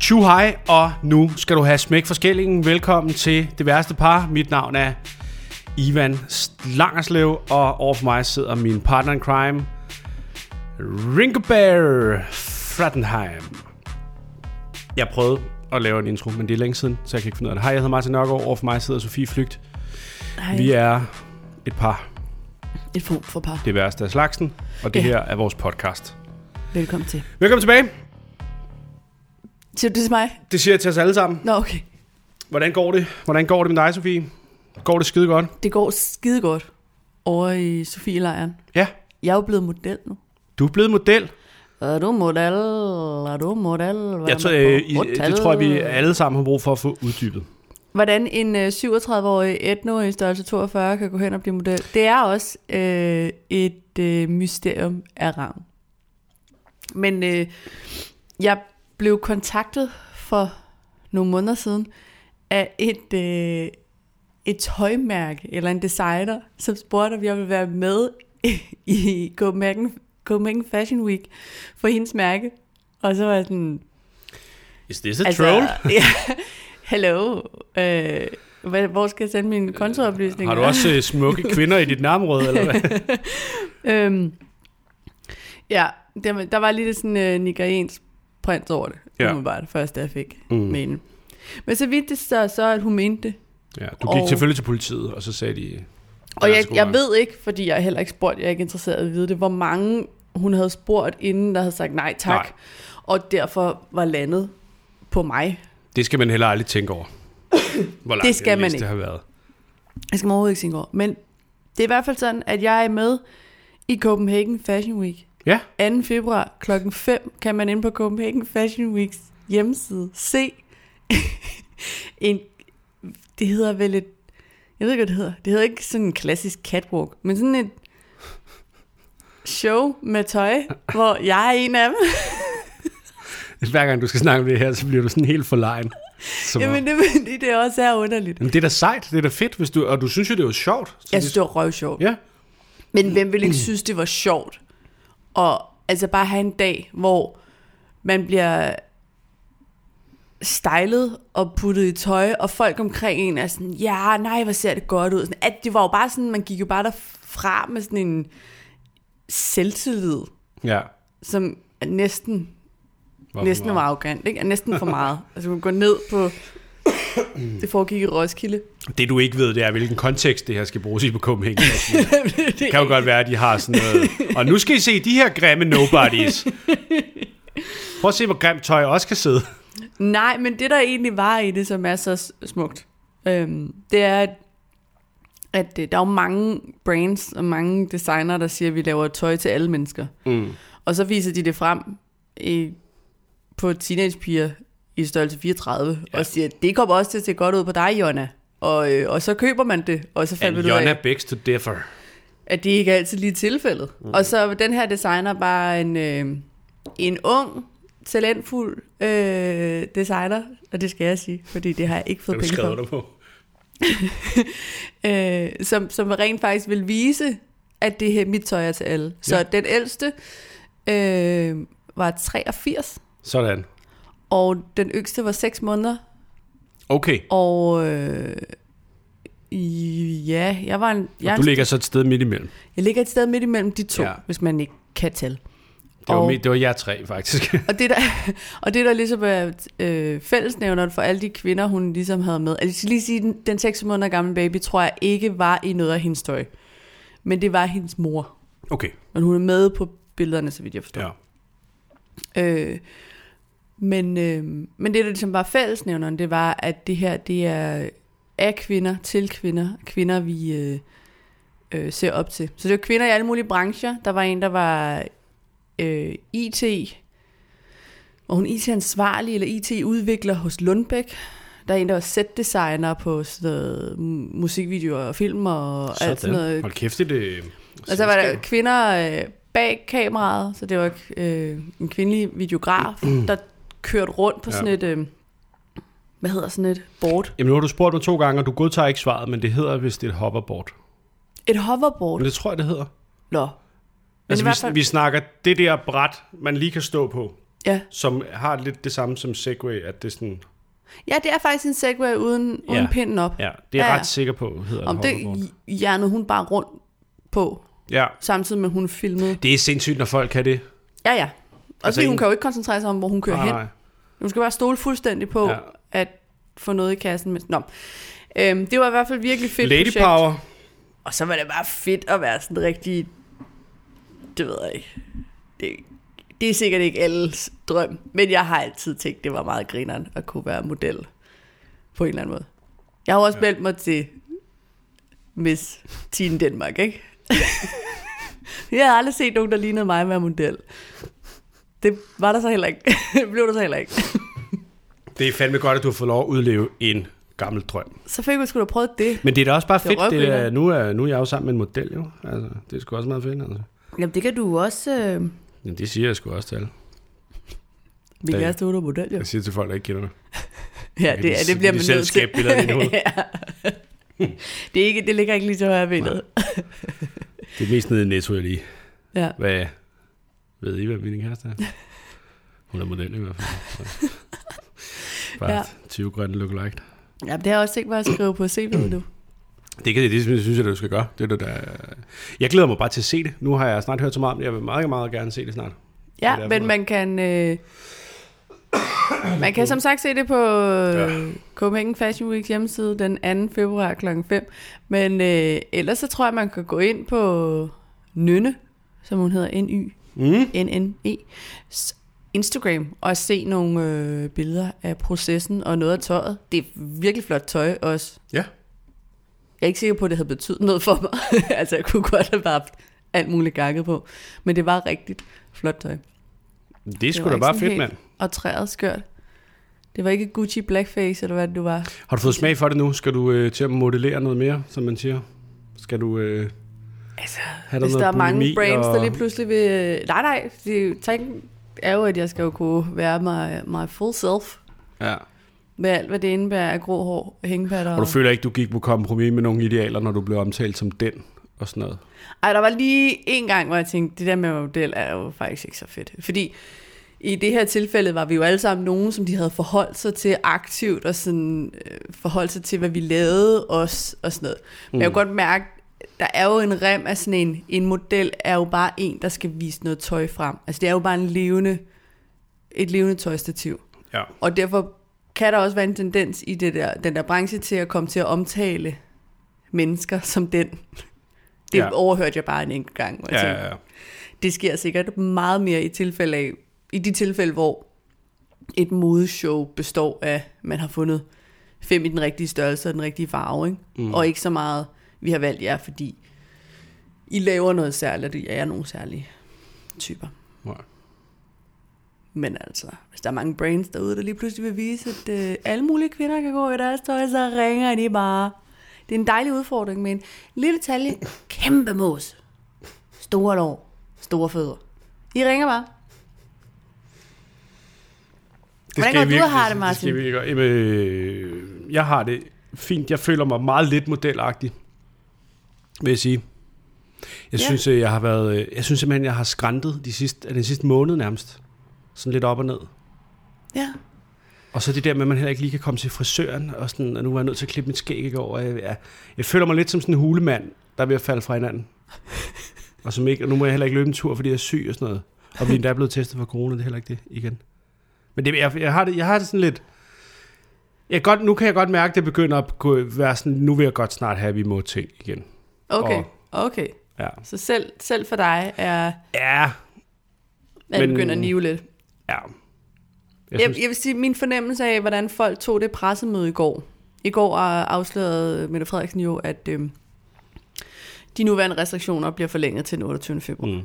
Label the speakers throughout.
Speaker 1: Too High, og nu skal du have smæk for skællingen. Velkommen til Det Værste Par. Mit navn er Ivan Slangerslev, og over for mig sidder min partner in crime, Ringo Bear Frattenheim. Jeg prøvede at lave en intro, men det er længe siden, så jeg kan ikke finde ud af det. Hej, jeg hedder Martin Nørgaard. Over for mig sidder Sofie Flygt.
Speaker 2: Hej,
Speaker 1: Vi er et par.
Speaker 2: et form for par.
Speaker 1: Det værste af slagsen, og det
Speaker 2: Ja.
Speaker 1: her er vores podcast.
Speaker 2: Velkommen til.
Speaker 1: Velkommen tilbage.
Speaker 2: Siger du det til mig?
Speaker 1: Det siger jeg til os alle sammen.
Speaker 2: Nå, okay.
Speaker 1: Hvordan går det? Hvordan går det med dig, Sofie? Går det skide godt?
Speaker 2: Det går skide godt over i Sofielejren.
Speaker 1: Ja.
Speaker 2: Jeg er jo blevet model nu.
Speaker 1: Du er blevet model.
Speaker 2: Er du model? Er du model? Hvad
Speaker 1: Jeg tror,
Speaker 2: er man på
Speaker 1: øh, i-
Speaker 2: hotel?
Speaker 1: det tror jeg, vi alle sammen har brug for at få uddybet.
Speaker 2: Hvordan en øh, 37-årig etno i størrelse 42 kan gå hen og blive model. Det er også øh, et øh, mysterium af rang. Men øh, jeg blev kontaktet for nogle måneder siden af et, øh, et tøjmærke eller en designer, som spurgte, om jeg ville være med i Copenhagen, Copenhagen Fashion Week for hendes mærke. Og så var jeg sådan,
Speaker 1: Is this a altså, troll?
Speaker 2: ja, hello. Øh, hvad- hvor skal jeg sende mine kontooplysninger?
Speaker 1: Øh, Har du også øh, smukke kvinder i dit nærområde, eller hvad?
Speaker 2: øhm, ja, der, der var lige lidt sådan øh, nigeriansk prins over det.
Speaker 1: Ja.
Speaker 2: Ja. Det var det første, jeg fik
Speaker 1: Mm.
Speaker 2: mm. mailen. Men så vidt det så, så at hun mente det.
Speaker 1: Ja, du gik
Speaker 2: Og-
Speaker 1: selvfølgelig til politiet, og så sagde de...
Speaker 2: Og
Speaker 1: Ja,
Speaker 2: jeg,
Speaker 1: sgu
Speaker 2: jeg
Speaker 1: nok.
Speaker 2: ved ikke, fordi jeg er heller ikke spurgt, jeg er ikke interesseret i at vide det, hvor mange hun havde spurgt inden, der havde sagt nej tak.
Speaker 1: Nej.
Speaker 2: Nej. Og derfor var landet på mig.
Speaker 1: Det skal man heller aldrig tænke over. Hvor langt
Speaker 2: Det skal
Speaker 1: den
Speaker 2: man
Speaker 1: liste
Speaker 2: ikke.
Speaker 1: har været.
Speaker 2: Jeg skal mig overhovedet ikke tænke over. Men det er i hvert fald sådan, at jeg er med i Copenhagen Fashion Week.
Speaker 1: Ja,
Speaker 2: 2. februar kl. 5 kan man inde på Copenhagen Fashion Weeks hjemmeside se en, det hedder vel et, jeg ved ikke, hvad det hedder. Det hedder ikke sådan en klassisk catwalk, men sådan et show med tøj, hvor jeg er en af dem.
Speaker 1: hver gang du skal snakke om det her, så bliver du sådan helt forlegen. Som Jamen,
Speaker 2: Jamen, det er fordi, det også er underligt.
Speaker 1: Jamen, det er da sejt, det er da fedt, hvis du, og du synes jo, det er jo sjovt. Så
Speaker 2: Jeg
Speaker 1: det-
Speaker 2: synes, det var røvsjovt.
Speaker 1: Ja,
Speaker 2: Men hvem ville ikke synes, det var sjovt? Og altså bare have en dag, hvor man bliver stylet og puttet i tøj, og folk omkring en er sådan, ja, nej, hvor ser det godt ud. Sådan, at det var jo bare sådan, man gik jo bare derfra med sådan en selvtillid,
Speaker 1: ja.
Speaker 2: som er næsten,
Speaker 1: Hvorfor
Speaker 2: næsten var arrogant, ikke? Er næsten for meget. altså man går ned på, det foregik i Roskilde.
Speaker 1: Det du ikke ved, det er, hvilken kontekst det her skal bruges i på Copenhagen. Fashion Week. det kan jo godt være, at de har sådan noget. Og nu skal I se de her grimme nobodies. Prøv at se, hvor grimt tøj også kan sidde.
Speaker 2: Nej, men det der egentlig var i det, som er så s- smukt, øhm, det er, at, at øh, der er jo mange brands og mange designer, der siger, at vi laver tøj til alle mennesker. Mm. Og så viser de det frem i, på teenagepiger i størrelse 34, ja. og siger, det kommer også til at se godt ud på dig, Jonna. Og, øh, og så køber man det, og så fandt
Speaker 1: And
Speaker 2: man ud af,
Speaker 1: Jonna begs to differ.
Speaker 2: at det ikke altid lige er tilfældet. Mm. Og så var den her designer bare en, øh, en ung, talentfuld øh, designer, og det skal jeg sige, fordi det har jeg ikke
Speaker 1: Det
Speaker 2: fået
Speaker 1: er du
Speaker 2: penge
Speaker 1: skrevet
Speaker 2: for,
Speaker 1: dig på.
Speaker 2: øh, som, som rent faktisk vil vise, at det her mit tøj er til alle. Så
Speaker 1: Ja.
Speaker 2: den ældste øh, var 83,
Speaker 1: Sådan.
Speaker 2: og den yngste var 6 måneder,
Speaker 1: Okay.
Speaker 2: og øh, i- ja, jeg var en, jeg,
Speaker 1: Og du ligger så et sted midt imellem.
Speaker 2: jeg ligger et sted midt imellem de to,
Speaker 1: Ja.
Speaker 2: ja. hvis man ikke kan tælle.
Speaker 1: Det var,
Speaker 2: Og-
Speaker 1: med, det var jer tre, faktisk.
Speaker 2: Og det, der, og det der ligesom er øh, fællesnævneren for alle de kvinder, hun ligesom havde med. Altså, jeg skal lige sige, den, den 6 måneder gamle baby, tror jeg ikke var i noget af hendes tøj. Men det var hendes mor.
Speaker 1: Okay,
Speaker 2: Men hun er med på billederne, så vidt jeg forstår.
Speaker 1: ja.
Speaker 2: Ja. Øh, men, øh, men det der ligesom var fællesnævneren, det var, at det her, det er af kvinder til kvinder. Kvinder, vi øh, øh, ser op til. Så det var kvinder i alle mulige brancher. Der var en, der var øh, IT, var hun IT-ansvarlig eller IT-udvikler hos Lundbæk. Der er en, der var set-designer på sådan noget mu- musikvideoer og film og sådan. alt sådan noget.
Speaker 1: Hold kæft, det er...
Speaker 2: Og så var der kvinder øh, bag kameraet, så det var øh, en kvindelig videograf, der kørte rundt på
Speaker 1: Mm. Ja.
Speaker 2: sådan et, øh, hvad hedder sådan et board?
Speaker 1: Jamen, nu har du spurgt mig to gange, og du godtager ikke svaret, men det hedder vist et hoverboard.
Speaker 2: Et
Speaker 1: Men
Speaker 2: hoverboard?
Speaker 1: det tror jeg, det hedder.
Speaker 2: Nå. Men
Speaker 1: Altså,
Speaker 2: i
Speaker 1: vi,
Speaker 2: hvert fald-
Speaker 1: vi snakker det der bræt, man lige kan stå på.
Speaker 2: Ja.
Speaker 1: som har lidt det samme som Segway, at det er sådan...
Speaker 2: ja, det er faktisk en segway uden, uden
Speaker 1: Ja.
Speaker 2: pinden op.
Speaker 1: Ja, det er jeg
Speaker 2: Ja,
Speaker 1: ja.
Speaker 2: ja.
Speaker 1: ret sikker på, hedder
Speaker 2: Om
Speaker 1: en
Speaker 2: det
Speaker 1: hoverboard.
Speaker 2: hjernede hun bare rundt på,
Speaker 1: Ja,
Speaker 2: samtidig med at hun filmede.
Speaker 1: det er sindssygt, når folk kan det.
Speaker 2: Ja, ja. Og
Speaker 1: Altså
Speaker 2: altså, hun
Speaker 1: en-
Speaker 2: kan jo ikke koncentrere sig om, hvor hun kører hen.
Speaker 1: Ah,
Speaker 2: Hun skal bare stole fuldstændig på,
Speaker 1: Ja.
Speaker 2: ja. at få noget i kassen. Men, nå. Øhm, det var i hvert fald virkelig fedt
Speaker 1: Lady
Speaker 2: projekt.
Speaker 1: Power.
Speaker 2: Og så var det bare fedt at være sådan rigtig... Det ved jeg ikke. Det, det er sikkert ikke alles drøm, men jeg har altid tænkt, det var meget grineren at kunne være model på en eller anden måde. Jeg har jo også ja. meldt mig til Miss Teen Danmark, ikke? jeg har aldrig set nogen, der lignede mig være model. Det var der så heller ikke. det blev der så heller ikke.
Speaker 1: Det er fandme godt, at du har fået lov at udleve en gammel drøm.
Speaker 2: Så fik vi sgu da prøvet det.
Speaker 1: Men det er da også bare
Speaker 2: Det er
Speaker 1: fedt, det er,
Speaker 2: røvgrineren.
Speaker 1: nu, er, nu er jeg jo sammen med en model, jo. Altså, det er sgu også meget fedt, altså.
Speaker 2: Jamen det kan du også... Øh...
Speaker 1: Men det siger jeg sgu også til alle.
Speaker 2: Vi
Speaker 1: Ja.
Speaker 2: kan også stå model, jo.
Speaker 1: Jeg siger til folk, der ikke kender mig.
Speaker 2: Ja,
Speaker 1: Kan
Speaker 2: det,
Speaker 1: de-
Speaker 2: er- det bliver
Speaker 1: de
Speaker 2: man
Speaker 1: selv
Speaker 2: nødt
Speaker 1: skabe billederne i dit hoved?
Speaker 2: ja. det, er ikke, det ligger ikke lige så højre billedet.
Speaker 1: Det er mest nede i Netto, jeg lige.
Speaker 2: Ja.
Speaker 1: Hvad ved I, hvad min kæreste er? Hun er model i hvert fald. Så. Bare
Speaker 2: Ja.
Speaker 1: ja. 20 grønne look
Speaker 2: ja, det har jeg også tænkt mig at skrive på CV'et nu.
Speaker 1: Det, kan, det, det synes jeg, du skal gøre. Det, er det, der... Jeg glæder mig bare til at se det. Nu har jeg snart hørt så meget om det. Jeg vil meget, meget gerne se det snart. Det er
Speaker 2: Ja,
Speaker 1: derfor,
Speaker 2: men man kan... Øh, man kan som sagt se det på øh, Copenhagen Fashion Weeks hjemmeside den 2. februar kl. 5. Men øh, ellers så tror jeg, man kan gå ind på Nynne, som hun hedder, N-Y,
Speaker 1: Mm.
Speaker 2: NNE, E, s- Instagram og se nogle øh, billeder af processen og noget af tøjet. Det er virkelig flot tøj også.
Speaker 1: Ja.
Speaker 2: Jeg er ikke sikker på, at det havde betydet noget for mig. altså, jeg kunne godt have haft alt muligt gakket på. Men det var rigtigt flot tøj.
Speaker 1: Det er sgu
Speaker 2: var
Speaker 1: da
Speaker 2: ikke
Speaker 1: bare
Speaker 2: sådan
Speaker 1: fedt,
Speaker 2: helt-
Speaker 1: mand.
Speaker 2: Og træet skørt. Det var ikke Gucci blackface, eller hvad det nu var.
Speaker 1: Har du fået smag for det nu? Skal du øh, til at modellere noget mere, som man siger? Skal du øh,
Speaker 2: Altså,
Speaker 1: have
Speaker 2: Hvis der er mange
Speaker 1: bulimi
Speaker 2: brains, og... der lige pludselig vil... Nej, nej. Det, tanken er jo, at jeg skal jo kunne være my, my full self.
Speaker 1: Ja.
Speaker 2: Med alt, hvad det indebærer af grå hår, hængepatter
Speaker 1: Og du føler ikke, du gik på kompromis med nogle idealer, når du blev omtalt som den og sådan noget?
Speaker 2: Ej, der var lige en gang, hvor jeg tænkte, det der med model er jo faktisk ikke så fedt. Fordi i det her tilfælde var vi jo alle sammen nogen, som de havde forholdt sig til aktivt, og sådan, øh, forholdt sig til, hvad vi lavede os og sådan noget. Men jeg
Speaker 1: Mm.
Speaker 2: kunne godt mærke, der er jo en rem af sådan en, en model er jo bare en, der skal vise noget tøj frem. Altså det er jo bare en levende, et levende tøjstativ.
Speaker 1: Ja.
Speaker 2: Og derfor kan der også være en tendens i det der, den der branche til at komme til at omtale mennesker som den. Det
Speaker 1: Ja.
Speaker 2: ja. overhørte jeg bare en enkelt gang. Og jeg
Speaker 1: Ja,
Speaker 2: tænkte,
Speaker 1: ja, ja.
Speaker 2: Det sker sikkert meget mere i tilfælde af, i de tilfælde, hvor et modeshow består af, man har fundet fem i den rigtige størrelse og den rigtige farve, ikke? Mm. og ikke så meget, vi har valgt jer, fordi I laver noget særligt, og I er nogle særlige typer.
Speaker 1: Ja.
Speaker 2: Men altså, hvis der er mange brains derude, der lige pludselig vil vise, at øh, alle mulige kvinder kan gå i deres tøj, så ringer de bare. Det er en dejlig udfordring med en lille talje, kæmpe mos, store lår, store fødder. I ringer bare.
Speaker 1: Det
Speaker 2: Hvordan
Speaker 1: skal
Speaker 2: går
Speaker 1: I
Speaker 2: du
Speaker 1: virkelig-
Speaker 2: og har
Speaker 1: Det
Speaker 2: det,
Speaker 1: skal
Speaker 2: Martin?
Speaker 1: I virkelig gøre. Jamen, øh, jeg har det fint. Jeg føler mig meget lidt modelagtig, vil jeg sige. Jeg
Speaker 2: Ja.
Speaker 1: synes, øh, jeg har været, øh, jeg synes simpelthen, jeg har skræntet de sidste, den sidste måned nærmest. Sådan lidt op og ned.
Speaker 2: Ja.
Speaker 1: Og så det der med, at man heller ikke lige kan komme til frisøren, og, sådan, og nu var jeg nødt til at klippe mit skæg i går. Og jeg, jeg, jeg føler mig lidt som sådan en hulemand, der er ved at falde fra hinanden. og, som ikke, og nu må jeg heller ikke løbe en tur, fordi jeg er syg og sådan noget. Og vi er endda er blevet testet for corona, det er heller ikke det igen. Men det, jeg, jeg, har det, jeg har det sådan lidt... Jeg kan godt, nu kan jeg godt mærke, at det begynder at gå, være sådan, nu vil jeg godt snart have, at vi må ting igen.
Speaker 2: Okay,
Speaker 1: Og-
Speaker 2: okay.
Speaker 1: Ja.
Speaker 2: Så selv, selv for dig er,
Speaker 1: Ja.
Speaker 2: er
Speaker 1: Men-
Speaker 2: det begynder at nive lidt.
Speaker 1: ja. Jeg
Speaker 2: Jeg,
Speaker 1: synes,
Speaker 2: jeg, jeg vil sige, min fornemmelse af, hvordan folk tog det pressemøde i går. I går øh, afslørede Mette Frederiksen jo, at øh, de nuværende restriktioner bliver forlænget til den 28. februar.
Speaker 1: Mm.
Speaker 2: Mm.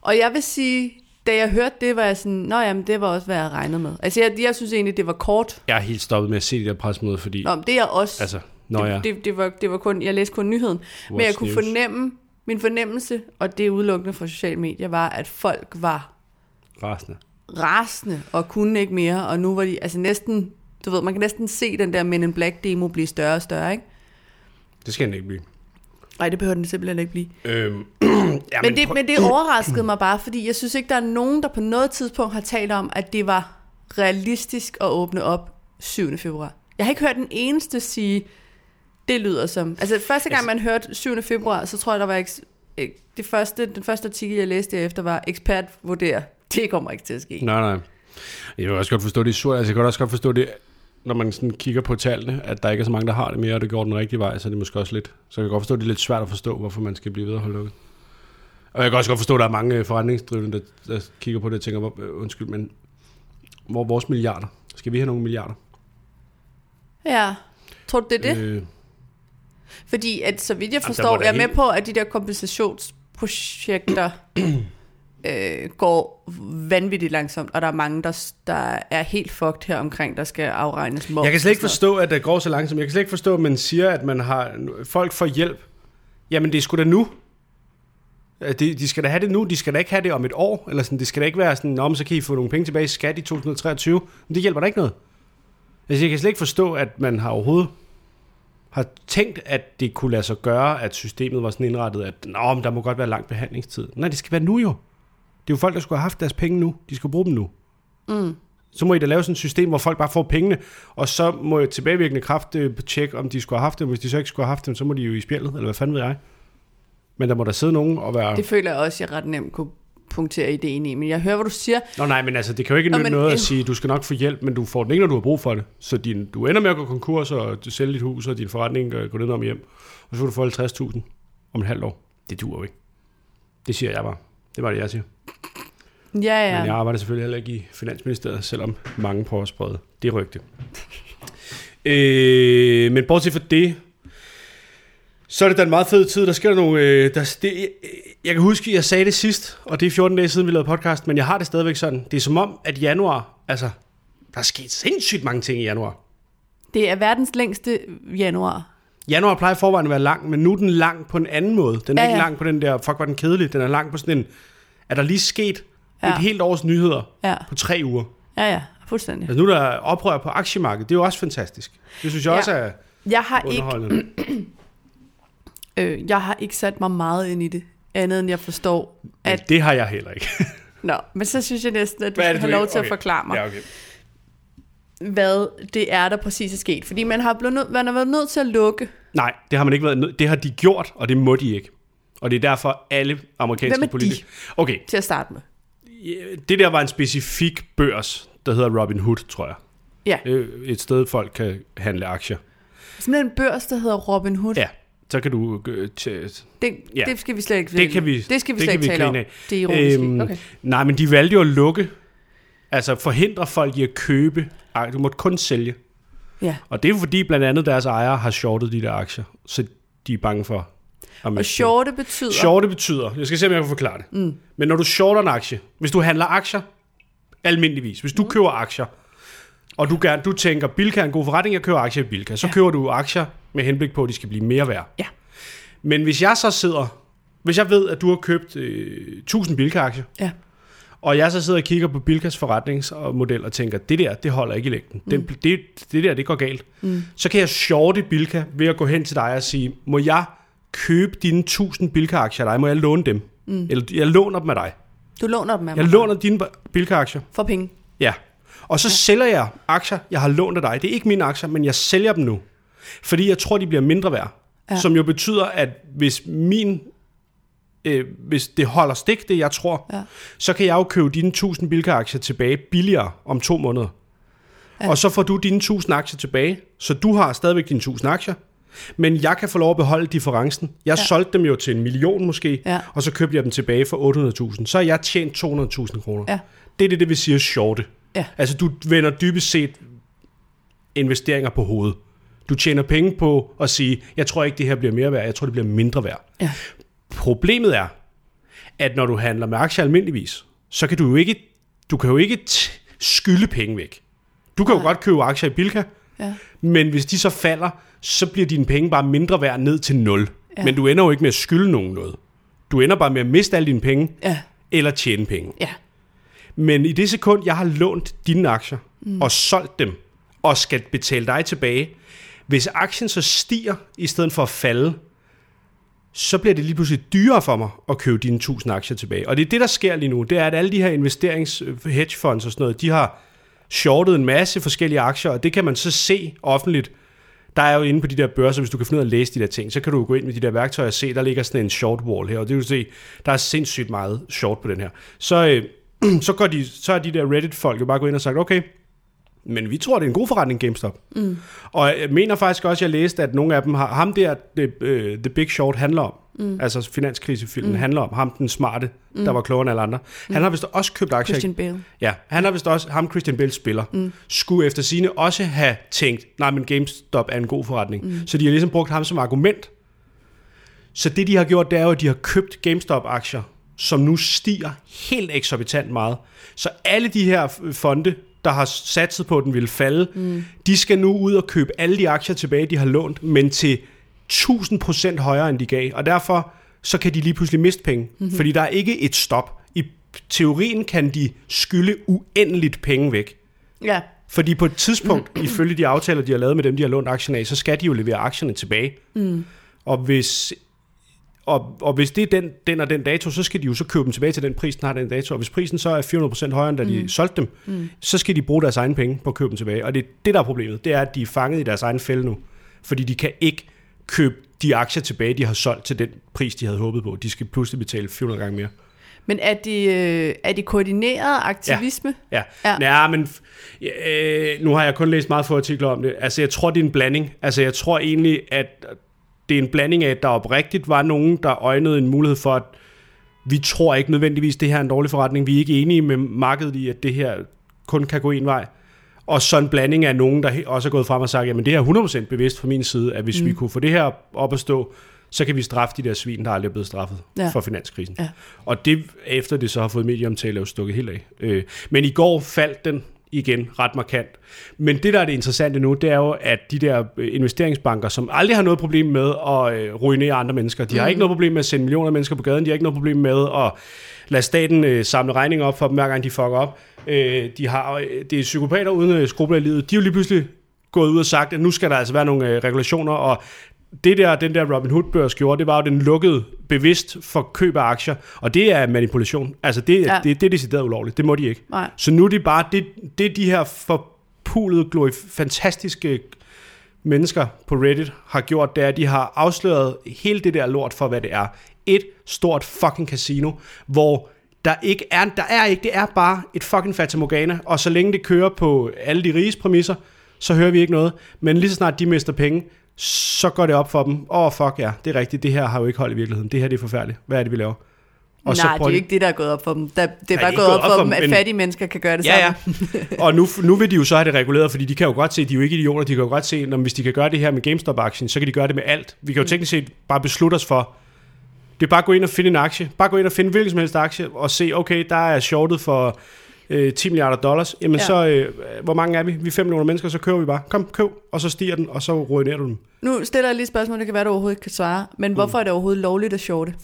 Speaker 2: Og jeg vil sige, da jeg hørte det, var jeg sådan, nå jamen, det var også, hvad jeg regnede med. Altså, jeg, jeg synes egentlig, det var kort.
Speaker 1: jeg er helt stoppet med at se det der presmøde, fordi...
Speaker 2: Nå, men det er jeg også.
Speaker 1: Altså, når jeg...
Speaker 2: det, det, det, var, det var kun, jeg læste kun nyheden. Men jeg
Speaker 1: What's
Speaker 2: kunne
Speaker 1: news?
Speaker 2: fornemme, min fornemmelse, og det er udelukkende fra sociale medier, var, at folk var
Speaker 1: Rasende.
Speaker 2: rasende og kunne ikke mere, og nu var de, altså næsten, du ved, man kan næsten se den der Men in Black demo blive større og større, ikke?
Speaker 1: Det skal den ikke blive.
Speaker 2: Nej, det behøver den simpelthen ikke blive.
Speaker 1: Øhm, ja,
Speaker 2: Men det,
Speaker 1: prøv-
Speaker 2: men det overraskede mig bare, fordi jeg synes ikke, der er nogen, der på noget tidspunkt har talt om, at det var realistisk at åbne op 7. februar. Jeg har ikke hørt den eneste sige, det lyder som... Altså, første gang, man hørte 7. februar, så tror jeg, der var... Eks- øh, det første, den første artikel, jeg læste derefter, var ekspert vurderer. Det kommer ikke til at ske.
Speaker 1: Nej, nej. Jeg kan også godt forstå det er surt. Altså, jeg kan også godt forstå det, når man sådan kigger på tallene, at der ikke er så mange, der har det mere, og det går den rigtige vej, så er det måske også lidt... Så jeg kan godt forstå, at det er lidt svært at forstå, hvorfor man skal blive ved at holde lukket. Og jeg kan også godt forstå, at der er mange øh, forretningsdrivende, der, der kigger på det og tænker, "Hvor- øh, undskyld, men hvor er vores milliarder? Skal vi have nogle milliarder?
Speaker 2: Ja. Tror du, det er det?
Speaker 1: Øh,
Speaker 2: Fordi, at, så vidt jeg
Speaker 1: Jamen, der
Speaker 2: forstår,
Speaker 1: må da
Speaker 2: jeg er med
Speaker 1: helt-
Speaker 2: på, at de der kompensationsprojekter øh, går vanvittigt langsomt, og der er mange, der, der er helt fucked her omkring, der skal afregnes moms.
Speaker 1: Jeg kan slet ikke
Speaker 2: og sådan
Speaker 1: forstå, at det går så langsomt. Jeg kan slet ikke forstå, at man siger, at man har folk får hjælp. Jamen, det er sgu da nu. Øh, De, de skal da have det nu, de skal da ikke have det om et år, eller sådan, det skal da ikke være sådan, om så kan I få nogle penge tilbage i skat i 2023, men det hjælper da ikke noget. Altså, jeg kan slet ikke forstå, at man har overhovedet har tænkt, at det kunne lade sig gøre, at systemet var sådan indrettet, at Nå, men der må godt være lang behandlingstid. Nej, det skal være nu jo. Det er jo folk, der skulle have haft deres penge nu. De skal bruge dem nu. Så må I da lave sådan et system, hvor folk bare får pengene, og så må tilbagevirkende kraft øh, tjekke, om de skulle have haft dem. Hvis de så ikke skulle have haft dem, så må de jo i spjældet, eller hvad fanden ved jeg. Men der må der sidde nogen og være...
Speaker 2: noget. Det føler jeg også, jeg ret nemt kunne punktere ideen i, men jeg hører, hvad du siger.
Speaker 1: Nå nej, men altså, det kan jo ikke
Speaker 2: Nå,
Speaker 1: nytte
Speaker 2: men-
Speaker 1: noget at sige, du skal nok få hjælp, men du får den ikke, når du har brug for det. Så din, du ender med at gå konkurs og sælge dit hus og din forretning og gå ned om hjem. Og så kan du få 50.000 om et halvt år. Det duer jo ikke. Det siger jeg bare. Det var det, jeg siger.
Speaker 2: Ja, ja.
Speaker 1: Men jeg arbejder selvfølgelig heller ikke i Finansministeriet, selvom mange prøver at sprede det rygte. øh, men bortset fra det, så er det da en meget fed tid. Der sker der nogle... Øh, der, det, jeg, jeg kan huske, jeg sagde det sidst, og det er 14 dage siden, vi lavede podcast, men jeg har det stadigvæk sådan. Det er som om, at januar... Altså, der er sket sindssygt mange ting i januar.
Speaker 2: Det er verdens længste januar.
Speaker 1: Januar plejer i forvejen at være lang, men nu er den lang på en anden måde. Den er
Speaker 2: Ja,
Speaker 1: ja, ikke
Speaker 2: ja.
Speaker 1: lang på den der, fuck var den kedelig, den er lang på sådan en, er der lige sket ja.
Speaker 2: Ja.
Speaker 1: et helt års nyheder
Speaker 2: Ja,
Speaker 1: på tre uger?
Speaker 2: ja, ja. Fuldstændig.
Speaker 1: Altså nu er der oprør på aktiemarkedet, det er jo også fantastisk. Det synes jeg
Speaker 2: Ja.
Speaker 1: ja. også er
Speaker 2: Jeg har ikke
Speaker 1: underholdende. Ikke.
Speaker 2: øh, jeg har ikke sat mig meget ind i det, andet end jeg forstår, at...
Speaker 1: At... Det har jeg heller ikke.
Speaker 2: Nå, men så synes jeg næsten, at du
Speaker 1: Hvad er
Speaker 2: skal
Speaker 1: det,
Speaker 2: have
Speaker 1: du
Speaker 2: lov
Speaker 1: ikke-
Speaker 2: til at
Speaker 1: okay.
Speaker 2: forklare mig.
Speaker 1: Ja, okay.
Speaker 2: hvad det er, der præcis er sket. Fordi man har, blevet nød, man har været nødt til at lukke.
Speaker 1: Nej, det har man ikke været nød. Det har de gjort, og det må de ikke. Og det er derfor alle amerikanske
Speaker 2: Hvem er de?
Speaker 1: politikere... Okay,
Speaker 2: Til at starte med.
Speaker 1: det der var en specifik børs, der hedder Robin Hood, tror jeg.
Speaker 2: Ja.
Speaker 1: Øh, Et sted, folk kan handle aktier.
Speaker 2: Simpelthen en børs, der hedder Robin Hood.
Speaker 1: Ja, så kan du... øh, tj-
Speaker 2: Det,
Speaker 1: Ja.
Speaker 2: det skal vi slet ikke
Speaker 1: Det kan vi,
Speaker 2: det skal vi
Speaker 1: det
Speaker 2: slet
Speaker 1: kan
Speaker 2: ikke
Speaker 1: vi
Speaker 2: tale om.
Speaker 1: grine af.
Speaker 2: Det er ironisk. Øhm, okay.
Speaker 1: Nej, men de valgte jo at lukke, altså forhindre folk i at købe. Ej, du måtte kun sælge.
Speaker 2: Ja.
Speaker 1: Og det er jo fordi, blandt andet deres ejere har shortet de der aktier, så de er bange for at
Speaker 2: Og
Speaker 1: miste dem.
Speaker 2: shorte betyder...
Speaker 1: Shorte betyder, jeg skal se, om jeg kan forklare det. Mm. Men når du shorter en aktie, hvis du handler aktier, almindeligvis, hvis du mm. køber aktier, og du, gerne, du tænker, Bilka er en god forretning, jeg køber aktier i Bilka, så ja. køber du aktier med henblik på, at de skal blive mere værd.
Speaker 2: Ja.
Speaker 1: Men hvis jeg så sidder, hvis jeg ved, at du har købt øh, 1000 Bilka-aktier,
Speaker 2: Ja.
Speaker 1: og jeg så sidder og kigger på Bilkas forretningsmodel og tænker, det der, det holder ikke i længden. Den, det, det der, det går galt. Mm. Så kan jeg shorte Bilka ved at gå hen til dig og sige, må jeg købe dine 1000 Bilka-aktier af dig? Må jeg låne dem? Mm. Eller jeg låner dem af dig.
Speaker 2: Du låner dem af
Speaker 1: Jeg
Speaker 2: mig
Speaker 1: låner dine Bilka-aktier.
Speaker 2: for penge.
Speaker 1: Ja. Og så ja. sælger jeg aktier, jeg har lånt af dig. Det er ikke mine aktier, men jeg sælger dem nu. Fordi jeg tror, de bliver mindre værd. Ja. Som jo betyder, at hvis min... Øh, hvis det holder stik, det jeg tror,
Speaker 2: Ja.
Speaker 1: så kan jeg jo købe dine 1000 Bilka-aktier tilbage billigere om to måneder. Ja. Og så får du dine 1000 aktier tilbage, så du har stadigvæk dine 1000 aktier. Men jeg kan få lov at beholde differencen. Jeg ja. solgte dem jo til en million måske,
Speaker 2: Ja.
Speaker 1: og så købte jeg dem tilbage for 800.000. Så har jeg tjent 200.000 kroner.
Speaker 2: Ja.
Speaker 1: Det er det, det vil sige at shorte.
Speaker 2: Ja.
Speaker 1: Altså, du vender dybest set investeringer på hovedet. Du tjener penge på at sige, jeg tror ikke, det her bliver mere værd, jeg tror, det bliver mindre værd.
Speaker 2: Ja.
Speaker 1: Problemet er, at når du handler med aktier almindeligvis, så kan du jo ikke, du kan jo ikke t- skylde penge væk. Du kan jo godt købe aktier i Bilka,
Speaker 2: Ja.
Speaker 1: men hvis de så falder, så bliver dine penge bare mindre værd ned til nul.
Speaker 2: Ja.
Speaker 1: Men du ender jo ikke med at skylde nogen noget. Du ender bare med at miste alle dine penge,
Speaker 2: Ja.
Speaker 1: eller tjene penge.
Speaker 2: Ja.
Speaker 1: Men i det sekund, jeg har lånt dine aktier mm. og solgt dem, og skal betale dig tilbage, hvis aktien så stiger i stedet for at falde, så bliver det lige pludselig dyrere for mig at købe dine 1000 aktier tilbage. Og det er det, der sker lige nu, det er, at alle de her investerings hedgefonds og sådan noget, de har shortet en masse forskellige aktier, og det kan man så se offentligt. Der er jo inde på de der børser, hvis du kan finde ud af at læse de der ting, så kan du jo gå ind med de der værktøjer og se, der ligger sådan en short wall her, og det vil se, der er sindssygt meget short på den her. Så, øh, så, går de, så er de der Reddit-folk jo bare gået ind og sagt, okay, men vi tror, det er en god forretning, GameStop. Mm. Og jeg mener faktisk også, at jeg læste, at nogle af dem har... Ham der, The, øh, The Big Short, handler om. Mm. Altså finanskrisefilmen mm. handler om. Ham, den smarte, mm. der var klogere end alle andre. Mm. Han har vist også købt aktier.
Speaker 2: Christian Bale.
Speaker 1: Mm. Ja, han har vist også... Ham, Christian Bale spiller. Mm. Skulle efter sine også have tænkt, nej, men GameStop er en god forretning. Mm. Så de har ligesom brugt ham som argument. Så det, de har gjort, det er jo, at de har købt GameStop-aktier, som nu stiger helt eksorbitant meget. Så alle de her øh, fonde, der har satset på, at den ville falde, mm. de skal nu ud og købe alle de aktier tilbage, de har lånt, men til 1000% højere, end de gav. Og derfor så kan de lige pludselig miste penge, mm-hmm. fordi der er ikke et stop. I teorien kan de skylde uendeligt penge væk.
Speaker 2: Ja,
Speaker 1: Fordi på et tidspunkt, ifølge de aftaler, de har lavet med dem, de har lånt aktierne af, så skal de jo levere aktierne tilbage. Mm. Og hvis og, og hvis det er den, den og den dato, så skal de jo så købe dem tilbage til den pris, den har den dato. Og hvis prisen så er 400% højere, end da de mm. solgte dem, mm. så skal de bruge deres egne penge på at købe dem tilbage. Og det er det, der er problemet. Det er, at de er fanget i deres egen fælde nu. Fordi de kan ikke købe de aktier tilbage, de har solgt til den pris, de havde håbet på. De skal pludselig betale 400 gange mere.
Speaker 2: men er de, øh, er de koordineret aktivisme?
Speaker 1: Ja,
Speaker 2: Ja.
Speaker 1: ja. ja men f- ja, øh, nu har jeg kun læst meget få artikler om det. Altså, jeg tror, det er en blanding. Altså, jeg tror egentlig, at det er en blanding af, at der oprigtigt var nogen, der øjnede en mulighed for, at vi tror ikke nødvendigvis, det her er en dårlig forretning. Vi er ikke enige med markedet i, at det her kun kan gå en vej. Og så en blanding af nogen, der he- også er gået frem og sagt, jamen det her er 100% bevidst fra min side, at hvis mm. vi kunne få det her op at stå, så kan vi straffe de der svin, der aldrig er blevet straffet
Speaker 2: Ja.
Speaker 1: ja. for finanskrisen.
Speaker 2: Ja.
Speaker 1: Og det, efter det så har fået medieomtale, er jo stukket helt af. Øh, men i går faldt den igen ret markant. Men det, der er det interessante nu, det er jo, at de der øh, investeringsbanker, som aldrig har noget problem med at øh, ruinere andre mennesker, de har ikke noget problem med at sende millioner af mennesker på gaden, de har ikke noget problem med at lade staten øh, samle regninger op for dem, hver gang de fucker op. Øh, de har, øh, det er psykopater uden øh, skrubler i livet. De er jo lige pludselig gået ud og sagt, at nu skal der altså være nogle øh, regulationer, og det der, den der Robin Hood-børs gjorde, det var jo, den lukkede bevidst for køb af aktier, og det er manipulation. Altså, det,
Speaker 2: Ja.
Speaker 1: ja. det, det er decideret ulovligt. Det må de ikke.
Speaker 2: Nej.
Speaker 1: Så nu er det bare, det, det er de her forpulede, glorif- fantastiske mennesker på Reddit har gjort, det er, at de har afsløret hele det der lort for, hvad det er. Et stort fucking casino, hvor der ikke er, der er ikke, det er bare et fucking fatamorgana, og så længe det kører på alle de riges præmisser, så hører vi ikke noget. Men lige så snart de mister penge, så går det op for dem. Åh, oh, fuck ja, det er rigtigt. Det her har jo ikke hold i virkeligheden. Det her det er forfærdeligt. Hvad er det, vi laver?
Speaker 2: Og
Speaker 1: så
Speaker 2: Nej, det
Speaker 1: prøver
Speaker 2: er jo
Speaker 1: de-
Speaker 2: ikke det, der er gået op for dem. Der, det er
Speaker 1: Nej,
Speaker 2: bare
Speaker 1: det er
Speaker 2: gået op for dem, at
Speaker 1: men-
Speaker 2: fattige mennesker kan gøre det
Speaker 1: Ja, ja.
Speaker 2: samme.
Speaker 1: Og nu, nu vil de jo så have det reguleret, fordi de kan jo godt se, de er jo ikke idioter, de kan jo godt se, at hvis de kan gøre det her med GameStop-aktien, så kan de gøre det med alt. Vi kan jo teknisk set bare beslutte os for, det er bare at gå ind og finde en aktie. Bare gå ind og finde hvilken som helst aktie og se, okay, der er shortet for øh, 10 milliarder dollars. Jamen
Speaker 2: Ja.
Speaker 1: ja. så, øh, hvor mange er vi? Vi er 5 millioner mennesker, så kører vi bare. Kom, køb, og så stiger den, og så ruinerer du den.
Speaker 2: Nu stiller jeg lige et spørgsmål, det kan være, du overhovedet ikke kan svare. Men hvorfor er det overhovedet lovligt at shorte?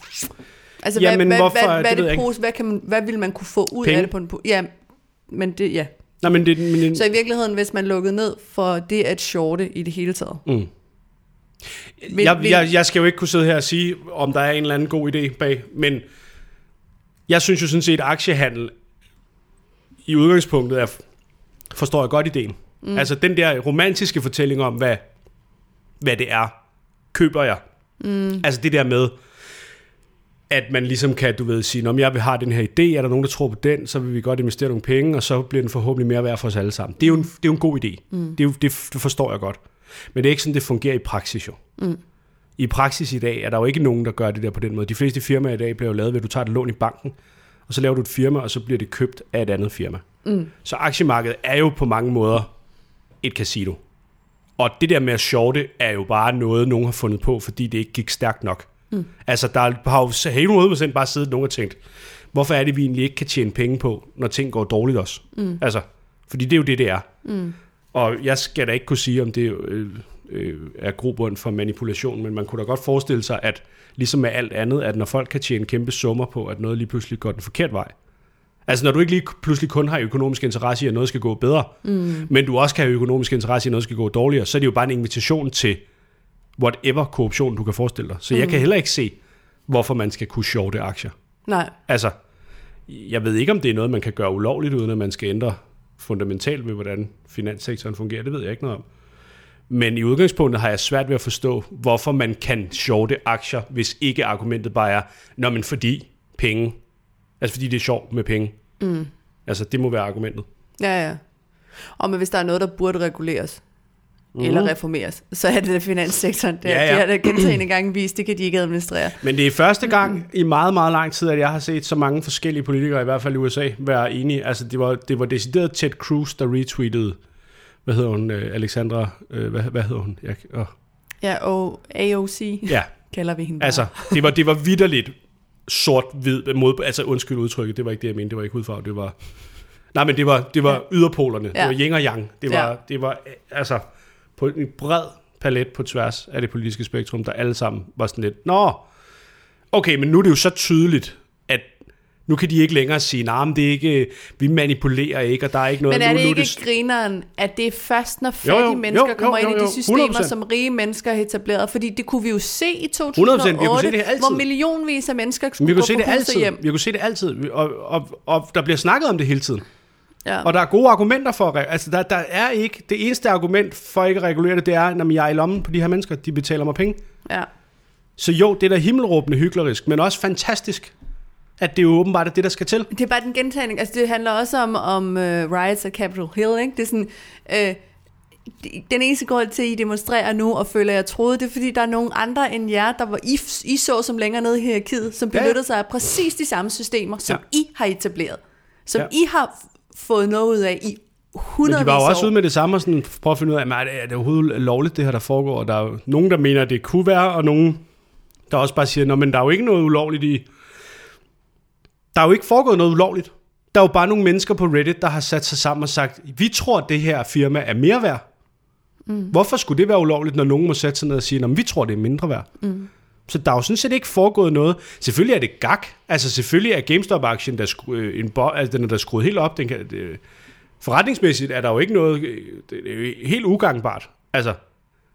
Speaker 2: Altså,
Speaker 1: Mm. Jamen,
Speaker 2: hvad,
Speaker 1: hvorfor-
Speaker 2: hvad, hvad,
Speaker 1: det
Speaker 2: hvad, er
Speaker 1: ved
Speaker 2: det
Speaker 1: jeg
Speaker 2: pros, hvad, kan man, hvad vil man kunne få ud
Speaker 1: Penge.
Speaker 2: af det på en... po- Ja, men det, ja.
Speaker 1: Nej, men det, men,
Speaker 2: Så i virkeligheden, hvis man lukkede ned for det at shorte i det hele taget.
Speaker 1: Mm.
Speaker 2: Vil-
Speaker 1: jeg,
Speaker 2: vil-
Speaker 1: jeg, jeg skal jo ikke kunne sidde her og sige, om der er en eller anden god idé bag, men jeg synes jo sådan set, at aktiehandel i udgangspunktet er, forstår jeg godt ideen. Mm. Altså den der romantiske fortælling om, hvad, hvad det er, køber jeg. Mm. Altså det der med, at man ligesom kan, du ved, sige, om jeg vil have den her idé, er der nogen, der tror på den, så vil vi godt investere nogle penge, og så bliver den forhåbentlig mere værd for os alle sammen. Det er jo en, det er jo en god idé. Mm. Det, er jo, det, det forstår jeg godt. Men det er ikke sådan, det fungerer i praksis jo. Mm. I praksis i dag er der jo ikke nogen, der gør det der på den måde. De fleste firmaer i dag bliver jo lavet ved, at du tager et lån i banken, og så laver du et firma, og så bliver det købt af et andet firma. Mm. Så aktiemarkedet er jo på mange måder et casino. Og det der med at shorte er jo bare noget, nogen har fundet på, fordi det ikke gik stærkt nok. Mm. Altså, der har jo så hele 100% bare siddet nogen og tænkt, hvorfor er det, vi egentlig ikke kan tjene penge på, når ting går dårligt også? Mm. Altså, fordi det er jo det, det er. Mm. Og jeg skal da ikke kunne sige, om det øh, øh, er grobund for manipulation, men man kunne da godt forestille sig, at ligesom med alt andet, at når folk kan tjene kæmpe summer på, at noget lige pludselig går den forkerte vej, Altså når du ikke lige pludselig kun har økonomisk interesse i, at noget skal gå bedre, mm. men du også kan have økonomisk interesse i, at noget skal gå dårligere, så er det jo bare en invitation til whatever korruption, du kan forestille dig. Så mm. jeg kan heller ikke se, hvorfor man skal kunne shorte aktier.
Speaker 2: Nej,
Speaker 1: Altså, jeg ved ikke, om det er noget, man kan gøre ulovligt, uden at man skal ændre fundamentalt med, hvordan finanssektoren fungerer. Det ved jeg ikke noget om. Men i udgangspunktet har jeg svært ved at forstå, hvorfor man kan shorte aktier, hvis ikke argumentet bare er, når men fordi penge. Altså fordi det er sjovt med penge. Mm. Altså det må være argumentet.
Speaker 2: ja, ja. Og men hvis der er noget, der burde reguleres, mm. eller reformeres, så er det da finanssektoren. Det,
Speaker 1: Ja,
Speaker 2: ja,
Speaker 1: ja.
Speaker 2: ja. De har da gentagende gange vist, det kan de ikke administrere.
Speaker 1: Men det er første gang i meget, meget lang tid, at jeg har set så mange forskellige politikere, i hvert fald i USA, være enige. Altså, det var, det var decideret Ted Cruz, der retweetede, hvad hedder hun, øh, Alexandra, øh, hvad, hvad hedder hun? Jeg, åh.
Speaker 2: Ja, og AOC ja.
Speaker 1: Ja,
Speaker 2: kalder vi hende. bare.
Speaker 1: altså, det var, det var vidderligt sort-hvid, mod, altså undskyld udtrykket, det var ikke det, jeg mente, det var ikke hudfarve, det var... Nej, men det var, det var yderpolerne, ja.
Speaker 2: Ja.
Speaker 1: det var yin og yang, det var, ja.
Speaker 2: Ja.
Speaker 1: det var øh, altså på en bred palet på tværs af det politiske spektrum, der alle sammen var sådan lidt, nå, okay, men nu er det jo så tydeligt, at nu kan de ikke længere sige, nej, men det er ikke, vi manipulerer ikke, og der er ikke noget,
Speaker 2: Men er
Speaker 1: nu,
Speaker 2: det
Speaker 1: nu
Speaker 2: ikke grineren, at det er først, når
Speaker 1: Jo, jo,
Speaker 2: fattige jo,
Speaker 1: jo,
Speaker 2: jo, mennesker
Speaker 1: jo,
Speaker 2: kommer
Speaker 1: jo,
Speaker 2: ind i
Speaker 1: jo,
Speaker 2: de systemer,
Speaker 1: 100%.
Speaker 2: som rige mennesker har etableret? Fordi det kunne vi jo se i
Speaker 1: 100%, vi kunne
Speaker 2: 2008,
Speaker 1: se det altid.
Speaker 2: hvor millionvis af mennesker
Speaker 1: Men vi kunne
Speaker 2: skulle gå
Speaker 1: se det
Speaker 2: på
Speaker 1: altid,
Speaker 2: hjem.
Speaker 1: vi kunne se det altid, og, og, og der bliver snakket om det hele tiden.
Speaker 2: Ja.
Speaker 1: Og der er gode argumenter for at re- Altså, der, der er ikke... Det eneste argument for ikke at regulere det, det er, når jeg er i lommen på de her mennesker, de betaler mig penge.
Speaker 2: ja.
Speaker 1: Så jo, det er da himmelråbende hyklerisk, men også fantastisk, at det jo åbenbart er det, der skal til.
Speaker 2: Det er bare den gentagning. Altså, det handler også om, om uh, riots at Capitol Hill, ikke? Det er sådan... Øh, de- den eneste grund til, at I demonstrerer nu og føler, at jeg troede, det er, fordi der er nogen andre end jer, der var I, I så som længere nede i hierarkiet, som
Speaker 1: Ja, ja.
Speaker 2: benyttede sig af præcis de samme systemer, som
Speaker 1: Ja.
Speaker 2: ja. I har etableret. Som
Speaker 1: Ja.
Speaker 2: ja. I har f- fået noget ud af i
Speaker 1: Men de
Speaker 2: hundredvis
Speaker 1: var jo også
Speaker 2: år.
Speaker 1: ude med det samme og sådan, prøve at finde ud af, men er det, er det overhovedet lovligt, det her, der foregår? Og der er jo nogen, der mener, at det kunne være, og nogen, der også bare siger, Nå, men der er jo ikke noget ulovligt i... Der er jo ikke foregået noget ulovligt. Der er jo bare nogle mennesker på Reddit, der har sat sig sammen og sagt, vi tror, at det her firma er mere værd. Mm. Hvorfor skulle det være ulovligt, når nogen må sætte sig ned og sige, "Nå, men vi tror, det er mindre værd? Mm. Så der er jo sådan set ikke foregået noget. Selvfølgelig er det gak. Altså selvfølgelig er GameStop-aktien, der, skru, øh, en bo, altså, den er der skruet helt op. Den kan, det, forretningsmæssigt er der jo ikke noget... øh, Det er jo helt ugangbart. Altså,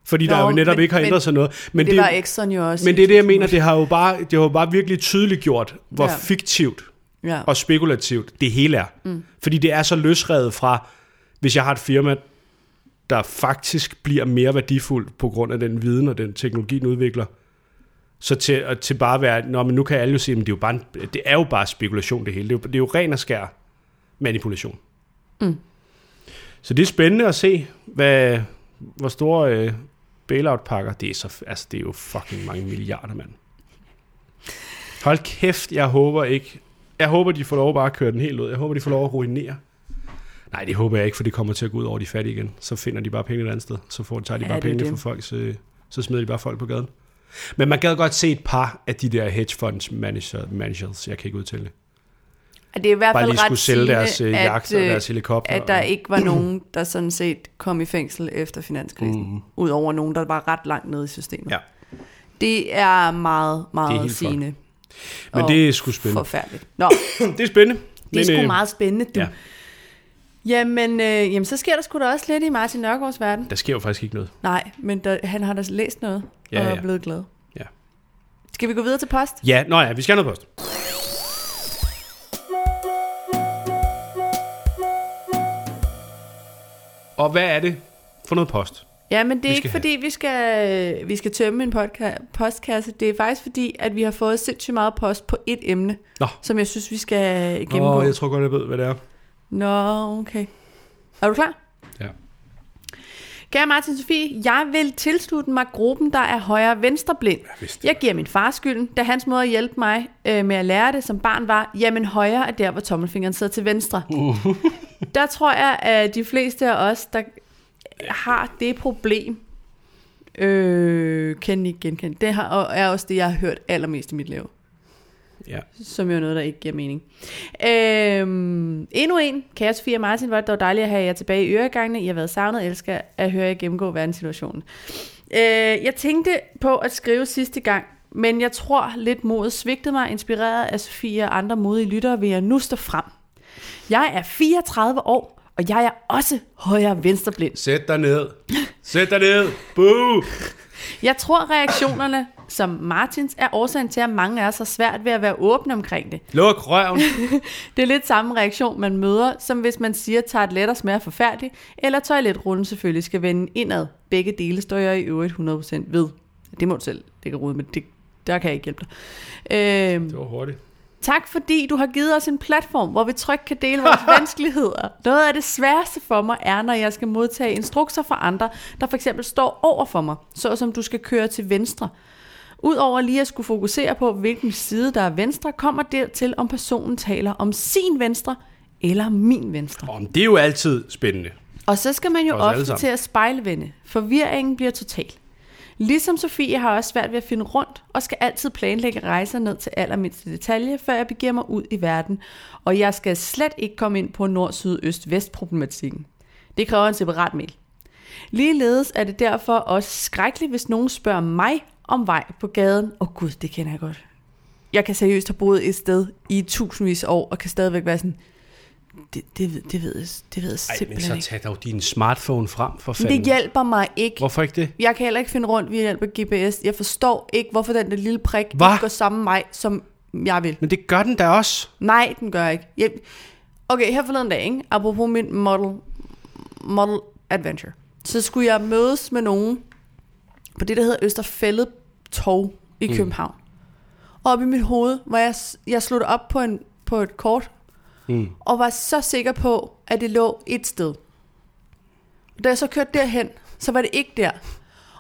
Speaker 1: fordi Nå, der
Speaker 2: Nå,
Speaker 1: jo netop
Speaker 2: men-
Speaker 1: ikke har ændret
Speaker 2: men-
Speaker 1: sig noget.
Speaker 2: Men det, det var Exxon jo også.
Speaker 1: men det er det, jeg mener, det har jo bare, det har jo bare virkelig tydeligt gjort, hvor ja.
Speaker 2: Ja.
Speaker 1: fiktivt
Speaker 2: Ja.
Speaker 1: og spekulativt det hele er. Mm. Fordi det er så løsrevet fra, hvis jeg har et firma, der faktisk bliver mere værdifuldt på grund af den viden og den teknologi, den udvikler, så til, og til bare at være, Nå, men nu kan alle jo sige, men det er jo bare, en, det er jo bare spekulation det hele. Det er jo, det er jo ren og skær manipulation. Mm. Så det er spændende at se, hvad, hvor store øh, bailout-pakker, det er, så, f- altså, det er jo fucking mange milliarder, mand. Hold kæft, jeg håber ikke. Jeg håber, de får lov at bare køre den helt ud. Jeg håber, de får lov at ruinere. Nej, det håber jeg ikke, for det kommer til at gå ud over de fattige igen. Så finder de bare penge et andet sted. Så får, tager de
Speaker 2: Ja,
Speaker 1: bare
Speaker 2: det er
Speaker 1: penge
Speaker 2: det.
Speaker 1: fra folk, så, så smider de bare folk på gaden. Men man gad godt se et par af de der hedgefonds manager, managers, jeg kan ikke udtale det.
Speaker 2: Og det er i hvert
Speaker 1: Bare
Speaker 2: fald
Speaker 1: lige skulle
Speaker 2: ret
Speaker 1: sælge
Speaker 2: sigende,
Speaker 1: deres øh, jagt og
Speaker 2: øh,
Speaker 1: deres helikopter.
Speaker 2: at der
Speaker 1: og-
Speaker 2: ikke var nogen, der sådan set kom i fængsel efter finanskrisen. Mm. Udover nogen, der var ret langt nede i systemet.
Speaker 1: Mhm. Ja.
Speaker 2: Det er meget,
Speaker 1: Det er
Speaker 2: meget
Speaker 1: helt
Speaker 2: sigende.
Speaker 1: Men
Speaker 2: og
Speaker 1: det er sgu spændende.
Speaker 2: Forfærdeligt. Nå,
Speaker 1: Det er spændende. øh,
Speaker 2: det er sgu meget spændende, du.
Speaker 1: ja.
Speaker 2: Ja. Jamen, øh, jamen, så sker der sgu da også lidt i Martin Nørgaards verden.
Speaker 1: Der sker jo faktisk ikke noget.
Speaker 2: Nej, men der, han har da læst noget
Speaker 1: Ja,
Speaker 2: og
Speaker 1: ja.
Speaker 2: er blevet glad.
Speaker 1: Ja.
Speaker 2: Skal vi gå videre til post?
Speaker 1: Ja, nå ja, vi skal have noget post. Og hvad er det for noget post?
Speaker 2: Ja, men det er
Speaker 1: vi
Speaker 2: ikke
Speaker 1: skal have.
Speaker 2: fordi, vi skal, vi skal tømme en podca- postkasse. Det er faktisk fordi, at vi har fået sindssygt meget post på et emne,
Speaker 1: Nå.
Speaker 2: som jeg synes, vi skal gennemgå.
Speaker 1: Åh, oh, jeg tror godt, jeg ved, hvad det er.
Speaker 2: Nå, okay. Er du klar?
Speaker 1: Ja.
Speaker 2: Kære Martin Sofie, jeg vil tilslutte mig gruppen, der er højre venstre blind. Jeg,
Speaker 1: vidste det.
Speaker 2: jeg giver min far skylden, da hans måde at hjælpe mig øh, med at lære det som barn var, jamen højre er der, hvor tommelfingeren sidder til venstre. Uh. der tror jeg, at de fleste af os, der har det problem, øh, kan ikke genkende. Det har, og er også det, jeg har hørt allermest i mit liv
Speaker 1: Ja.
Speaker 2: som jo er noget, der ikke giver mening. Øhm, endnu en. Kære Sofie og Martin, hvor er det dog dejligt at have jer tilbage i øregangene. I har været savnet og elsker at høre jer gennemgå verdenssituationen. Øh, jeg tænkte på at skrive sidste gang, men jeg tror lidt modet svigtede mig, inspireret af Sofie og andre modige lyttere, vil jeg nu stå frem. Jeg er 34 år, og jeg er også højre venstreblind.
Speaker 1: Sæt dig ned. Sæt dig ned. Boo.
Speaker 2: Jeg tror, reaktionerne som Martins, er årsagen til, at mange er så svært ved at være åbne omkring det.
Speaker 1: Luk røven.
Speaker 2: Det er lidt samme reaktion, man møder, som hvis man siger, at tartletter smager forfærdeligt, eller toiletrullen selvfølgelig skal vende indad. Begge dele står jeg i øvrigt 100% ved. Det må du selv lægge rode med. Det, der kan jeg ikke hjælpe dig. Øhm,
Speaker 1: det var hurtigt.
Speaker 2: Tak fordi du har givet os en platform, hvor vi trygt kan dele vores vanskeligheder. Noget af det sværeste for mig er, når jeg skal modtage instrukser fra andre, der for eksempel står over for mig, såsom du skal køre til venstre. Udover lige at skulle fokusere på, hvilken side der er venstre, kommer det til, om personen taler om sin venstre eller min venstre.
Speaker 1: Om det er jo altid spændende.
Speaker 2: Og så skal man jo
Speaker 1: Os alle
Speaker 2: ofte
Speaker 1: sammen.
Speaker 2: til at spejlvende. Forvirringen bliver total. Ligesom Sofie har jeg også svært ved at finde rundt, og skal altid planlægge rejser ned til allermindste detalje, før jeg begiver mig ud i verden. Og jeg skal slet ikke komme ind på nord-syd-øst-vest-problematikken. Det kræver en separat mail. Ligeledes er det derfor også skrækkeligt, hvis nogen spørger mig om vej på gaden. Åh oh gud, det kender jeg godt. Jeg kan seriøst have boet et sted i tusindvis af år, og kan stadigvæk være sådan, det, det, ved, det, ved, jeg, det ved jeg
Speaker 1: Ej,
Speaker 2: simpelthen
Speaker 1: men så
Speaker 2: ikke.
Speaker 1: tag dog din smartphone frem for fanden.
Speaker 2: Det hjælper mig ikke.
Speaker 1: Hvorfor ikke det?
Speaker 2: Jeg kan heller ikke finde rundt ved hjælp af GPS. Jeg forstår ikke, hvorfor den der lille prik
Speaker 1: Hva?
Speaker 2: ikke går samme vej, som jeg vil.
Speaker 1: Men det gør den da også.
Speaker 2: Nej, den gør ikke. Jeg... Okay, her forleden dag, ikke? apropos min model, model adventure, så skulle jeg mødes med nogen på det, der hedder Østerfældet Torv i mm. København. Og op i mit hoved, hvor jeg, s- jeg slog det op på, en, på et kort, mm. og var så sikker på, at det lå et sted. Da jeg så kørte derhen, så var det ikke der.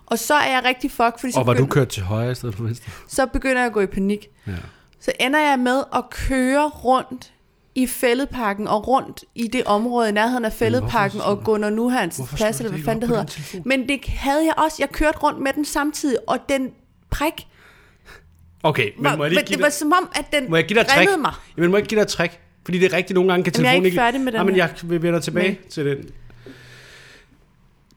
Speaker 2: Og så er jeg rigtig fuck, fordi så,
Speaker 1: Og var du
Speaker 2: begynder,
Speaker 1: kørt til højre i stedet for venstre?
Speaker 2: så begynder jeg at gå i panik.
Speaker 1: Ja.
Speaker 2: Så ender jeg med at køre rundt i fældeparken og rundt i det område i nærheden af fældeparken og Gunnar Nuhans
Speaker 1: hvorfor
Speaker 2: plads,
Speaker 1: slår
Speaker 2: eller
Speaker 1: det
Speaker 2: hvad
Speaker 1: ikke
Speaker 2: fanden det
Speaker 1: op på din
Speaker 2: hedder.
Speaker 1: telefon?
Speaker 2: Men det havde jeg også. Jeg kørte rundt med den samtidig, og den prik
Speaker 1: Okay, men
Speaker 2: var,
Speaker 1: må jeg lige
Speaker 2: men
Speaker 1: give
Speaker 2: det
Speaker 1: dig,
Speaker 2: var som om, at den
Speaker 1: må jeg give dig et trick?
Speaker 2: drillede mig.
Speaker 1: Jamen, må jeg ikke give dig et trick? Fordi det er rigtigt, nogle gange kan
Speaker 2: Jamen, jeg er
Speaker 1: telefonen
Speaker 2: ikke færdig med den
Speaker 1: Nej, men
Speaker 2: her.
Speaker 1: jeg vil vender tilbage men. til den.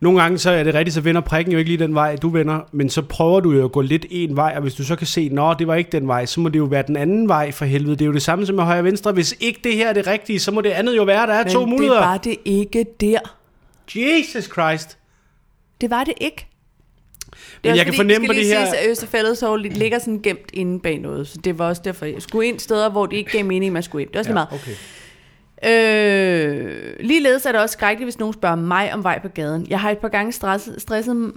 Speaker 1: Nogle gange så er det rigtigt, så vender prikken jo ikke lige den vej, du vender, men så prøver du jo at gå lidt en vej, og hvis du så kan se, nå, det var ikke den vej, så må det jo være den anden vej for helvede. Det er jo det samme som med højre og venstre. Hvis ikke det her er det rigtige, så må det andet jo være, der er
Speaker 2: Men
Speaker 1: to muligheder.
Speaker 2: det var det ikke der.
Speaker 1: Jesus Christ.
Speaker 2: Det var det ikke.
Speaker 1: Men
Speaker 2: Det er også
Speaker 1: jeg kan
Speaker 2: fordi,
Speaker 1: fornemme på
Speaker 2: det
Speaker 1: det
Speaker 2: skal
Speaker 1: her...
Speaker 2: lige siges, at Østerfældet så ligger sådan gemt inde bag noget, så det var også derfor, jeg skulle ind steder, hvor det ikke gav mening, man skulle ind. Det var også ja, meget.
Speaker 1: okay.
Speaker 2: Øh, ligeledes er det også skrækkeligt, hvis nogen spørger mig om vej på gaden. Jeg har et par gange stresset, stresset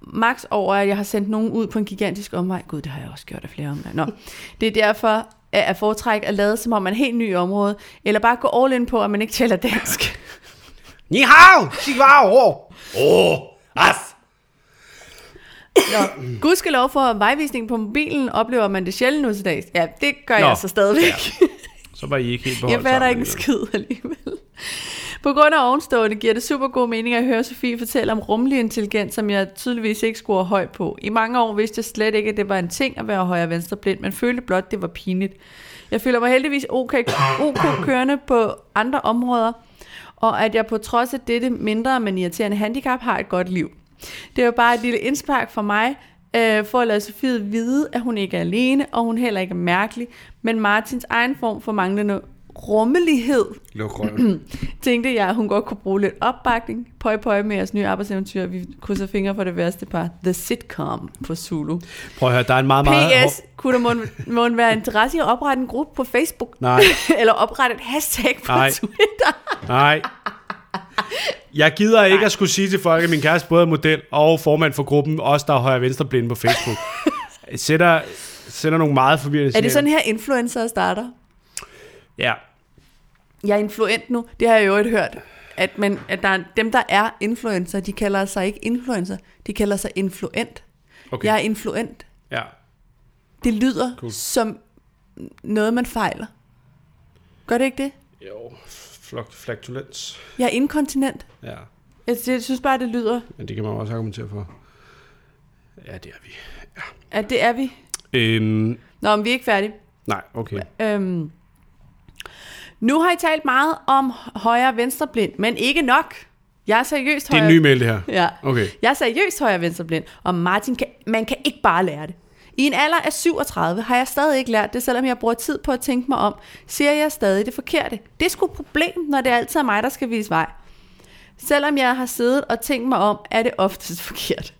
Speaker 2: max over, at jeg har sendt nogen ud på en gigantisk omvej. Gud, det har jeg også gjort af flere omveje. Nå. Det er derfor at at foretrække at lade, som om man er helt ny i området, eller bare gå all in på, at man ikke tæller dansk.
Speaker 1: Ni hao! Sig wow! Åh! Åh! As!
Speaker 2: Nå. Gudskelov for vejvisningen på mobilen, oplever man det sjældent nu til dags. Ja, det gør Nå.
Speaker 1: Nå.
Speaker 2: jeg så stadigvæk.
Speaker 1: Så var I ikke helt på
Speaker 2: Jeg fatter ikke en skid alligevel. På grund af ovenstående giver det super god mening at høre Sofie fortælle om rumlig intelligens, som jeg tydeligvis ikke scorer højt på. I mange år vidste jeg slet ikke, at det var en ting at være højre og venstre blind, men følte blot, det var pinligt. Jeg føler mig heldigvis ok, ok kørende på andre områder, og at jeg på trods af dette mindre, men irriterende handicap har et godt liv. Det var bare et lille indspark for mig, øh, for at lade Sofie vide, at hun ikke er alene, og hun heller ikke er mærkelig, men Martins egen form for manglende rummelighed,
Speaker 1: Luk røven.
Speaker 2: tænkte jeg, at hun godt kunne bruge lidt opbakning. Pøj, pøj med jeres nye arbejdseventyr. Vi krydser fingre for det værste par. The Sitcom på Zulu.
Speaker 1: Prøv at høre, der er en meget, meget...
Speaker 2: P.S. Kunne der må, må være interesse i at oprette en gruppe på Facebook?
Speaker 1: Nej.
Speaker 2: Eller oprette et hashtag på
Speaker 1: Nej.
Speaker 2: Twitter?
Speaker 1: Nej. Jeg gider ikke at skulle sige til folk, at min kæreste både er model og formand for gruppen, også der er højre og venstre blinde på Facebook. Jeg Sætter, sætter nogle meget forvirrende
Speaker 2: Er det sådan
Speaker 1: signaler.
Speaker 2: her, influencer starter?
Speaker 1: Ja.
Speaker 2: Jeg er influent nu. Det har jeg jo ikke hørt. At, man, at der er, dem, der er influencer, de kalder sig ikke influencer. De kalder sig influent.
Speaker 1: Okay.
Speaker 2: Okay. Jeg er influent.
Speaker 1: ja.
Speaker 2: Det lyder
Speaker 1: Cool.
Speaker 2: cool. som noget, man fejler. Gør det ikke det?
Speaker 1: Jo, flok, flaktulens.
Speaker 2: Jeg er inkontinent.
Speaker 1: Ja,
Speaker 2: Jeg, jeg synes bare, det lyder,
Speaker 1: men det kan man også argumentere for. Ja, det er vi.
Speaker 2: at det er vi.
Speaker 1: Øhm,
Speaker 2: Nå, men vi er ikke færdige.
Speaker 1: nej, okay.
Speaker 2: Øhm. Nu har I talt meget om højre og venstre blind, men ikke nok. Jeg er seriøst
Speaker 1: Det er
Speaker 2: højre...
Speaker 1: en ny mail, det her.
Speaker 2: Ja.
Speaker 1: Okay.
Speaker 2: Jeg er seriøst højre og venstre blind, og Martin, kan, man kan ikke bare lære det. I en alder af 37 har jeg stadig ikke lært det, selvom jeg bruger tid på at tænke mig om, siger jeg stadig det forkerte. Det er sgu et problem, når det altid er mig, der skal vise vej. Selvom jeg har siddet og tænkt mig om, er det oftest forkert.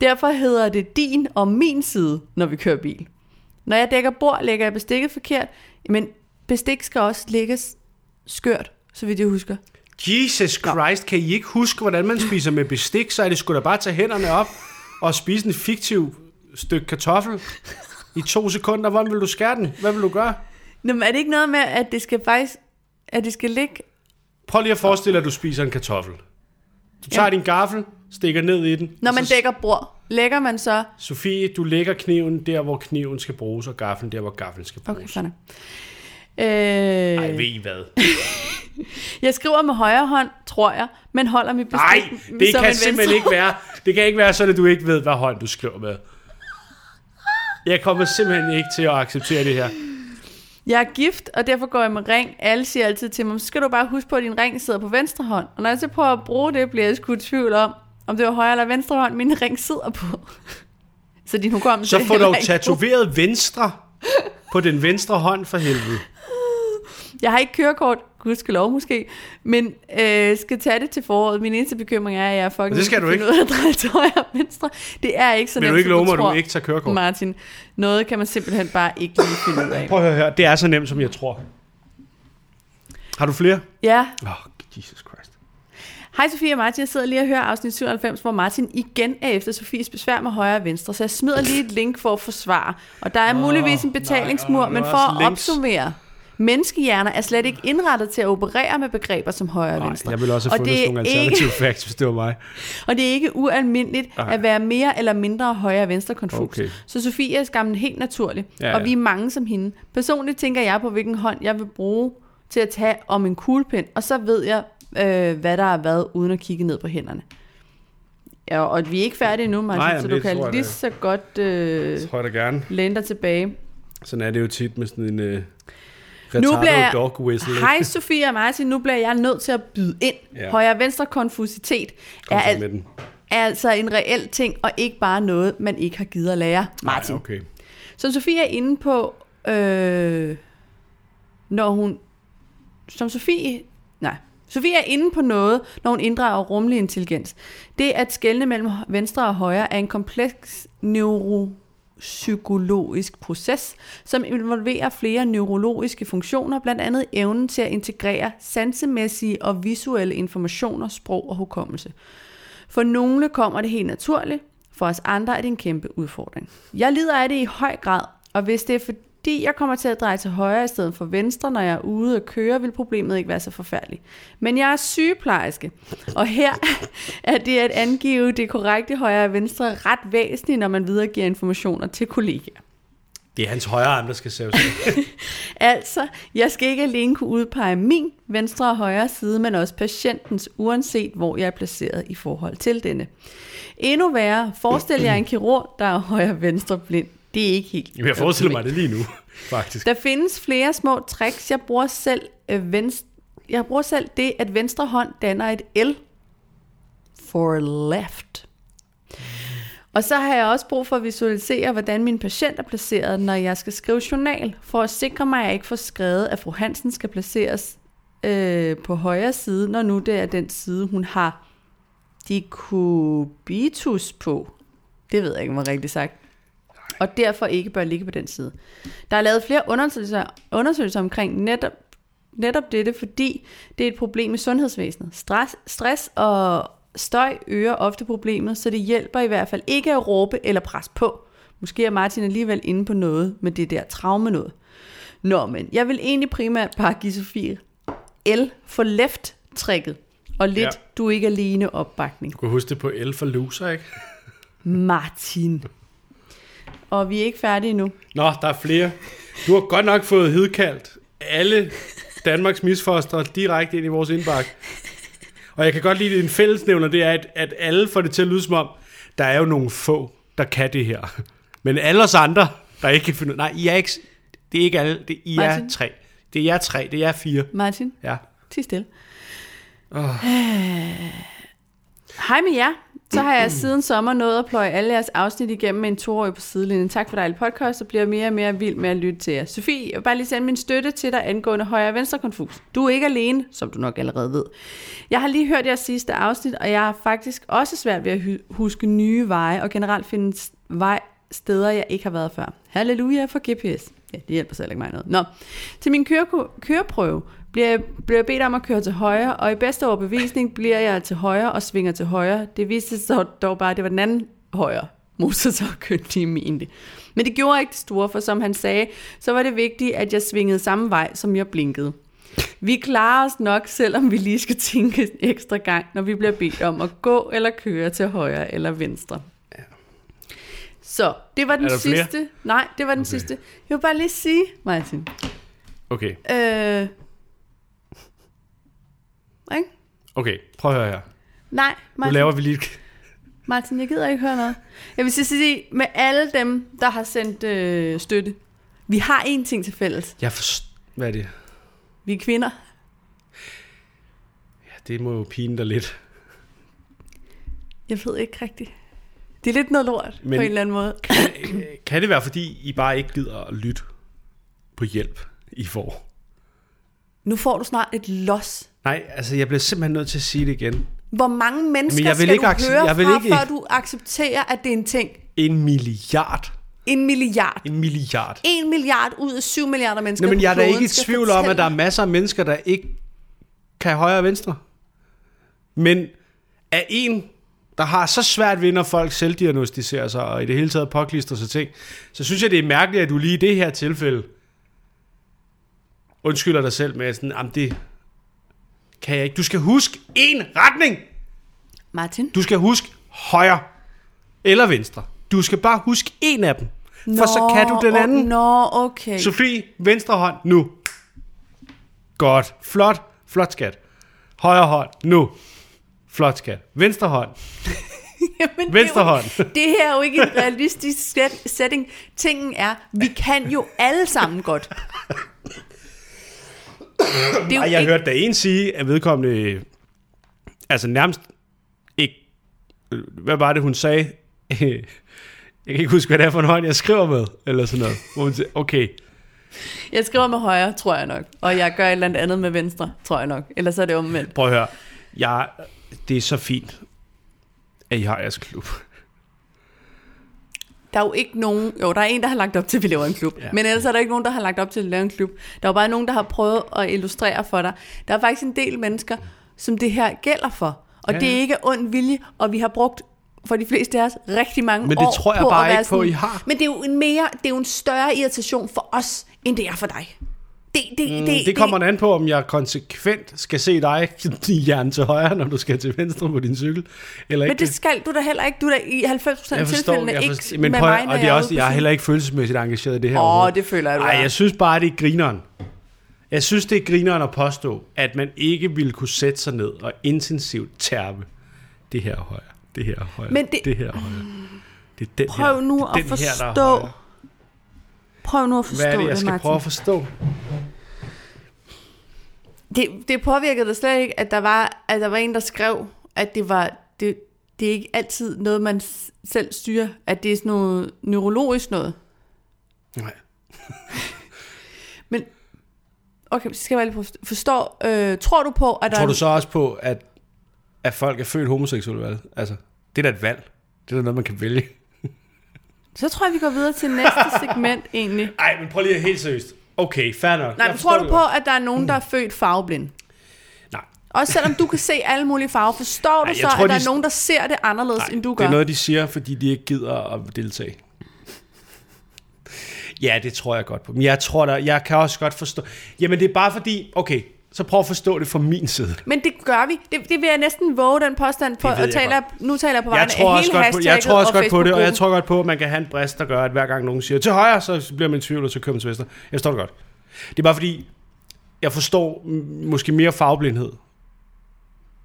Speaker 2: Derfor hedder det din og min side, når vi kører bil. Når jeg dækker bord, lægger jeg bestikket forkert, men bestik skal også lægges skørt, så vidt jeg husker.
Speaker 1: Jesus Christ, kan I ikke huske, hvordan man spiser med bestik? Så er det sgu da bare at tage hænderne op og spise en fiktiv stykke kartoffel i to sekunder. Hvordan vil du skære den? Hvad vil du gøre?
Speaker 2: Nå, men er det ikke noget med, at det skal faktisk, at det skal ligge...
Speaker 1: Prøv lige at forestille dig, at du spiser en kartoffel. Du tager ja.
Speaker 2: Ja.
Speaker 1: din gaffel, stikker ned i den.
Speaker 2: Når
Speaker 1: og
Speaker 2: man
Speaker 1: så-
Speaker 2: dækker bord, lægger man så...
Speaker 1: Sofie, du lægger kniven der, hvor kniven skal bruges, og gaffelen der, hvor gaffelen skal bruges.
Speaker 2: Okay,
Speaker 1: Okay,
Speaker 2: sådan. er.
Speaker 1: Ej,
Speaker 2: Øh,
Speaker 1: ved I hvad?
Speaker 2: jeg skriver med højre hånd, tror jeg, men holder mit bestik
Speaker 1: Nej,
Speaker 2: som
Speaker 1: det
Speaker 2: en
Speaker 1: kan
Speaker 2: venstre
Speaker 1: simpelthen ikke være. Det kan ikke være sådan, at du ikke ved, hvad hånd du skriver med. Jeg kommer simpelthen ikke til at acceptere det her.
Speaker 2: Jeg er gift, og derfor går jeg med ring. Alle siger altid til mig, "Så skal du bare huske på, at din ring sidder på venstre hånd. Og når jeg så prøver at bruge det, bliver jeg sgu i tvivl om, om det var højre eller venstre hånd, min ring sidder på. så din hukommelse
Speaker 1: Så
Speaker 2: er
Speaker 1: får
Speaker 2: heller
Speaker 1: du
Speaker 2: ikke god.
Speaker 1: tatoveret venstre på den venstre hånd for helvede.
Speaker 2: Jeg har ikke kørekort, gudskelov måske, men øh, skal tage det til foråret. Min eneste bekymring er, at jeg er fucking
Speaker 1: Men det skal du
Speaker 2: finde ud af at dreje til højre og venstre. Det er ikke så
Speaker 1: Vil
Speaker 2: nemt,
Speaker 1: du ikke
Speaker 2: som
Speaker 1: love mig, at
Speaker 2: tror,
Speaker 1: du ikke tager kørekort?
Speaker 2: Martin. Noget kan man simpelthen bare ikke lige finde ud af.
Speaker 1: Prøv at høre her. Det er så nemt, som jeg tror. Har du flere?
Speaker 2: Ja,
Speaker 1: Åh, oh, Jesus Christ.
Speaker 2: Hej Sofie og Martin, jeg sidder lige og hører afsnit 97, hvor Martin igen er efter Sofies besvær med højre og venstre, så jeg smider lige et link for at forsvare. Og der er oh, muligvis en
Speaker 1: nej,
Speaker 2: betalingsmur, nej,
Speaker 1: åh,
Speaker 2: men
Speaker 1: det var
Speaker 2: for
Speaker 1: også
Speaker 2: at
Speaker 1: links.
Speaker 2: opsummere, menneskehjerner er slet ikke indrettet til at operere med begreber som højre og
Speaker 1: Nej,
Speaker 2: venstre.
Speaker 1: jeg ville også have
Speaker 2: og,
Speaker 1: fundet
Speaker 2: det
Speaker 1: sådan
Speaker 2: er
Speaker 1: nogle
Speaker 2: ikke,
Speaker 1: alternative facts, hvis det var mig.
Speaker 2: og det er ikke ualmindeligt
Speaker 1: Nej.
Speaker 2: at være mere eller mindre højre og venstre konfus.
Speaker 1: Okay.
Speaker 2: Så Sofie er skammen helt naturlig,
Speaker 1: Ja,
Speaker 2: ja,
Speaker 1: ja.
Speaker 2: og vi er mange som hende. Personligt tænker jeg på, hvilken hånd jeg vil bruge til at tage om en kuglepen, og så ved jeg, øh, hvad der er hvad, uden at kigge ned på hænderne. Ja, og vi er ikke færdige endnu, Martin,
Speaker 1: Nej,
Speaker 2: Nej,
Speaker 1: jamen,
Speaker 2: så du
Speaker 1: det
Speaker 2: kan
Speaker 1: tror jeg
Speaker 2: lige
Speaker 1: da.
Speaker 2: så godt øh,
Speaker 1: Tror jeg da gerne.
Speaker 2: læne dig tilbage.
Speaker 1: Sådan er det jo tit med sådan en uh,
Speaker 2: Nu bliver jeg-
Speaker 1: dog whistle. ikke?
Speaker 2: Hej Sofie og Martin, nu bliver jeg nødt til at byde ind.
Speaker 1: Ja.
Speaker 2: Ja. Højre-venstre konfusitet
Speaker 1: Kom
Speaker 2: er,
Speaker 1: så
Speaker 2: al-
Speaker 1: med den.
Speaker 2: er altså en reel ting, og ikke bare noget, man ikke har givet at lære, Martin.
Speaker 1: Nej, okay.
Speaker 2: Som Sofie er inde på, øh, når hun... Som Sofie... Nej. Sofie er inde på noget, når hun inddrager rummelig intelligens. Det at skelne mellem venstre og højre er en kompleks neuropsykologisk proces, som involverer flere neurologiske funktioner, blandt andet evnen til at integrere sansemæssige og visuelle informationer, sprog og hukommelse. For nogle kommer det helt naturligt, for os andre er det en kæmpe udfordring. Jeg lider af det i høj grad, og hvis det er fordi, jeg kommer til at dreje til højre i stedet for venstre, når jeg er ude og køre, vil problemet ikke være så forfærdeligt. Men jeg er sygeplejerske, og her er det at angive det korrekte højre og venstre ret væsentligt, når man videregiver informationer til kollegaer.
Speaker 1: Det er hans højre arm, der skal sæves.
Speaker 2: Altså, jeg skal ikke alene kunne udpege min venstre og højre side, men også patientens, uanset hvor jeg er placeret i forhold til denne. Endnu værre, forestil jer en kirurg, der er højre og venstre blind. Det er ikke helt.
Speaker 1: Jeg forestiller mig det lige nu, faktisk.
Speaker 2: Der findes flere små tricks. Jeg bruger selv, øh, venstre, jeg bruger selv det, at venstre hånd danner et L for left. Og så har jeg også brug for at visualisere, hvordan min patient er placeret, når jeg skal skrive journal, for at sikre mig, at jeg ikke får skrevet, at fru Hansen skal placeres øh, på højre side, når nu det er den side, hun har dekubitus på. Det ved jeg ikke, om jeg rigtig sagt og derfor ikke bør ligge på den side. Der er lavet flere undersøgelser, undersøgelser omkring netop, netop dette, fordi det er et problem i sundhedsvæsenet. Stress, stress og støj øger ofte problemet, så det hjælper i hvert fald ikke at råbe eller presse på. Måske er Martin alligevel inde på noget med det der traume noget. Nå, men jeg vil egentlig primært bare give Sofie L for left-trækket, og lidt
Speaker 1: Ja.
Speaker 2: ja. du er ikke alene opbakning.
Speaker 1: Du kan huske det på L for loser, ikke?
Speaker 2: Martin. Og vi er ikke færdige nu.
Speaker 1: Nå, der er flere. Du har godt nok fået hidkaldt alle Danmarks misfostre direkte ind i vores indbakke. Og jeg kan godt lide, at en fællesnævner, det er, at, at alle får det til at lyde som om, der er jo nogle få, der kan det her. Men alle os andre, der ikke kan finde ud- Nej, I er ikke... Det er ikke alle. Det, I er
Speaker 2: Martin?
Speaker 1: tre. Det er jer tre. Det er jer fire.
Speaker 2: Martin?
Speaker 1: Ja.
Speaker 2: Tid stille.
Speaker 1: Oh.
Speaker 2: Hej med jer. Så har jeg siden sommer nået at pløje alle jeres afsnit igennem med en toårig på sidelinjen. Tak for dejlig podcast, og bliver mere og mere vild med at lytte til jer. Sofie, jeg vil bare lige sende min støtte til dig angående højre og venstre konfus. Du er ikke alene, som du nok allerede ved. Jeg har lige hørt jeres sidste afsnit, og jeg har faktisk også svært ved at hu- huske nye veje, og generelt finde s- vej steder, jeg ikke har været før. Halleluja for GPS. Ja, det hjælper selv ikke mig noget. Nå, til min køreko- køreprøve bliver jeg, bliver jeg bedt om at køre til højre, og i bedste overbevisning bliver jeg til højre og svinger til højre. Det viste sig dog bare, at det var den anden højre motorsagkyndige mente. Men det gjorde ikke det store, for som han sagde, så var det vigtigt, at jeg svingede samme vej, som jeg blinkede. Vi klarer os nok, selvom vi lige skal tænke en ekstra gang, når vi bliver bedt om at gå eller køre til højre eller venstre. Så det var den
Speaker 1: Er der flere?
Speaker 2: sidste. Nej, det var den okay. sidste. Jeg vil bare lige sige, Martin.
Speaker 1: Okay,
Speaker 2: Øh, ikke?
Speaker 1: okay. Prøv at høre her.
Speaker 2: Nej,
Speaker 1: Nu
Speaker 2: Martin,
Speaker 1: laver vi lige et...
Speaker 2: Martin, jeg gider ikke høre noget. Jeg vil så sige, med alle dem, der har sendt øh, støtte, vi har én ting til fælles.
Speaker 1: Jeg forst... Hvad er det?
Speaker 2: Vi er kvinder.
Speaker 1: Ja, det må jo pine dig lidt.
Speaker 2: Jeg ved ikke rigtigt. Det er lidt noget lort, Men...
Speaker 1: Men-
Speaker 2: på en eller anden måde.
Speaker 1: Øh, Kan det være, fordi I bare ikke gider at lytte på hjælp, I får?
Speaker 2: Nu får du snart et los.
Speaker 1: Nej, altså jeg bliver simpelthen nødt til at sige det igen.
Speaker 2: Hvor mange mennesker
Speaker 1: Men jeg vil
Speaker 2: skal
Speaker 1: ikke
Speaker 2: du
Speaker 1: accep-
Speaker 2: høre
Speaker 1: jeg vil
Speaker 2: fra,
Speaker 1: ikke-
Speaker 2: før du accepterer, at det er en ting?
Speaker 1: En milliard.
Speaker 2: En milliard.
Speaker 1: En milliard.
Speaker 2: En milliard ud af syv milliarder mennesker.
Speaker 1: Nå, men
Speaker 2: på
Speaker 1: jeg er da
Speaker 2: kloden
Speaker 1: ikke i
Speaker 2: skal
Speaker 1: tvivl om,
Speaker 2: fortælle
Speaker 1: at der er
Speaker 2: dig.
Speaker 1: masser af mennesker, der ikke kan højre og venstre. Men er en, der har så svært ved, når folk selvdiagnostiserer sig, og i det hele taget påklister sig ting, så synes jeg, det er mærkeligt, at du lige i det her tilfælde undskylder dig selv med, at sådan, "Jamen, det kan jeg ikke. Du skal huske én retning.
Speaker 2: Martin?
Speaker 1: Du skal huske højre eller venstre. Du skal bare huske en af dem. For så kan du den
Speaker 2: o-
Speaker 1: anden.
Speaker 2: Nå, okay.
Speaker 1: Sofie, venstre hånd nu. Godt. Flot. Flot skat. Højre hånd nu. Flot skat. Venstre hånd.
Speaker 2: Jamen,
Speaker 1: Venstre
Speaker 2: det er jo-
Speaker 1: hånd.
Speaker 2: Det her er jo ikke en realistisk set- setting. Tingen er, vi kan jo alle sammen godt. Det er jo
Speaker 1: Ej, jeg
Speaker 2: ikke,
Speaker 1: hørte da en sige, at vedkommende... øh, Altså nærmest ikke... øh, Hvad var det, hun sagde? jeg kan ikke huske, hvad det er for en hånd, jeg skriver med. Eller sådan noget. Hvor hun sagde, okay.
Speaker 2: jeg skriver med højre, tror jeg nok. Og jeg gør et eller andet andet med venstre, tror jeg nok. Ellers er det omvendt.
Speaker 1: Prøv at høre. Jeg, det er så fint, at I har jeres klub.
Speaker 2: Der er jo ikke nogen... Jo, der er en, der har lagt op til, at vi laver en klub. Ja.
Speaker 1: Ja.
Speaker 2: Men ellers er der ikke nogen, der har lagt op til, at vi laver en klub. Der er jo bare nogen, der har prøvet at illustrere for dig. Der er faktisk en del mennesker, som det her gælder for. Og ja.
Speaker 1: Ja,
Speaker 2: det er
Speaker 1: ja.
Speaker 2: ikke af ond vilje, og vi har brugt for de fleste af os rigtig mange
Speaker 1: Men det
Speaker 2: år
Speaker 1: tror jeg
Speaker 2: på
Speaker 1: bare
Speaker 2: at være
Speaker 1: ikke på,
Speaker 2: sådan,
Speaker 1: I har.
Speaker 2: Men det er, jo en mere, det er jo en større irritation for os, end det er for dig. Det, det, det,
Speaker 1: Mm, Det kommer an på, om jeg konsekvent skal se dig i hjernen til højre, når du skal til venstre på din cykel. Eller
Speaker 2: Men
Speaker 1: ikke
Speaker 2: det skal du da heller ikke. Du er da i 90% af
Speaker 1: jeg forstår,
Speaker 2: tilfældene
Speaker 1: jeg
Speaker 2: ikke
Speaker 1: forstår,
Speaker 2: med
Speaker 1: men prøv,
Speaker 2: mig, når
Speaker 1: og det
Speaker 2: jeg
Speaker 1: er
Speaker 2: er
Speaker 1: også,
Speaker 2: ude på
Speaker 1: jeg er
Speaker 2: sådan-
Speaker 1: heller ikke følelsesmæssigt engageret i det her.
Speaker 2: Åh,
Speaker 1: overhovedet.
Speaker 2: det føler jeg, du
Speaker 1: Ej,
Speaker 2: er.
Speaker 1: jeg synes bare, det er grineren. Jeg synes, det er grineren at påstå, at man ikke ville kunne sætte sig ned og intensivt terpe det her er højre, det her er højre,
Speaker 2: Men
Speaker 1: men
Speaker 2: det-
Speaker 1: det, det her er højre. Det er den
Speaker 2: Prøv
Speaker 1: her,
Speaker 2: nu
Speaker 1: det er den
Speaker 2: at
Speaker 1: her, der er
Speaker 2: forstå.
Speaker 1: højre.
Speaker 2: Prøv nu at forstå
Speaker 1: Hvad er det, jeg skal
Speaker 2: Martin.
Speaker 1: prøve at forstå?
Speaker 2: Det, det påvirkede dig slet ikke, at der var, at der var en, der skrev, at det var... Det, det er ikke altid noget, man s- selv styrer, at det er sådan noget neurologisk noget.
Speaker 1: Nej.
Speaker 2: Men, okay, så skal jeg bare lige prøve at forstå. Øh, tror du på, at der
Speaker 1: Tror
Speaker 2: er...
Speaker 1: du så også på, at, at folk er født homoseksuelle? Vel? Altså, det er da et valg. Det er da noget, man kan vælge.
Speaker 2: Så tror jeg, vi går videre til næste segment, egentlig.
Speaker 1: Nej, men prøv lige helt seriøst. Okay, fair nok.
Speaker 2: Nej,
Speaker 1: Jeg
Speaker 2: men
Speaker 1: forstår
Speaker 2: tror du
Speaker 1: det
Speaker 2: på,
Speaker 1: godt.
Speaker 2: at der er nogen, der er født farveblind?
Speaker 1: Nej,
Speaker 2: Også selvom du kan se alle mulige farver, forstår du
Speaker 1: jeg
Speaker 2: så,
Speaker 1: tror,
Speaker 2: at der
Speaker 1: de-
Speaker 2: er nogen, der ser det anderledes,
Speaker 1: nej.
Speaker 2: end du
Speaker 1: det
Speaker 2: gør?
Speaker 1: er noget, de siger, fordi de ikke gider at deltage. Ja, det tror jeg godt på. Men jeg tror da, jeg kan også godt forstå. Jamen, det er bare fordi, okay, så prøv at forstå det fra min side.
Speaker 2: Men det gør vi. Det, det vil jeg næsten våge den påstand på.
Speaker 1: Det ved jeg
Speaker 2: Og taler, nu taler jeg på vegne
Speaker 1: Jeg tror,
Speaker 2: af
Speaker 1: også
Speaker 2: hele
Speaker 1: godt på, jeg tror også
Speaker 2: og
Speaker 1: godt på det, og jeg
Speaker 2: Facebook-gruppen.
Speaker 1: tror godt på, at man kan have en brist, der gør, at hver gang nogen siger til højre, så bliver man i tvivl, og så kører man til venstre. Jeg forstår det godt. Det er bare fordi, jeg forstår mm, måske mere farveblindhed.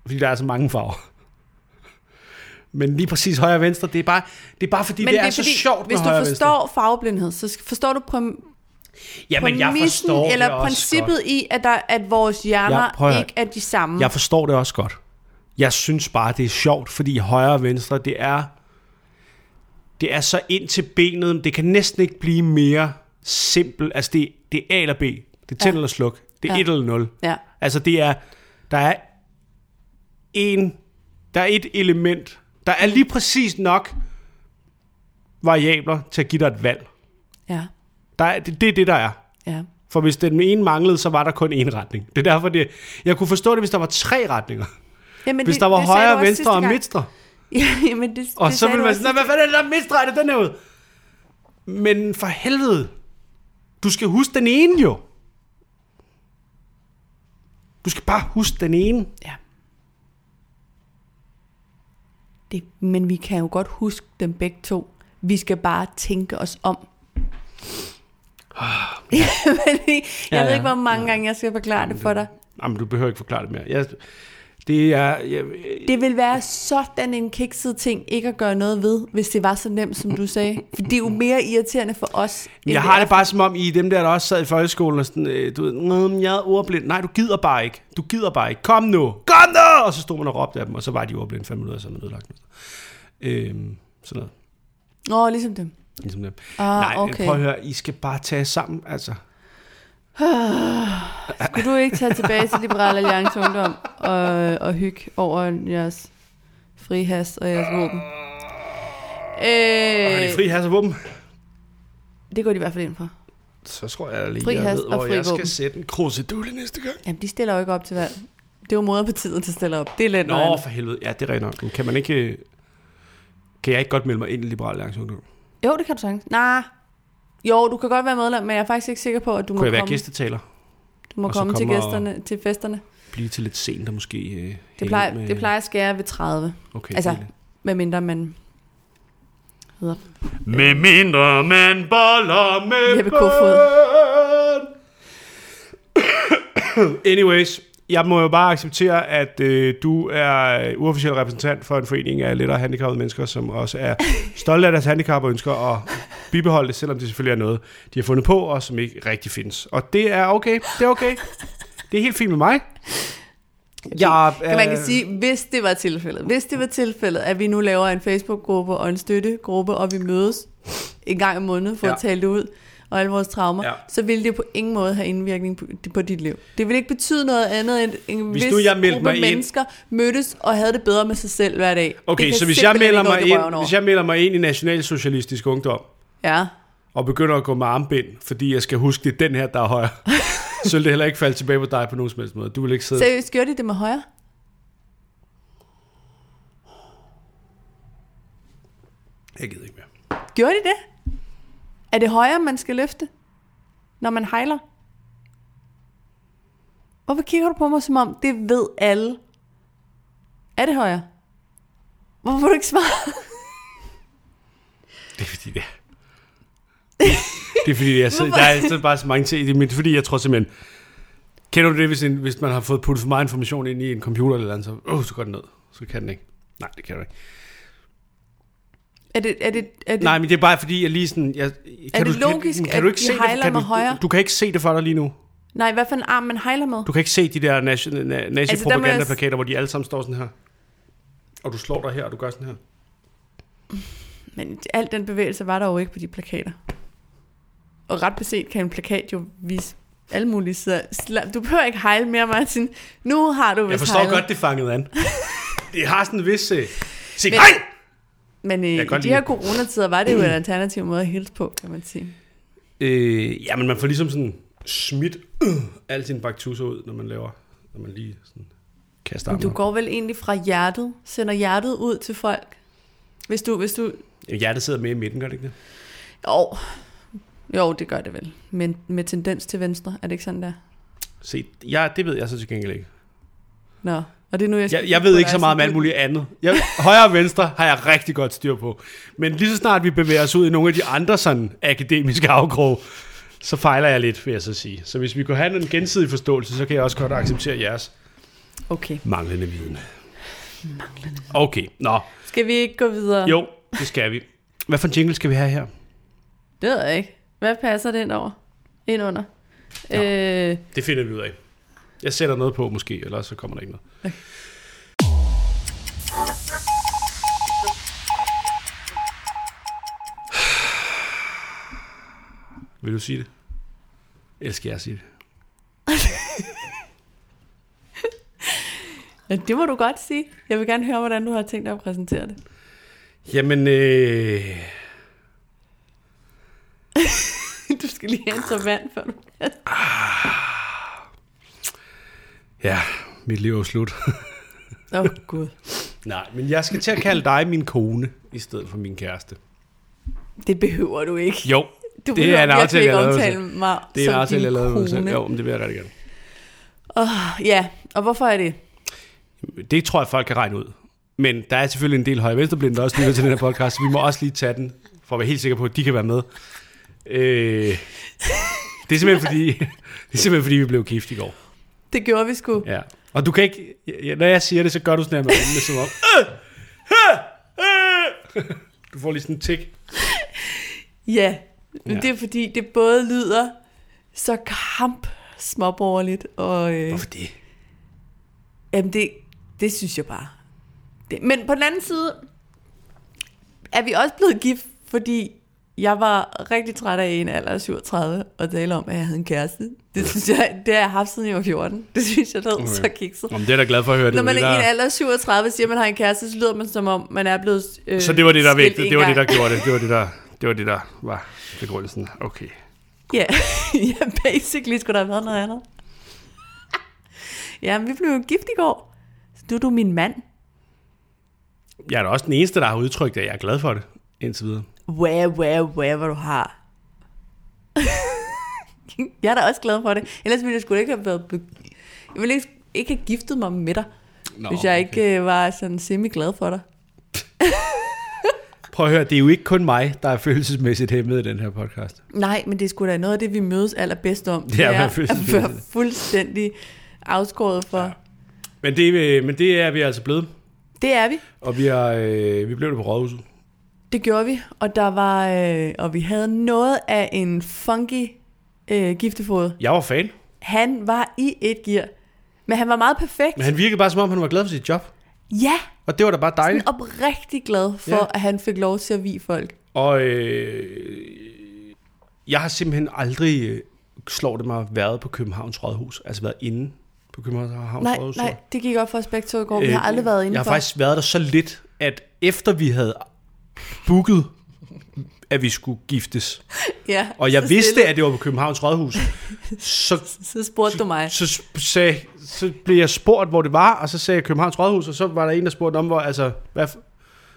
Speaker 1: Fordi der er så mange farver. Men lige præcis højre og venstre, det er bare, det er bare fordi, det, er, så sjovt
Speaker 2: hvis
Speaker 1: med
Speaker 2: du
Speaker 1: højre og
Speaker 2: forstår farveblindhed, så sk- forstår du præm-
Speaker 1: venstre. Jamen, jeg
Speaker 2: præmissen
Speaker 1: forstår
Speaker 2: eller
Speaker 1: det også
Speaker 2: princippet
Speaker 1: Godt.
Speaker 2: i, at, der, at vores
Speaker 1: Jeg- prøv
Speaker 2: hjerner
Speaker 1: at
Speaker 2: jeg,
Speaker 1: høre.
Speaker 2: ikke er de samme.
Speaker 1: Jeg forstår det også godt. Jeg synes bare, det er sjovt, fordi højre og venstre, det er, det er så ind til benet. Det kan næsten ikke blive mere simpelt. Altså, det, det er A eller B. Det er tænd
Speaker 2: Ja.
Speaker 1: eller sluk. Det er
Speaker 2: Ja.
Speaker 1: 1 eller 0.
Speaker 2: Ja.
Speaker 1: Altså det er, der er en, der er et element, der er lige præcis nok variabler til at give dig et valg.
Speaker 2: Ja.
Speaker 1: Der er, det, det er det, der er.
Speaker 2: Ja.
Speaker 1: For hvis den ene manglede, så var der kun én retning. Det er derfor, det, jeg kunne forstå det, hvis der var tre retninger.
Speaker 2: Jamen,
Speaker 1: Hvis
Speaker 2: det-
Speaker 1: der var
Speaker 2: det sagde du
Speaker 1: højre,
Speaker 2: også
Speaker 1: venstre
Speaker 2: sidste
Speaker 1: og
Speaker 2: gang.
Speaker 1: midtre.
Speaker 2: Ja, jamen det,
Speaker 1: Og
Speaker 2: det
Speaker 1: så
Speaker 2: sagde
Speaker 1: ville
Speaker 2: du
Speaker 1: man
Speaker 2: også
Speaker 1: sådan, "Nå, hvad fanden er det der midtre? Er det den her ud? Men for helvede, du skal huske den ene jo. Du skal bare huske den ene.
Speaker 2: Ja. Det, men vi kan jo godt huske dem begge to. Vi skal bare tænke os om. Ja, men
Speaker 1: Ah,
Speaker 2: jeg
Speaker 1: Ja,
Speaker 2: ved
Speaker 1: ja.
Speaker 2: ikke, hvor mange gange jeg skal forklare det for dig.
Speaker 1: Jamen, du behøver ikke forklare det mere. Jeg, det er... Jeg, jeg,
Speaker 2: Det vil være sådan en kikset ting ikke at gøre noget ved, hvis det var så nemt, som du sagde. For det er jo mere irriterende for os. end
Speaker 1: jeg har
Speaker 2: er
Speaker 1: det bare som om, I er dem der, der også sad i folkeskolen, og sådan, øh, du ved, "Nå, men jeg er ordblind. Nej, du gider bare ikke. Du gider bare ikke. Kom nu! Kom nu! Og så stod man og råbte af dem, og så var de ordblinde fem minutter, og så var man ødelagt. Øhm, sådan noget.
Speaker 2: Åh, oh, ligesom dem.
Speaker 1: Ligesom dem.
Speaker 2: Ah,
Speaker 1: Nej, men
Speaker 2: okay.
Speaker 1: prøv at høre, I skal bare tage jer sammen, altså.
Speaker 2: Skulle du ikke tage tilbage til Liberal Alliance Ungdom og, og hygge over jeres frihast og jeres våben?
Speaker 1: Øh. Er de
Speaker 2: Øh,
Speaker 1: fri has og våben?
Speaker 2: det går de i hvert fald ind for.
Speaker 1: Så tror jeg lige,
Speaker 2: Fri
Speaker 1: jeg
Speaker 2: has
Speaker 1: ved,
Speaker 2: og
Speaker 1: hvor
Speaker 2: fri
Speaker 1: jeg skal
Speaker 2: våben.
Speaker 1: sætte en krusedulle næste gang.
Speaker 2: Jamen, de stiller jo ikke op til valg. Det er jo moderpartiet, der stiller op. Det er lidt noget
Speaker 1: Nå,
Speaker 2: andet.
Speaker 1: for helvede. Ja, det er rigtigt nok. Men Kan man ikke... øh, Kan jeg ikke godt melde mig ind i Liberal Alliance Ungdom?
Speaker 2: Jo, det kan du sagtens. Nej. Jo, du kan godt være medlem, men jeg er faktisk ikke sikker på, at du må
Speaker 1: Kunne jeg være
Speaker 2: komme,
Speaker 1: gæstetaler?
Speaker 2: du må
Speaker 1: og så
Speaker 2: komme til,
Speaker 1: komme og-
Speaker 2: gæsterne, til festerne.
Speaker 1: Blive til lidt sent og måske... Øh,
Speaker 2: Det
Speaker 1: hænge
Speaker 2: plejer,
Speaker 1: ud
Speaker 2: det plejer at skære ved 30,
Speaker 1: Okay,
Speaker 2: altså-
Speaker 1: det er lidt-
Speaker 2: medmindre man hedder
Speaker 1: Med mindre man boller med
Speaker 2: Jeppe Kofod.
Speaker 1: børn. Anyways, jeg må jo bare acceptere, at øh, du er uofficiel repræsentant for en forening af lettere handicappede mennesker, som også er stolte af deres handicap og ønsker at bibeholde det, selvom det selvfølgelig er noget, de har fundet på, og som ikke rigtig findes. Og det er okay. Det er okay. Det er helt fint med mig. Jeg,
Speaker 2: Kan man kan
Speaker 1: øh,
Speaker 2: sige, hvis det var tilfældet, hvis det var tilfældet, at vi nu laver en Facebook-gruppe og en støttegruppe, og vi mødes en gang om måneden for ja.
Speaker 1: Ja.
Speaker 2: at tale det ud, og alle vores traumer,
Speaker 1: Ja.
Speaker 2: ja. så ville det på ingen måde have indvirkning på, på dit liv. Det ville ikke betyde noget andet, end en
Speaker 1: Hvis
Speaker 2: hvis vis
Speaker 1: nu jeg meldte
Speaker 2: gruppe
Speaker 1: mig ind-
Speaker 2: mennesker mødtes og havde det bedre med sig selv hver dag. Det
Speaker 1: Okay,
Speaker 2: kan
Speaker 1: så hvis jeg,
Speaker 2: simpelthen
Speaker 1: melder
Speaker 2: ikke
Speaker 1: mig
Speaker 2: gå til røven
Speaker 1: ind,
Speaker 2: over.
Speaker 1: hvis jeg melder mig ind i Nationalsocialistisk Ungdom,
Speaker 2: Ja,
Speaker 1: og begynder at gå med armbind, fordi jeg skal huske, det er den her, der er højre, så vil det heller ikke falde tilbage på dig på nogen som helst måde. Du vil ikke sidde...
Speaker 2: seriøst, gjorde de det med højre?
Speaker 1: Jeg gider ikke mere.
Speaker 2: Gjorde de det? Er det højre, man skal løfte, når man hejler? Hvorfor kigger du på mig som om, det ved alle? Er det højre? Hvorfor vil du ikke svare?
Speaker 1: Det er fordi, det er... det er fordi, jeg sidder, der er altid bare så mange ting i det, men det er fordi, jeg tror simpelthen... Kender du det, hvis, en, hvis man har fået puttet for meget information ind i en computer eller andet, så, oh, så går den ned. Så kan den ikke. Nej, det kan du ikke.
Speaker 2: Er det, er det, er det,
Speaker 1: Nej, men det er bare fordi, jeg lige sådan... Jeg, kan
Speaker 2: det
Speaker 1: du,
Speaker 2: logisk,
Speaker 1: kan,
Speaker 2: at
Speaker 1: du ikke
Speaker 2: de
Speaker 1: se det,
Speaker 2: hejler
Speaker 1: kan
Speaker 2: med
Speaker 1: du,
Speaker 2: højre?
Speaker 1: Du kan ikke se det for dig lige nu.
Speaker 2: nej, hvad for en arm man hejler med?
Speaker 1: Du kan ikke se de der nazi- na- nazi-propagandaplakater,
Speaker 2: Altså,
Speaker 1: altså, hvor de alle sammen står sådan her. Og du slår dig her, og du gør sådan her.
Speaker 2: Men al den bevægelse var der jo ikke på de plakater. Og ret beset kan en plakat jo vise alle mulige sider. Sla- Du behøver ikke hejle mere, Martin. Nu har du vist
Speaker 1: Jeg forstår
Speaker 2: hejlet.
Speaker 1: godt, det fangede an. Det har sådan en vis... Uh, sig,
Speaker 2: Men-
Speaker 1: nej!
Speaker 2: Men øh, i
Speaker 1: kan godt
Speaker 2: de
Speaker 1: lide
Speaker 2: her coronatider var det jo en alternativ måde at hilse på, kan man sige.
Speaker 1: Øh, jamen, man får ligesom sådan smidt øh, alle sine baktusser ud, når man laver... Når man lige sådan kaster
Speaker 2: Men
Speaker 1: armen.
Speaker 2: du
Speaker 1: Du...
Speaker 2: går vel egentlig fra hjertet, sender hjertet ud til folk? Hvis du, hvis du,
Speaker 1: Hjertet sidder med i midten, gør det ikke det?
Speaker 2: jo, jo, det gør det vel. Men med tendens til venstre, er det ikke sådan der?
Speaker 1: Se, ja, det ved jeg så til gengæld ikke.
Speaker 2: Nå, og det er nu, jeg skal
Speaker 1: Jeg,
Speaker 2: kigge
Speaker 1: jeg
Speaker 2: på
Speaker 1: ved
Speaker 2: dig
Speaker 1: ikke så meget om
Speaker 2: sådan
Speaker 1: alt
Speaker 2: lidt.
Speaker 1: muligt andet. Jeg, højre og venstre har jeg rigtig godt styr på. Men lige så snart vi bevæger os ud i nogle af de andre sådan akademiske afkroge, så fejler jeg lidt, vil jeg så sige. Så hvis vi kunne have en gensidig forståelse, så kan jeg også godt acceptere jeres
Speaker 2: Okay,
Speaker 1: manglende viden. Okay, nå.
Speaker 2: skal vi ikke gå videre?
Speaker 1: Jo, det skal vi. Hvad for en jingle skal vi have her?
Speaker 2: Det ved jeg ikke. Hvad passer det ind over? Ind under?
Speaker 1: Nå.
Speaker 2: Øh,
Speaker 1: Det finder vi ud af. Jeg sætter noget på måske, eller så kommer der ikke noget. Vil du sige det? Eller skal jeg sige det?
Speaker 2: Ja, det må du godt sige. Jeg vil gerne høre, hvordan du har tænkt dig at præsentere det.
Speaker 1: Jamen, øh...
Speaker 2: du skal lige have en tår vand, før du...
Speaker 1: ja, mit liv er jo slut.
Speaker 2: Åh, oh, Gud.
Speaker 1: Nej, men jeg skal til at kalde dig min kone, i stedet for min kæreste.
Speaker 2: Det behøver du ikke.
Speaker 1: Jo,
Speaker 2: Du
Speaker 1: det
Speaker 2: behøver
Speaker 1: er en
Speaker 2: virkelig
Speaker 1: aftale,
Speaker 2: ikke
Speaker 1: jeg lavede.
Speaker 2: omtale
Speaker 1: selv.
Speaker 2: mig
Speaker 1: Det er en
Speaker 2: som
Speaker 1: aftale,
Speaker 2: din
Speaker 1: jeg lavede. med mig selv.
Speaker 2: kone.
Speaker 1: Jo, men det vil jeg rigtig gerne.
Speaker 2: Åh, ja, og hvorfor er det?
Speaker 1: Det tror jeg, folk kan regne ud. Men der er selvfølgelig en del højre venstreblinde, der også lytter til den her podcast, så vi må også lige tage den, for at være helt sikker på, at de kan være med. Øh, det, er simpelthen fordi, det er simpelthen fordi, vi blev gift i går.
Speaker 2: Det gjorde vi sgu.
Speaker 1: Ja. Og du kan ikke, ja, når jeg siger det, så gør du sådan her med øjnene, som om. "Øh! Øh! Øh!" Du får lige sådan en tik.
Speaker 2: Ja, men
Speaker 1: Ja.
Speaker 2: ja. det er fordi, det både lyder så kamp småborgerligt, og øh,
Speaker 1: Hvorfor det?
Speaker 2: jamen det, det synes jeg bare. Det, men på den anden side er vi også blevet gift, fordi jeg var rigtig træt af i en alder af 37 og tale om, at jeg havde en kæreste. Det synes jeg, det har jeg haft siden jeg var 14. Det synes jeg lød okay. så kikset.
Speaker 1: Nå, men det er jeg da glad for at høre. Det
Speaker 2: Når
Speaker 1: var
Speaker 2: man
Speaker 1: det,
Speaker 2: er i en
Speaker 1: der...
Speaker 2: alder af 37 siger, at man har en kæreste, så lyder man som om, man er blevet øh,
Speaker 1: Så det var det, der
Speaker 2: skilt
Speaker 1: vægtede.
Speaker 2: en
Speaker 1: Det var det,
Speaker 2: gang.
Speaker 1: der gjorde det. Det var det, der, det var, det, der var begrundelsen. Okay.
Speaker 2: Ja, ja basically skulle der have været noget andet. ja, men vi blev jo gift i går. Så du, du er min mand.
Speaker 1: Jeg er da også den eneste, der har udtrykt, at jeg er glad for det indtil videre.
Speaker 2: Where, where, where, hvor du har. jeg er da også glad for det. Ellers ville jeg sgu da ikke have været... Be- jeg ville ikke, ikke have giftet mig med dig,
Speaker 1: Nå,
Speaker 2: hvis jeg
Speaker 1: Okay.
Speaker 2: ikke øh, var sådan semi-glad for dig.
Speaker 1: Prøv at høre, det er jo ikke kun mig, der er følelsesmæssigt hæmmet i den her podcast.
Speaker 2: Nej, men det er sgu da noget af det, vi mødes allerbedst om.
Speaker 1: Det er at være
Speaker 2: at være fuldstændig afskåret for. Ja.
Speaker 1: Men det, øh, men det er vi altså blevet.
Speaker 2: Det er vi.
Speaker 1: Og vi, er, øh, vi blev det på rådhuset.
Speaker 2: Det gjorde vi, og der var øh, og vi havde noget af en funky øh, giftefod.
Speaker 1: Jeg var fan.
Speaker 2: Han var i et gear, men han var meget perfekt.
Speaker 1: Men han virkede bare, som om han var glad for sit job.
Speaker 2: Ja,
Speaker 1: Og det var da bare
Speaker 2: han
Speaker 1: dejligt.
Speaker 2: er oprigtig glad for,
Speaker 1: Ja.
Speaker 2: ja. at han fik lov til at vi folk.
Speaker 1: Og øh, jeg har simpelthen aldrig, øh, slår det mig, været på Københavns Rådhus. Altså været inde på Københavns
Speaker 2: Nej,
Speaker 1: Rådhus. Øh,
Speaker 2: nej, det gik op for os begge to i går. Vi har aldrig været
Speaker 1: Jeg
Speaker 2: indenfor.
Speaker 1: har faktisk været der så lidt, at efter vi havde booket, at vi skulle giftes,
Speaker 2: ja,
Speaker 1: og jeg
Speaker 2: så
Speaker 1: vidste,
Speaker 2: stille.
Speaker 1: at det var på Københavns Rådhus, så,
Speaker 2: Så spurgte du mig.
Speaker 1: så, sp- sagde, så blev jeg spurgt, hvor det var, og så sagde jeg Københavns Rådhus, og så var der en, der spurgte om, hvor, altså, hvad, f-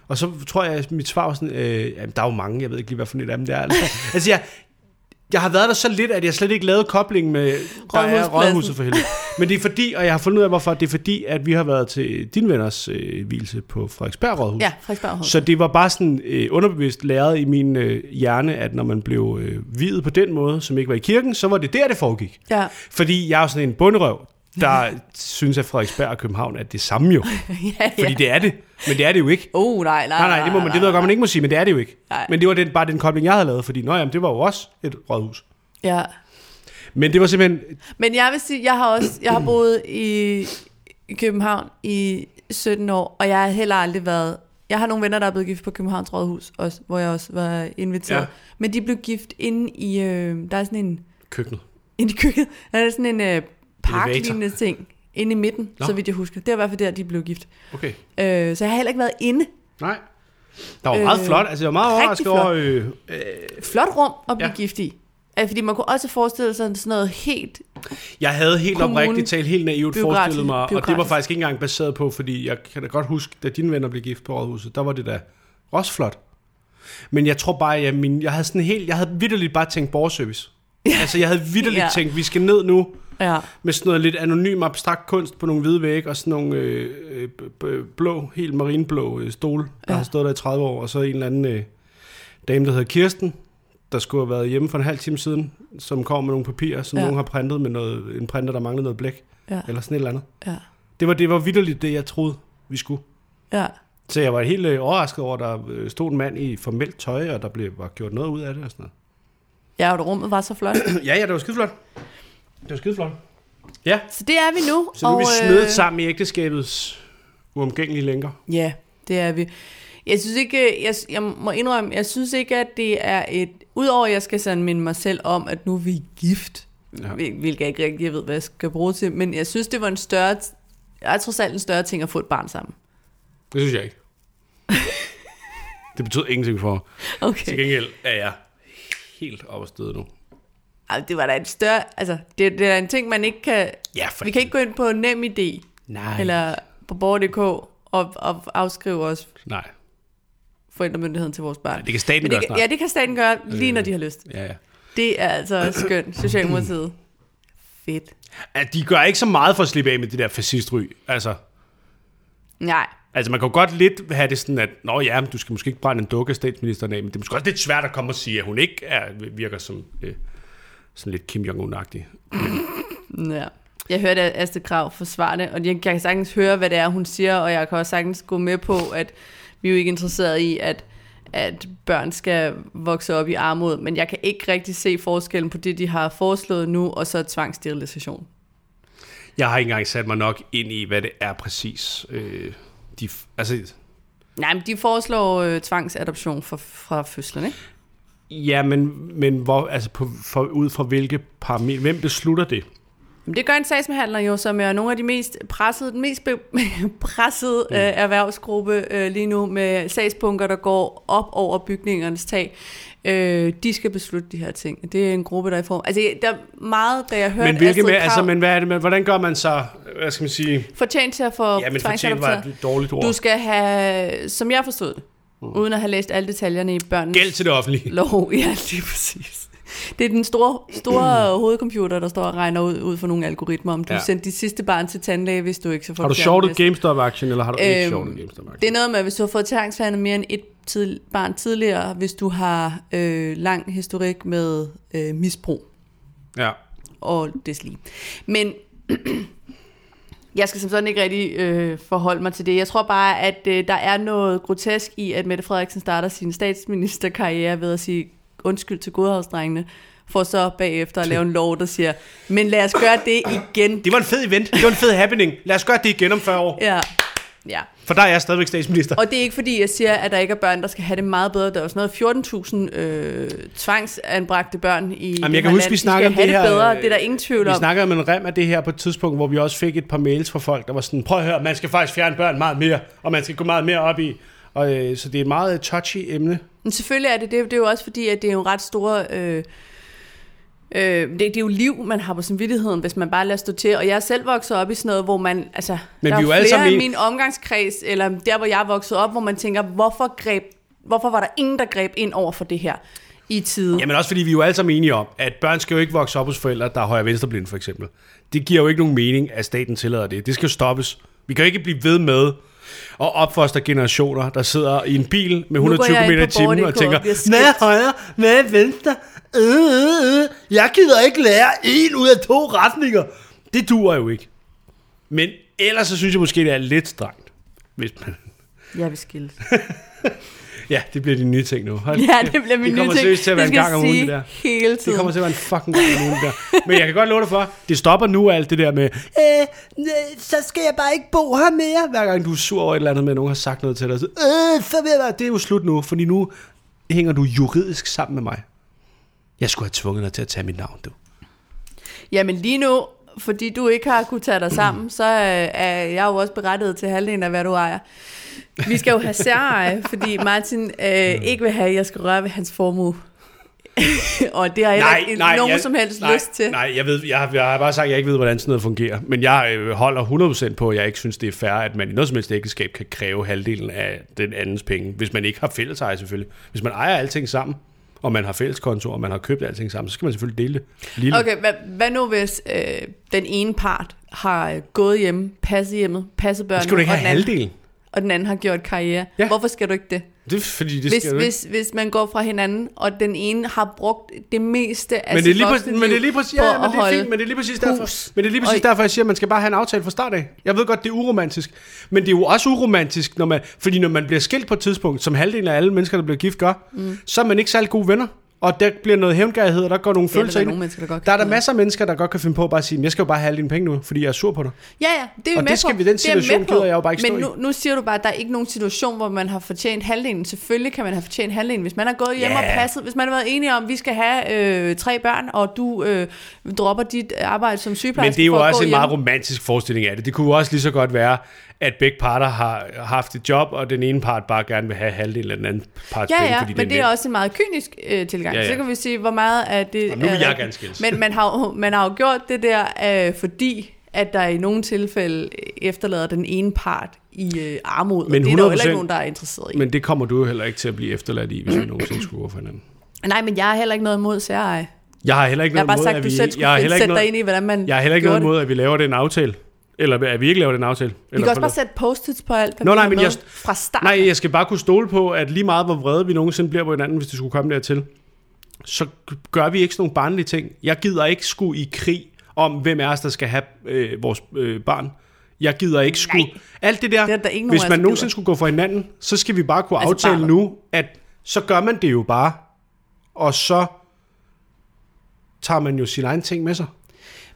Speaker 1: og så tror jeg, at mit svar var sådan, øh, jamen, der er jo mange, jeg ved ikke lige, hvad for et af dem det er. altså, jeg, jeg har været der så lidt, at jeg slet ikke lavede koblingen med, der er
Speaker 2: Rådhuspladsen.
Speaker 1: rådhuset for helvede. Men det er fordi, og jeg har fundet ud af, hvorfor, det er fordi, at vi har været til din venners øh, hvilelse på Frederiksberg Rådhus.
Speaker 2: Ja, Frederiksberg Hold.
Speaker 1: Så det var bare sådan øh, underbevidst læret i min øh, hjerne, at når man blev øh, videt på den måde, som ikke var i kirken, så var det der, det foregik.
Speaker 2: Ja.
Speaker 1: Fordi jeg er jo sådan en bunderøv, der synes, at Frederiksberg og København er det samme jo.
Speaker 2: ja, ja.
Speaker 1: Fordi det er det, men det er det jo ikke.
Speaker 2: Oh, nej, nej,
Speaker 1: Nej, nej, det, må man, det ved jeg godt, man ikke må sige, men det er det jo ikke.
Speaker 2: Nej.
Speaker 1: Men det var den, bare den kobling, jeg havde lavet, fordi nå, jamen, det var jo også et rådhus.
Speaker 2: Ja.
Speaker 1: Men det var simpelthen,
Speaker 2: Men jeg vil sige, jeg har også jeg har boet i, i København i 17 år, og jeg har heller aldrig været... Jeg har nogle venner, der er blevet gift på Københavns Rådhus, også, hvor jeg også var inviteret.
Speaker 1: Ja.
Speaker 2: Ja. Men de blev gift inde i... Øh, der er sådan en...
Speaker 1: køkkenet.
Speaker 2: Inde i køkkenet. Der er sådan en øh, parklignende ting inde i midten,
Speaker 1: Nå.
Speaker 2: Nå. så vidt jeg husker. Det var i hvert fald der, de blev gift.
Speaker 1: Okay.
Speaker 2: Øh, så jeg har heller ikke været inde.
Speaker 1: Nej. Der var meget
Speaker 2: Øh,
Speaker 1: flot, altså jeg var meget
Speaker 2: rigtig
Speaker 1: overrasket over, øh,
Speaker 2: Flot rum at blive
Speaker 1: Ja.
Speaker 2: ja. gift i. Øh, Fordi man kunne også forestille sig sådan noget helt...
Speaker 1: Jeg havde helt
Speaker 2: Kommune-
Speaker 1: oprigtigt talt helt naivt
Speaker 2: Bureaukratisk-
Speaker 1: forestillet mig, og det var
Speaker 2: bureaukratisk.
Speaker 1: faktisk ikke engang baseret på, fordi jeg kan da godt huske, da dine venner blev gift på Rådhuset, der var det da også flot. Men jeg tror bare, at jeg, min, jeg havde sådan helt, jeg havde vidderligt bare tænkt borgerservice. Altså jeg havde vidderligt ja.
Speaker 2: Ja.
Speaker 1: tænkt, vi skal ned nu
Speaker 2: Ja.
Speaker 1: med sådan noget lidt anonym abstrakt kunst på nogle hvide vægge og sådan nogle øh, øh, b- b- blå, helt marinblå øh, stole, der ja.
Speaker 2: Ja.
Speaker 1: har stået der i 30 år, og så en eller anden øh, dame, der hedder Kirsten, der skulle have været hjemme for en halv time siden, som kom med nogle papirer, som ja.
Speaker 2: Ja.
Speaker 1: nogen har printet med noget, en printer, der manglede noget blæk,
Speaker 2: Ja.
Speaker 1: eller sådan et eller andet.
Speaker 2: Ja.
Speaker 1: Det var, det var vidderligt det, jeg troede, vi skulle.
Speaker 2: Ja.
Speaker 1: Så jeg var helt øh, overrasket over, at der øh, stod en mand i formelt tøj, og der blev var gjort noget ud af det og sådan
Speaker 2: Ja, og rummet var så flot.
Speaker 1: noget. Ja, ja, det var skideflot. Det var skideflot. Ja.
Speaker 2: Så det er vi nu.
Speaker 1: Så nu er vi
Speaker 2: og, øh,
Speaker 1: smedet sammen i ægteskabets uomgængelige lænker.
Speaker 2: Ja, det er vi. Jeg synes ikke, øh, jeg, jeg må indrømme, jeg synes ikke, at det er et... Udover at jeg skal sådan minde mig selv om, at nu er vi gift,
Speaker 1: Ja.
Speaker 2: ja. hvilket jeg ikke rigtig ved, hvad jeg skal bruge til, men jeg synes, det var en større... Jeg er trods alt en større ting at få et barn sammen.
Speaker 1: Det synes jeg ikke. det betyder ingenting for mig. Til
Speaker 2: Okay.
Speaker 1: gengæld er jeg helt op at støde nu.
Speaker 2: Ej, det var da en større... Altså, det, det er da en ting, man ikke kan...
Speaker 1: Ja, for
Speaker 2: Vi kan ikke gå ind på nem idé
Speaker 1: Nej.
Speaker 2: eller på borger.dk og, og afskrive os
Speaker 1: Nej.
Speaker 2: forældremyndigheden til vores barn.
Speaker 1: Det kan staten
Speaker 2: Men det
Speaker 1: gøre
Speaker 2: kan,
Speaker 1: snart. Øh.
Speaker 2: ja, det kan staten gøre, lige når de har lyst.
Speaker 1: Ja, ja.
Speaker 2: Det er altså skønt, Socialdemokratiet. Fedt.
Speaker 1: At de gør ikke så meget for at slippe af med det der fascistry. Altså,
Speaker 2: Nej,
Speaker 1: altså man kan jo godt lidt have det sådan, at Nå ja, men du skal måske ikke brænde en dukke af statsministeren af, men det er måske også lidt svært at komme og sige, at hun ikke er, virker som øh, sådan lidt Kim Jong-un-agtig.
Speaker 2: ja. Jeg hørte at Astrid Krav forsvare det, og jeg kan sagtens høre, hvad det er, hun siger, og jeg kan også sagtens gå med på, at vi er jo ikke interesseret i, at, at børn skal vokse op i armod, men jeg kan ikke rigtig se forskellen på det, de har foreslået nu, og så tvangssterilisation.
Speaker 1: Jeg har ikke engang sat mig nok ind i, hvad det er præcis. Øh, de, f- altså,
Speaker 2: Nej, men de foreslår øh, tvangsadoption fra, fra fødslen, ikke?
Speaker 1: ja, men, men hvor, altså på, for, ud fra hvilke parametre? Hvem beslutter det?
Speaker 2: Men det gør en sagsbehandler jo, som er nogle af de mest pressede, den mest be- pressede
Speaker 1: Mm.
Speaker 2: øh, erhvervsgruppe øh, lige nu, med sagsbunker, der går op over bygningernes tag. Øh, de skal beslutte de her ting. Det er en gruppe, der er i form. Altså, der er meget, da jeg hørte
Speaker 1: Men, hvilke med,
Speaker 2: Astrid
Speaker 1: altså,
Speaker 2: Krag
Speaker 1: men hvad er det med, hvordan gør man så, hvad skal man sige?
Speaker 2: fortjent til at få
Speaker 1: Ja, men fortjent var
Speaker 2: tvangsadopteret.
Speaker 1: et dårligt ord.
Speaker 2: Du skal have, som jeg forstod det, uden at have læst alle detaljerne i børnenes
Speaker 1: Mm. Gæld til det offentlige.
Speaker 2: lov. Ja, lige præcis. Det er den store, store hovedcomputer, der står og regner ud, ud for nogle algoritmer, om du
Speaker 1: Ja.
Speaker 2: ja. sendte dit sidste barn til tandlæge, hvis du ikke så får
Speaker 1: Har du
Speaker 2: fjernet
Speaker 1: shortet
Speaker 2: næsten.
Speaker 1: GameStop-aktien, eller har du ikke
Speaker 2: Øhm,
Speaker 1: shortet GameStop-aktien?
Speaker 2: Det er noget med, hvis du har fået tæringsvandet mere end et tid, barn tidligere, hvis du har øh, lang historik med øh, misbrug
Speaker 1: Ja.
Speaker 2: og deslige. Men jeg skal som sådan ikke rigtig øh, forholde mig til det. Jeg tror bare, at øh, der er noget grotesk i, at Mette Frederiksen starter sin statsministerkarriere ved at sige undskyld til godhavsdrengene, for så bagefter at lave en lov, der siger, men lad os gøre det igen.
Speaker 1: Det var en fed event. Det var en fed happening. Lad os gøre det igen om 40 år.
Speaker 2: Ja. ja.
Speaker 1: For der er jeg stadigvæk statsminister.
Speaker 2: Og det er ikke fordi, jeg siger, at der ikke er børn, der skal have det meget bedre. Der er jo sådan noget 14.000 øh, tvangsanbragte børn i
Speaker 1: Jamen,
Speaker 2: det
Speaker 1: jeg
Speaker 2: her
Speaker 1: kan huske,
Speaker 2: land.
Speaker 1: vi
Speaker 2: De skal
Speaker 1: snakkede om
Speaker 2: have
Speaker 1: det her...
Speaker 2: Det bedre.
Speaker 1: øh,
Speaker 2: Det er der ingen tvivl
Speaker 1: Vi
Speaker 2: om.
Speaker 1: snakkede om en rem af det her på et tidspunkt, hvor vi også fik et par mails fra folk, der var sådan, prøv at høre, man skal faktisk fjerne børn meget mere, og man skal gå meget mere op i. Og, øh, så det er et meget touchy emne.
Speaker 2: Men selvfølgelig er det det. Det er jo også fordi, at det er jo ret store... Øh, øh, det, det er jo liv, man har på samvittigheden, hvis man bare lader stå til. Og jeg er selv vokset op i sådan noget, hvor man... Altså,
Speaker 1: Men
Speaker 2: der
Speaker 1: vi er jo alle
Speaker 2: flere
Speaker 1: sammen
Speaker 2: i
Speaker 1: en-
Speaker 2: min omgangskreds, eller der, hvor jeg er vokset op, hvor man tænker, hvorfor, greb, hvorfor var der ingen, der greb ind over for det her i tide?
Speaker 1: Jamen også fordi vi er jo alle sammen enige om, at børn skal jo ikke vokse op hos forældre, der er højre venstreblinde for eksempel. Det giver jo ikke nogen mening, at staten tillader det. Det skal jo stoppes. Vi kan jo ikke blive ved med at opfostre generationer, der sidder i en bil med
Speaker 2: går
Speaker 1: 120
Speaker 2: jeg
Speaker 1: km
Speaker 2: ind
Speaker 1: i
Speaker 2: på
Speaker 1: timen og
Speaker 2: borger.dk
Speaker 1: tænker,
Speaker 2: og bliver
Speaker 1: hvad er
Speaker 2: skældt."
Speaker 1: højre, hvad er venstre? Øh, øh, øh. Jeg gider ikke lære en ud af to retninger. Det duer jo ikke. Men ellers så synes jeg måske, det er lidt strengt. Hvis man...
Speaker 2: Jeg vil skille.
Speaker 1: Ja, det bliver din nye ting nu. Hold
Speaker 2: Ja, det bliver min
Speaker 1: kommer
Speaker 2: nye ting.
Speaker 1: seriøst til at være
Speaker 2: Det
Speaker 1: en
Speaker 2: skal
Speaker 1: gang om
Speaker 2: jeg
Speaker 1: ugen, det
Speaker 2: sige
Speaker 1: der.
Speaker 2: hele tiden.
Speaker 1: Det kommer til at være en fucking gang om ugen, det der. Men jeg kan godt love dig for, det stopper nu alt det der med, øh, øh, så skal jeg bare ikke bo her mere. Hver gang du er sur over et eller andet med, at nogen har sagt noget til dig, så, øh, så vil jeg være, det er jo slut nu, fordi nu hænger du juridisk sammen med mig. Jeg skulle have tvunget dig til at tage mit navn, du.
Speaker 2: Jamen lige nu, fordi du ikke har kunnet tage dig sammen, så øh, er jeg jo også berettiget til halvdelen af, hvad du ejer. Vi skal jo have særeje, fordi Martin øh, ikke vil have, at jeg skal røre ved hans formue. og det har jeg heller ikke nogen som helst
Speaker 1: nej,
Speaker 2: lyst til.
Speaker 1: Nej, jeg, ved, jeg, har- jeg har bare sagt, at jeg ikke ved, hvordan sådan noget fungerer. Men jeg øh, holder 100% på, at jeg ikke synes, det er fair, at man i noget som helst ægteskab kan kræve halvdelen af den andens penge, hvis man ikke har fælles eje selvfølgelig. Hvis man ejer alting sammen, og man har fælles konto, og man har købt alting sammen, så skal man selvfølgelig dele det. Lille.
Speaker 2: Okay, hvad, hvad nu hvis øh, den ene part har øh, gået hjemme, passet hjemme, passet børnene,
Speaker 1: skal du ikke
Speaker 2: og,
Speaker 1: have
Speaker 2: den anden,
Speaker 1: halvdelen.
Speaker 2: og den anden har gjort karriere?
Speaker 1: Ja.
Speaker 2: Hvorfor skal du ikke det?
Speaker 1: Det er fordi, det
Speaker 2: hvis,
Speaker 1: skal du ikke.
Speaker 2: hvis, hvis man går fra hinanden, og den ene har brugt det meste af
Speaker 1: Men det, er
Speaker 2: sit
Speaker 1: lige præcis,
Speaker 2: voksne
Speaker 1: men det er
Speaker 2: liv
Speaker 1: lige præcis,
Speaker 2: Altså, på
Speaker 1: ja,
Speaker 2: at
Speaker 1: men det er
Speaker 2: holde
Speaker 1: fint, men det er lige præcis
Speaker 2: hus.
Speaker 1: derfor, men det er lige præcis
Speaker 2: Og-
Speaker 1: derfor jeg siger, at man skal bare have en aftale fra start af. Jeg ved godt, det er uromantisk, men det er jo også uromantisk, når man, fordi når man bliver skilt på et tidspunkt, som halvdelen af alle mennesker, der bliver gift, gør, mm. så er man ikke særlig gode venner. Og Og der bliver noget hævngærighed, og der går nogle
Speaker 2: Det er der,
Speaker 1: følelser
Speaker 2: der
Speaker 1: ind.
Speaker 2: nogle mennesker, der godt kan
Speaker 1: Der er der
Speaker 2: finde ud af.
Speaker 1: masser af mennesker, der godt kan finde på at bare sige, jeg skal jo bare have alle dine penge nu, fordi jeg er sur på dig.
Speaker 2: Ja, ja, det er vi
Speaker 1: Og
Speaker 2: med
Speaker 1: det skal
Speaker 2: på.
Speaker 1: vi- den
Speaker 2: Det er med
Speaker 1: situation
Speaker 2: på.
Speaker 1: gider jeg jo bare ikke
Speaker 2: Men
Speaker 1: stå
Speaker 2: nu, nu siger du bare, at der er ikke nogen situation, hvor man har fortjent halvdelen. Selvfølgelig kan man have fortjent halvdelen. Hvis man har gået hjem
Speaker 1: Ja.
Speaker 2: og passet, hvis man har været enige om, at vi skal have øh, tre børn, og du øh, dropper dit arbejde som sygeplejerske
Speaker 1: Men det er jo
Speaker 2: for at
Speaker 1: også
Speaker 2: gå
Speaker 1: en
Speaker 2: hjem.
Speaker 1: meget romantisk forestilling af det. Det kunne jo også lige så godt være, at begge parter har haft et job, og den ene part bare gerne vil have halvdelen af den anden parts
Speaker 2: Ja,
Speaker 1: penge,
Speaker 2: ja,
Speaker 1: fordi
Speaker 2: men det er
Speaker 1: nem.
Speaker 2: også en meget kynisk øh, tilgang.
Speaker 1: Ja,
Speaker 2: Ja,
Speaker 1: ja.
Speaker 2: ja. Så kan vi sige, hvor meget er det...
Speaker 1: Og nu vil
Speaker 2: er
Speaker 1: jeg
Speaker 2: rigtigt.
Speaker 1: gerne skilles.
Speaker 2: Men man har, jo, man har jo gjort det der, øh, fordi at der i nogle tilfælde efterlader den ene part i øh, armod,
Speaker 1: Men
Speaker 2: men og det er der jo heller
Speaker 1: 100%
Speaker 2: ikke nogen, der er interesseret i. Men,
Speaker 1: Men det kommer du jo heller ikke til at blive efterladt i, hvis vi nogensinde skulle gå for hinanden.
Speaker 2: Nej, men jeg har heller ikke noget imod særeje.
Speaker 1: Jeg har heller ikke
Speaker 2: Jeg har
Speaker 1: noget
Speaker 2: bare
Speaker 1: imod,
Speaker 2: sagt,
Speaker 1: at
Speaker 2: at
Speaker 1: vi,
Speaker 2: du selv
Speaker 1: jeg har
Speaker 2: skulle
Speaker 1: heller
Speaker 2: finde-
Speaker 1: ikke
Speaker 2: sætte
Speaker 1: noget,
Speaker 2: dig ind i, hvordan man
Speaker 1: jeg har heller ikke noget
Speaker 2: gjorde det.
Speaker 1: imod, at vi laver den aftale. Eller at vi ikke laver den aftale.
Speaker 2: Vi
Speaker 1: Eller
Speaker 2: kan også
Speaker 1: på-
Speaker 2: bare sætte post-its på alt, hvad
Speaker 1: Nå,
Speaker 2: vi
Speaker 1: nej,
Speaker 2: har
Speaker 1: men
Speaker 2: med
Speaker 1: jeg-
Speaker 2: fra start.
Speaker 1: Nej, jeg skal bare kunne stole på, at lige meget hvor vrede vi nogensinde bliver på hinanden, hvis det skulle komme dertil, så gør vi ikke sådan nogle barnlige ting. Jeg gider ikke skulle i krig om, hvem af os, der skal have øh, vores øh, barn. Jeg gider ikke skulle...
Speaker 2: Nej.
Speaker 1: Alt det der,
Speaker 2: Det er der ikke nogen af
Speaker 1: hvis
Speaker 2: os,
Speaker 1: man
Speaker 2: der
Speaker 1: nogensinde
Speaker 2: gider.
Speaker 1: skulle gå for hinanden, så skal vi bare kunne
Speaker 2: Altså
Speaker 1: aftale
Speaker 2: barnet.
Speaker 1: nu, at så gør man det jo bare, og så tager man jo sine egne ting med sig.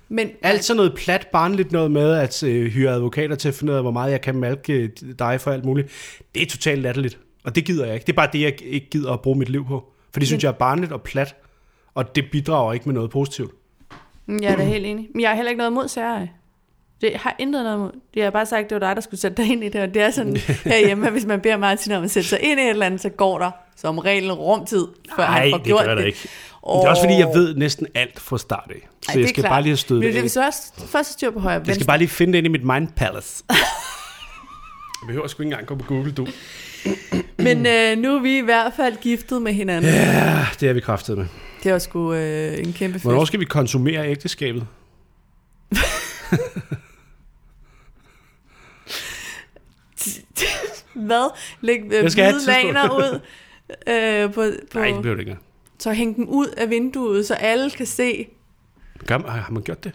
Speaker 2: men
Speaker 1: Alt sådan noget plat barnligt noget med at øh, hyre advokater til at finde ud af, hvor meget jeg kan malke øh, dig for alt muligt. Det er totalt latterligt, og det gider jeg ikke. Det er bare det, jeg ikke gider at bruge mit liv på. For det synes jeg er barnligt og plat, og det bidrager ikke med noget positivt.
Speaker 2: Mm, Jeg er da helt enig. Men jeg har heller ikke noget imod særeje. Det har intet noget imod. Det har bare sagt, at det var dig, der skulle sætte dig ind i det. Og det er sådan herhjemme, at hvis man beder Martin om at sætte sig ind i et eller andet, så går der som regel rumtid, før han
Speaker 1: Nej,
Speaker 2: får
Speaker 1: det
Speaker 2: gjort
Speaker 1: gør der
Speaker 2: det.
Speaker 1: ikke.
Speaker 2: Og...
Speaker 1: Det er også fordi, jeg ved næsten alt fra start af. Så
Speaker 2: Ej,
Speaker 1: Ej,
Speaker 2: det
Speaker 1: jeg
Speaker 2: er ligesom-
Speaker 1: skal
Speaker 2: klart.
Speaker 1: bare lige have stødt
Speaker 2: Men
Speaker 1: det
Speaker 2: det
Speaker 1: af.
Speaker 2: vil så også først styr på højre
Speaker 1: Jeg
Speaker 2: venstre.
Speaker 1: skal bare lige finde det ind i mit mind palace. Jeg behøver sgu ikke engang gå på Google, du.
Speaker 2: Men øh, nu er vi i hvert fald giftet med hinanden.
Speaker 1: Ja, Ah, det er vi kraftet med.
Speaker 2: Det var sgu øh, en kæmpe fest.
Speaker 1: Hvornår skal vi konsumere ægteskabet?
Speaker 2: Hvad? Læg øh,
Speaker 1: Jeg skal have et
Speaker 2: hvide laner ud. Øh, på, på...
Speaker 1: Nej, det behøver det ikke. engang.
Speaker 2: Så hæng dem ud af vinduet, så alle kan se.
Speaker 1: Gør, man- har man gjort det?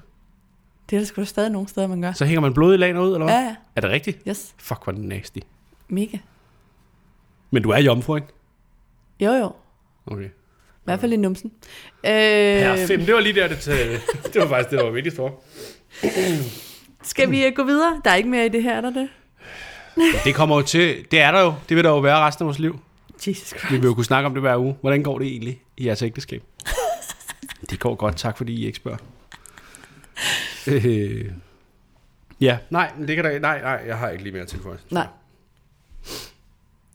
Speaker 2: Det er der sgu da stadig nogle steder, man gør.
Speaker 1: Så hænger man blod i lagene ud, eller hvad?
Speaker 2: Ja, ja.
Speaker 1: Er det rigtigt?
Speaker 2: Yes,
Speaker 1: Fuck, hvor er den nasty.
Speaker 2: mega.
Speaker 1: Men du er jomfru, ikke?
Speaker 2: Jo, jo.
Speaker 1: Okay.
Speaker 2: I hvert fald i numsen. Øh,
Speaker 1: Det var lige der, det, t- det var faktisk det, der var vigtigst for.
Speaker 2: skal vi øh, gå videre? Der er ikke mere i det her, er der det?
Speaker 1: Det kommer jo til, det er der jo. Det vil der jo være resten af vores liv.
Speaker 2: Jesus Christ.
Speaker 1: Vi vil jo kunne snakke om det hver uge. Hvordan går det egentlig i jeres ægteskab? Det går godt, tak fordi I ikke spørger. Øh, ja, nej, men det kan der, nej, nej, jeg har ikke lige mere tilføjelse. tror
Speaker 2: Nej.
Speaker 1: jeg.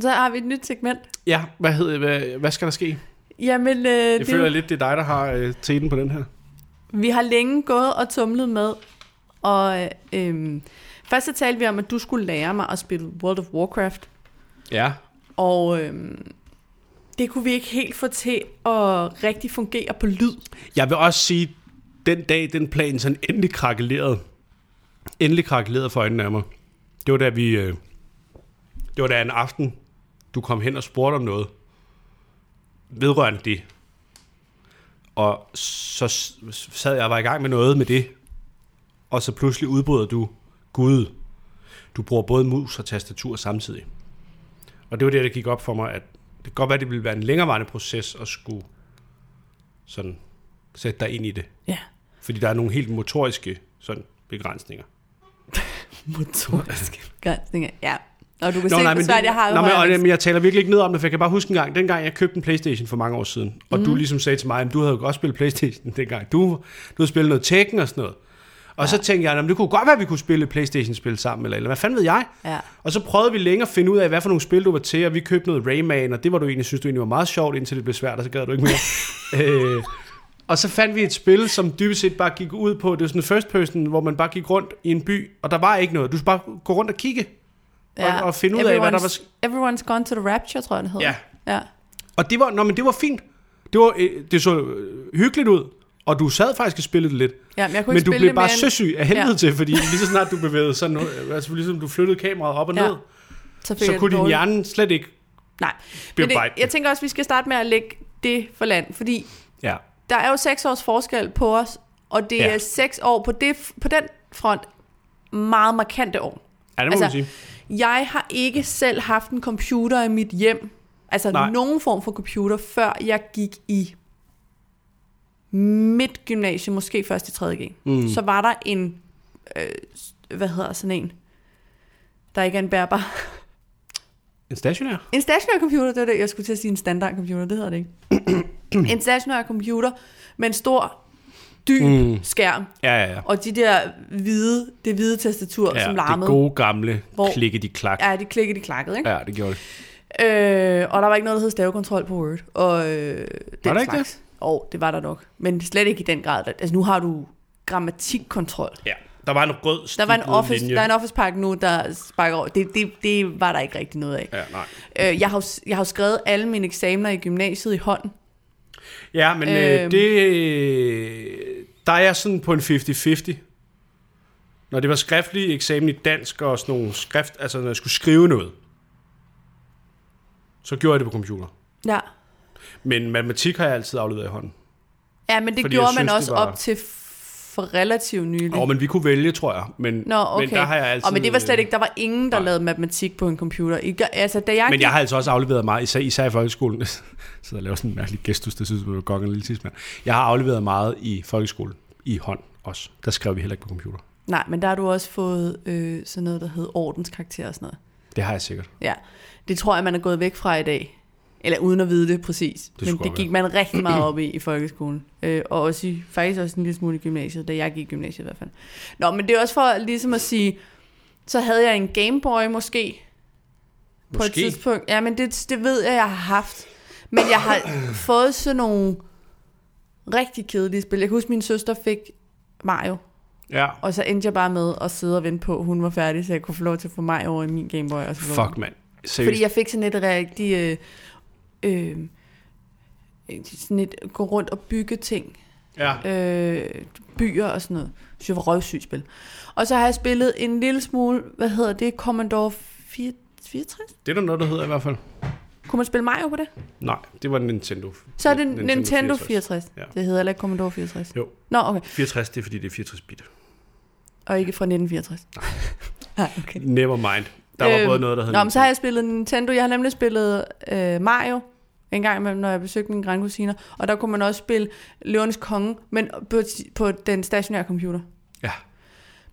Speaker 2: Så har vi et nyt segment.
Speaker 1: Ja, hvad, hedder, hvad, hvad skal der ske?
Speaker 2: Jamen, øh,
Speaker 1: Jeg
Speaker 2: det,
Speaker 1: føler lidt, det er dig, der har øh, teten på den her.
Speaker 2: vi har længe gået og tumlet med, og øh, øh, først så talte vi om, at du skulle lære mig at spille World of Warcraft.
Speaker 1: Ja.
Speaker 2: Og øhm, det kunne vi ikke helt få til at rigtig fungere på lyd.
Speaker 1: Jeg vil også sige, den dag, den plan sådan endelig krakkelerede, endelig krakkelerede for øjnene af mig, det var da vi, øh, det var da en aften, du kom hen og spurgte om noget, vedrørende det. Og så s- sad jeg og var i gang med noget med det, og så pludselig udbryder du, Gud, du bruger både mus og tastatur samtidig. Og det var det, der gik op for mig, at det kan godt være, det ville være en længerevarende proces at skulle sådan sætte dig ind i det.
Speaker 2: Ja,
Speaker 1: Fordi der er nogle helt motoriske sådan, begrænsninger.
Speaker 2: motoriske begrænsninger. Ja, og du kan Nå, se,
Speaker 1: nej,
Speaker 2: hvor svært jeg har. ved
Speaker 1: nå, men,
Speaker 2: højre
Speaker 1: og,
Speaker 2: venstre.
Speaker 1: men jeg taler virkelig ikke ned om det, for jeg kan bare huske en gang, dengang jeg købte en Playstation for mange år siden, og mm.
Speaker 2: Mhm.
Speaker 1: du ligesom sagde til mig, at du havde jo godt spillet Playstation dengang. Du, du havde spillet noget Tekken og sådan noget. Og ja. så tænkte jeg, at det kunne godt være, at vi kunne spille et Playstation-spil sammen, eller, eller hvad fanden ved jeg?
Speaker 2: Ja.
Speaker 1: Og så prøvede vi længe at finde ud af, hvad for nogle spil du var til, og vi købte noget Rayman, og det var du egentlig, synes du egentlig var meget sjovt, indtil det blev svært, og så gad du ikke mere. øh, og så fandt vi et spil, som dybest set bare gik ud på, det var sådan en first person, hvor man bare gik rundt i en by, og der var ikke noget. Du skulle bare gå rundt og kigge. og- og finde ud af, hvad der var
Speaker 2: Everyone's- Everyone's Gone to the Rapture, tror jeg, den hedder.
Speaker 1: Ja.
Speaker 2: ja.
Speaker 1: Og det var, nå, men det var fint. Det, var, øh, det så øh, hyggeligt ud, og du sad faktisk og spillede det lidt.
Speaker 2: Ja, men jeg kunne
Speaker 1: Men
Speaker 2: ikke
Speaker 1: du
Speaker 2: spille
Speaker 1: blev
Speaker 2: det
Speaker 1: bare
Speaker 2: mere end-
Speaker 1: søsyg af helvede ja.
Speaker 2: Ja.
Speaker 1: til, fordi lige så snart du bevægede sådan noget, altså ligesom du flyttede kameraet op og ned,
Speaker 2: Ja,
Speaker 1: ja,
Speaker 2: Så, fik
Speaker 1: så
Speaker 2: jeg det
Speaker 1: kunne din
Speaker 2: dårligt.
Speaker 1: hjerne slet ikke...
Speaker 2: Nej,
Speaker 1: blev
Speaker 2: men det,
Speaker 1: bejdet.
Speaker 2: jeg tænker også, at vi skal starte med at lægge det for land, fordi
Speaker 1: Ja.
Speaker 2: der er jo seks års forskel på os, og det
Speaker 1: Ja.
Speaker 2: ja. er seks år på, det, på den front meget markante år.
Speaker 1: Ja, det må altså, man
Speaker 2: Altså,
Speaker 1: sige.
Speaker 2: Jeg har ikke selv haft en computer i mit hjem. Altså
Speaker 1: Nej.
Speaker 2: Nej. nogen form for computer, før jeg gik i midt gymnasium, måske først i 3.G, mm. så var der en, øh, hvad hedder sådan en, der ikke er en bærbar.
Speaker 1: En stationær?
Speaker 2: En stationær computer, det var det, jeg skulle til at sige en standard computer, det hedder det ikke. en stationær computer med en stor, dyb mm. skærm,
Speaker 1: Ja, ja, ja.
Speaker 2: og de der hvide, det hvide tastatur,
Speaker 1: ja
Speaker 2: som
Speaker 1: det
Speaker 2: larmede.
Speaker 1: gode gamle
Speaker 2: Hvor-
Speaker 1: klikke de klak.
Speaker 2: Ja, de klikkede, de klakkede, ikke?
Speaker 1: Ja, det gjorde det.
Speaker 2: Øh, og der var ikke noget, der hed stavekontrol på Word. Og, øh, den
Speaker 1: Var der ikke
Speaker 2: slags. det? Og det var der nok. Men slet ikke i den grad. Der- Altså, nu har du grammatikkontrol.
Speaker 1: Ja, der var en rød
Speaker 2: Der var en
Speaker 1: stiplet
Speaker 2: office,
Speaker 1: linje.
Speaker 2: der er en office pakke nu, der sparker over. Det, det, det var der ikke rigtig noget af.
Speaker 1: Ja, nej.
Speaker 2: Øh, jeg, har, jo s- jeg har jo skrevet alle mine eksamener i gymnasiet i hånden.
Speaker 1: Ja, men øh,
Speaker 2: Øhm.
Speaker 1: det... Der er jeg sådan på en 50-50. Når det var skriftlig eksamen i dansk og sådan nogle skrift... Altså, når jeg skulle skrive noget, så gjorde jeg det på computer.
Speaker 2: Ja.
Speaker 1: Men matematik har jeg altid afleveret i hånden.
Speaker 2: Ja, men det
Speaker 1: Fordi
Speaker 2: Fordi
Speaker 1: jeg
Speaker 2: gjorde
Speaker 1: synes,
Speaker 2: man
Speaker 1: det
Speaker 2: også
Speaker 1: var-
Speaker 2: var... op til f- for relativt nylig.
Speaker 1: Åh, men vi kunne vælge, tror jeg. Men,
Speaker 2: Nå, okay.
Speaker 1: men der har jeg altid... øh,
Speaker 2: og men det var slet ikke, der var ingen, der
Speaker 1: nej.
Speaker 2: lavede matematik på en computer. I, gør- altså, da jeg
Speaker 1: Men
Speaker 2: gik-
Speaker 1: jeg har altså også afleveret meget, især, især i folkeskolen. så jeg laver sådan en mærkelig gestus, det synes jeg, du gokken en lille tidsmand. Jeg har afleveret meget i folkeskolen, i hånd også. Der skrev vi heller ikke på computer.
Speaker 2: Nej, men der har du også fået øh, sådan noget, der hedder ordenskarakter og sådan noget.
Speaker 1: Det har jeg sikkert.
Speaker 2: Ja, det tror jeg, man er gået væk fra i dag. Eller uden at vide det præcis.
Speaker 1: Det
Speaker 2: men
Speaker 1: skulle
Speaker 2: det gik man rigtig meget op i i folkeskolen. Øh, og også i, faktisk også en lille smule i gymnasiet, da jeg gik i gymnasiet i hvert fald. Nå, men det er også for ligesom at sige, så havde jeg en Gameboy måske. På et
Speaker 1: Måske.
Speaker 2: tidspunkt. Ja, men det, det ved jeg, jeg har haft. Men jeg har fået sådan nogle rigtig kedelige spil. Jeg kan huske, min søster fik Mario.
Speaker 1: Ja.
Speaker 2: Og så endte jeg bare med at sidde og vente på, at hun var færdig, så jeg kunne få lov til at få mig over i min Gameboy. Og så videre.
Speaker 1: Fuck, mand. Seriøst.
Speaker 2: Fordi jeg fik sådan et rigtig... Øh, øh, sådan et gå rundt og bygge ting.
Speaker 1: Ja.
Speaker 2: Øh, byer og sådan noget. Så jeg var røvsygt spil. Og så har jeg spillet en lille smule, hvad hedder det, Commodore 4- 64?
Speaker 1: Det er der noget, der hedder i hvert fald.
Speaker 2: Kunne man spille Mario på det?
Speaker 1: Nej, det var Nintendo.
Speaker 2: Så er det Nintendo, Nintendo 64. 64.
Speaker 1: Ja.
Speaker 2: Det hedder heller ikke Commodore 64.
Speaker 1: Jo.
Speaker 2: Nå, okay.
Speaker 1: 64, det er fordi, det er 64-bit.
Speaker 2: Og ikke fra 1964. Nej, okay.
Speaker 1: Never mind. Der var
Speaker 2: Øhm,
Speaker 1: både noget, der hed
Speaker 2: Nå, men så har jeg spillet Nintendo. Jeg har nemlig spillet øh, Mario en gang imellem, når jeg besøgte mine grandkusiner. Og der kunne man også spille Løvernes Konge, men på, på den stationære computer.
Speaker 1: Ja,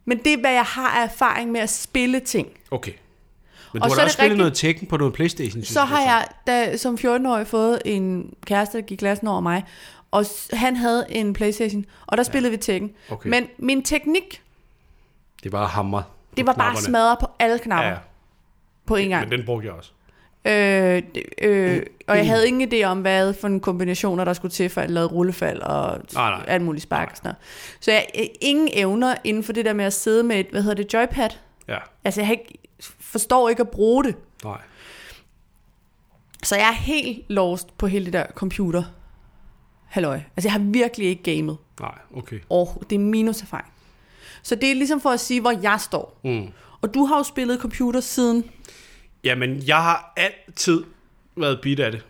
Speaker 2: Men det er, hvad jeg har af erfaring med at spille ting.
Speaker 1: okay. Men
Speaker 2: Og
Speaker 1: du har
Speaker 2: så
Speaker 1: da
Speaker 2: er
Speaker 1: også
Speaker 2: det
Speaker 1: spillet
Speaker 2: rigtigt-
Speaker 1: noget Tekken på noget Playstation. synes
Speaker 2: Så har
Speaker 1: altså.
Speaker 2: jeg da, som 14-årig fået en kæreste, der gik klassen over mig. Og s- han havde en Playstation, og der spillede ja. vi Tekken.
Speaker 1: Okay.
Speaker 2: Men min teknik,
Speaker 1: Det var hammer.
Speaker 2: det var bare smadret på alle
Speaker 1: Ja,
Speaker 2: knapper
Speaker 1: ja.
Speaker 2: ja. på en gang.
Speaker 1: Men den brugte jeg også.
Speaker 2: Øh, d- øh, og jeg havde ingen idé om, hvad for en kombinationer, der skulle til, for at lave rullefald og t-
Speaker 1: Nej, nej.
Speaker 2: alt muligt spark. og Sådan noget. Så jeg øh, ingen evner inden for det der med at sidde med et, hvad hedder det, joypad.
Speaker 1: Ja,
Speaker 2: Altså, jeg har ikke, forstår ikke at bruge det.
Speaker 1: nej.
Speaker 2: Så jeg er helt lost på hele det der computer. Halløj. Altså, jeg har virkelig ikke gamet.
Speaker 1: Nej, okay.
Speaker 2: Og det er minus erfaring. Så det er ligesom for at sige, hvor jeg står.
Speaker 1: Mm.
Speaker 2: Og du har jo spillet computer siden...
Speaker 1: Jamen, jeg har altid været bit af det.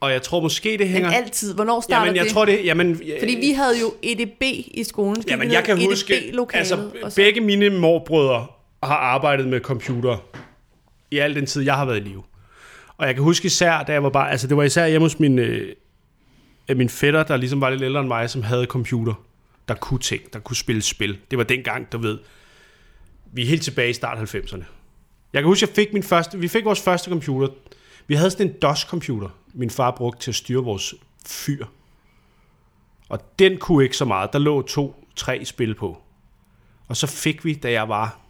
Speaker 1: Og jeg tror måske, det hænger...
Speaker 2: Men altid. Hvornår starter
Speaker 1: jamen, jeg
Speaker 2: det?
Speaker 1: tror det... Jamen, jeg,
Speaker 2: Fordi vi havde jo EDB i skolen. Skal
Speaker 1: jamen,
Speaker 2: vi E
Speaker 1: jeg kan
Speaker 2: ned i
Speaker 1: huske...
Speaker 2: EDB-lokalet
Speaker 1: Altså,
Speaker 2: og så-
Speaker 1: begge mine morbrødre har arbejdet med computer i al den tid, jeg har været i live. Og jeg kan huske især, da jeg var bare... Altså, det var især hjemme hos min, øh, øh, min fætter, der ligesom var lidt ældre end mig, som havde computer, der kunne ting, der kunne spille spil. Det var dengang, du ved... Vi er helt tilbage i start 90'erne. Jeg kan huske, jeg fik min første, vi fik vores første computer. Vi havde sådan en DOS-computer, min far brugte til at styre vores fyr. Og den kunne ikke så meget. Der lå to-tre spil på. Og så fik vi, da jeg var...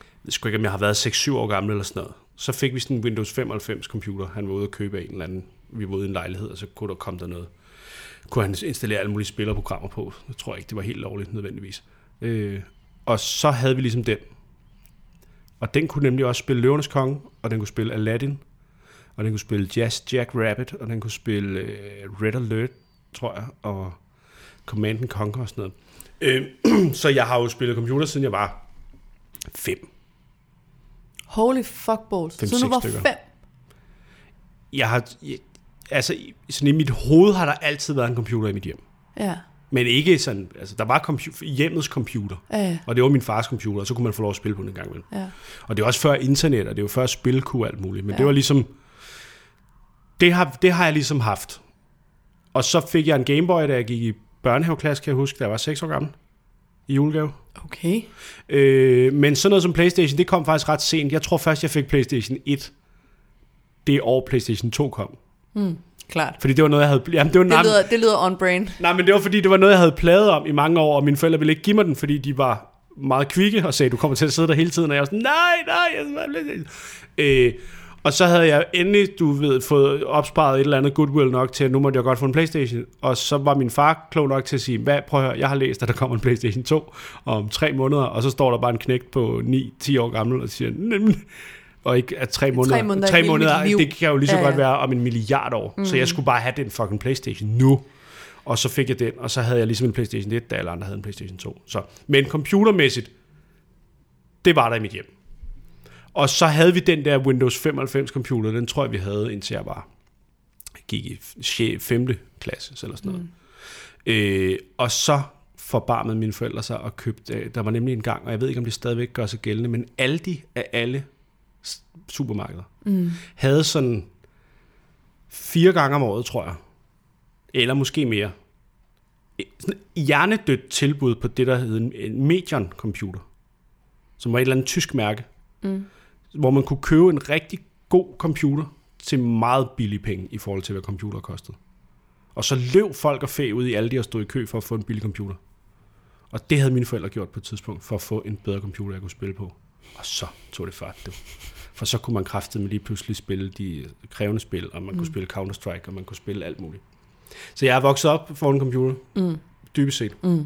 Speaker 1: Jeg ved sgu ikke, om jeg har været 6-7 år gammel eller sådan noget. Så fik vi sådan en Windows 95-computer. Han var ude at købe af en eller anden. Vi var ude i en lejlighed, og så kunne der komme der noget. Kunne han installere alle mulige spil og programmer på. Jeg tror ikke, det var helt lovligt nødvendigvis. Øh, og så havde vi ligesom den. Og den kunne nemlig også spille Løvenes Konge, og den kunne spille Aladdin, og den kunne spille Jazz Jack Rabbit, og den kunne spille øh, Red Alert, tror jeg, og Command and Conquer og sådan noget. Øh, så jeg har jo spillet computer, siden jeg var fem.
Speaker 2: Holy fuck balls.
Speaker 1: Fem,
Speaker 2: så nu
Speaker 1: seks
Speaker 2: var
Speaker 1: stykker.
Speaker 2: fem.
Speaker 1: Jeg har, jeg, altså, i- sådan i mit hoved har der altid været en computer i mit hjem.
Speaker 2: Ja.
Speaker 1: Men ikke sådan, altså der var compu- hjemmets computer,
Speaker 2: Ja, ja.
Speaker 1: og det var min fars computer, og så kunne man få lov at spille på den en gang imellem.
Speaker 2: ja.
Speaker 1: Og det er også før internet, og det er jo før spil kunne alt muligt. Men ja. det var ligesom... Det har, det har jeg ligesom haft. Og så fik jeg en Gameboy, da jeg gik i børnehaveklasse, kan jeg huske, da jeg var 6 år gammel. I julegave.
Speaker 2: Okay.
Speaker 1: Øh, men sådan noget som Playstation, det kom faktisk ret sent. Jeg tror først, jeg fik Playstation 1 det år Playstation 2 kom.
Speaker 2: Klart.
Speaker 1: Fordi det var noget, jeg havde... Jamen, det var,
Speaker 2: Det
Speaker 1: nej,
Speaker 2: lyder, det lyder on brain.
Speaker 1: nej, men det var fordi, det var noget, jeg havde plaget om i mange år, og mine forældre ville ikke give mig den, fordi de var meget kvikke og sagde, du kommer til at sidde der hele tiden, og jeg var sådan, nej, nej, jeg skal have Playstation." øh, og så havde jeg endelig, du ved, fået opsparet et eller andet goodwill nok til, at nu måtte jeg godt få en Playstation. Og så var min far klog nok til at sige, hvad, prøv at høre, jeg har læst, at der kommer en Playstation 2 om tre måneder, og så står der bare en knægt på 9-10 år gammel og siger, "Nem." og ikke at tre måneder,
Speaker 2: måneder er
Speaker 1: tre
Speaker 2: hele mit
Speaker 1: måneder
Speaker 2: liv.
Speaker 1: det kan jo lige så
Speaker 2: Ja,
Speaker 1: ja,
Speaker 2: ja.
Speaker 1: godt være om en milliard år. Mm. Så jeg skulle bare have den fucking Playstation nu. Og så fik jeg den, og så havde jeg ligesom en Playstation 1, da alle andre havde en Playstation 2. Så, men computermæssigt, det var der i mit hjem. Og så havde vi den der Windows 95 computer, den tror jeg, vi havde, indtil jeg var gik i 5. klasse, eller sådan noget. Mm. Øh, og så forbarmede mine forældre sig og købte, øh, der var nemlig en gang, og jeg ved ikke, om det stadigvæk gør sig gældende, men Aldi af alle s- supermarkeder mm. havde sådan fire gange om året, tror jeg, eller måske mere, et sådan hjernedødt tilbud på det, der hed en- en Medion computer, som var et eller andet tysk mærke, mm. hvor man kunne købe en rigtig god computer til meget billige penge i forhold til, hvad computer kostede. Og så løb folk og fæ ud i alle de, og stod i kø for at få en billig computer. Og det havde mine forældre gjort på et tidspunkt, for at få en bedre computer, jeg kunne spille på. Og så tog det fart, du. For så kunne man kraftedeme lige pludselig spille de krævende spil, og man mm. kunne spille Counter-Strike, og man kunne spille alt muligt. Så jeg er vokset op foran en computer,
Speaker 2: Mm.
Speaker 1: dybest set.
Speaker 2: Mm.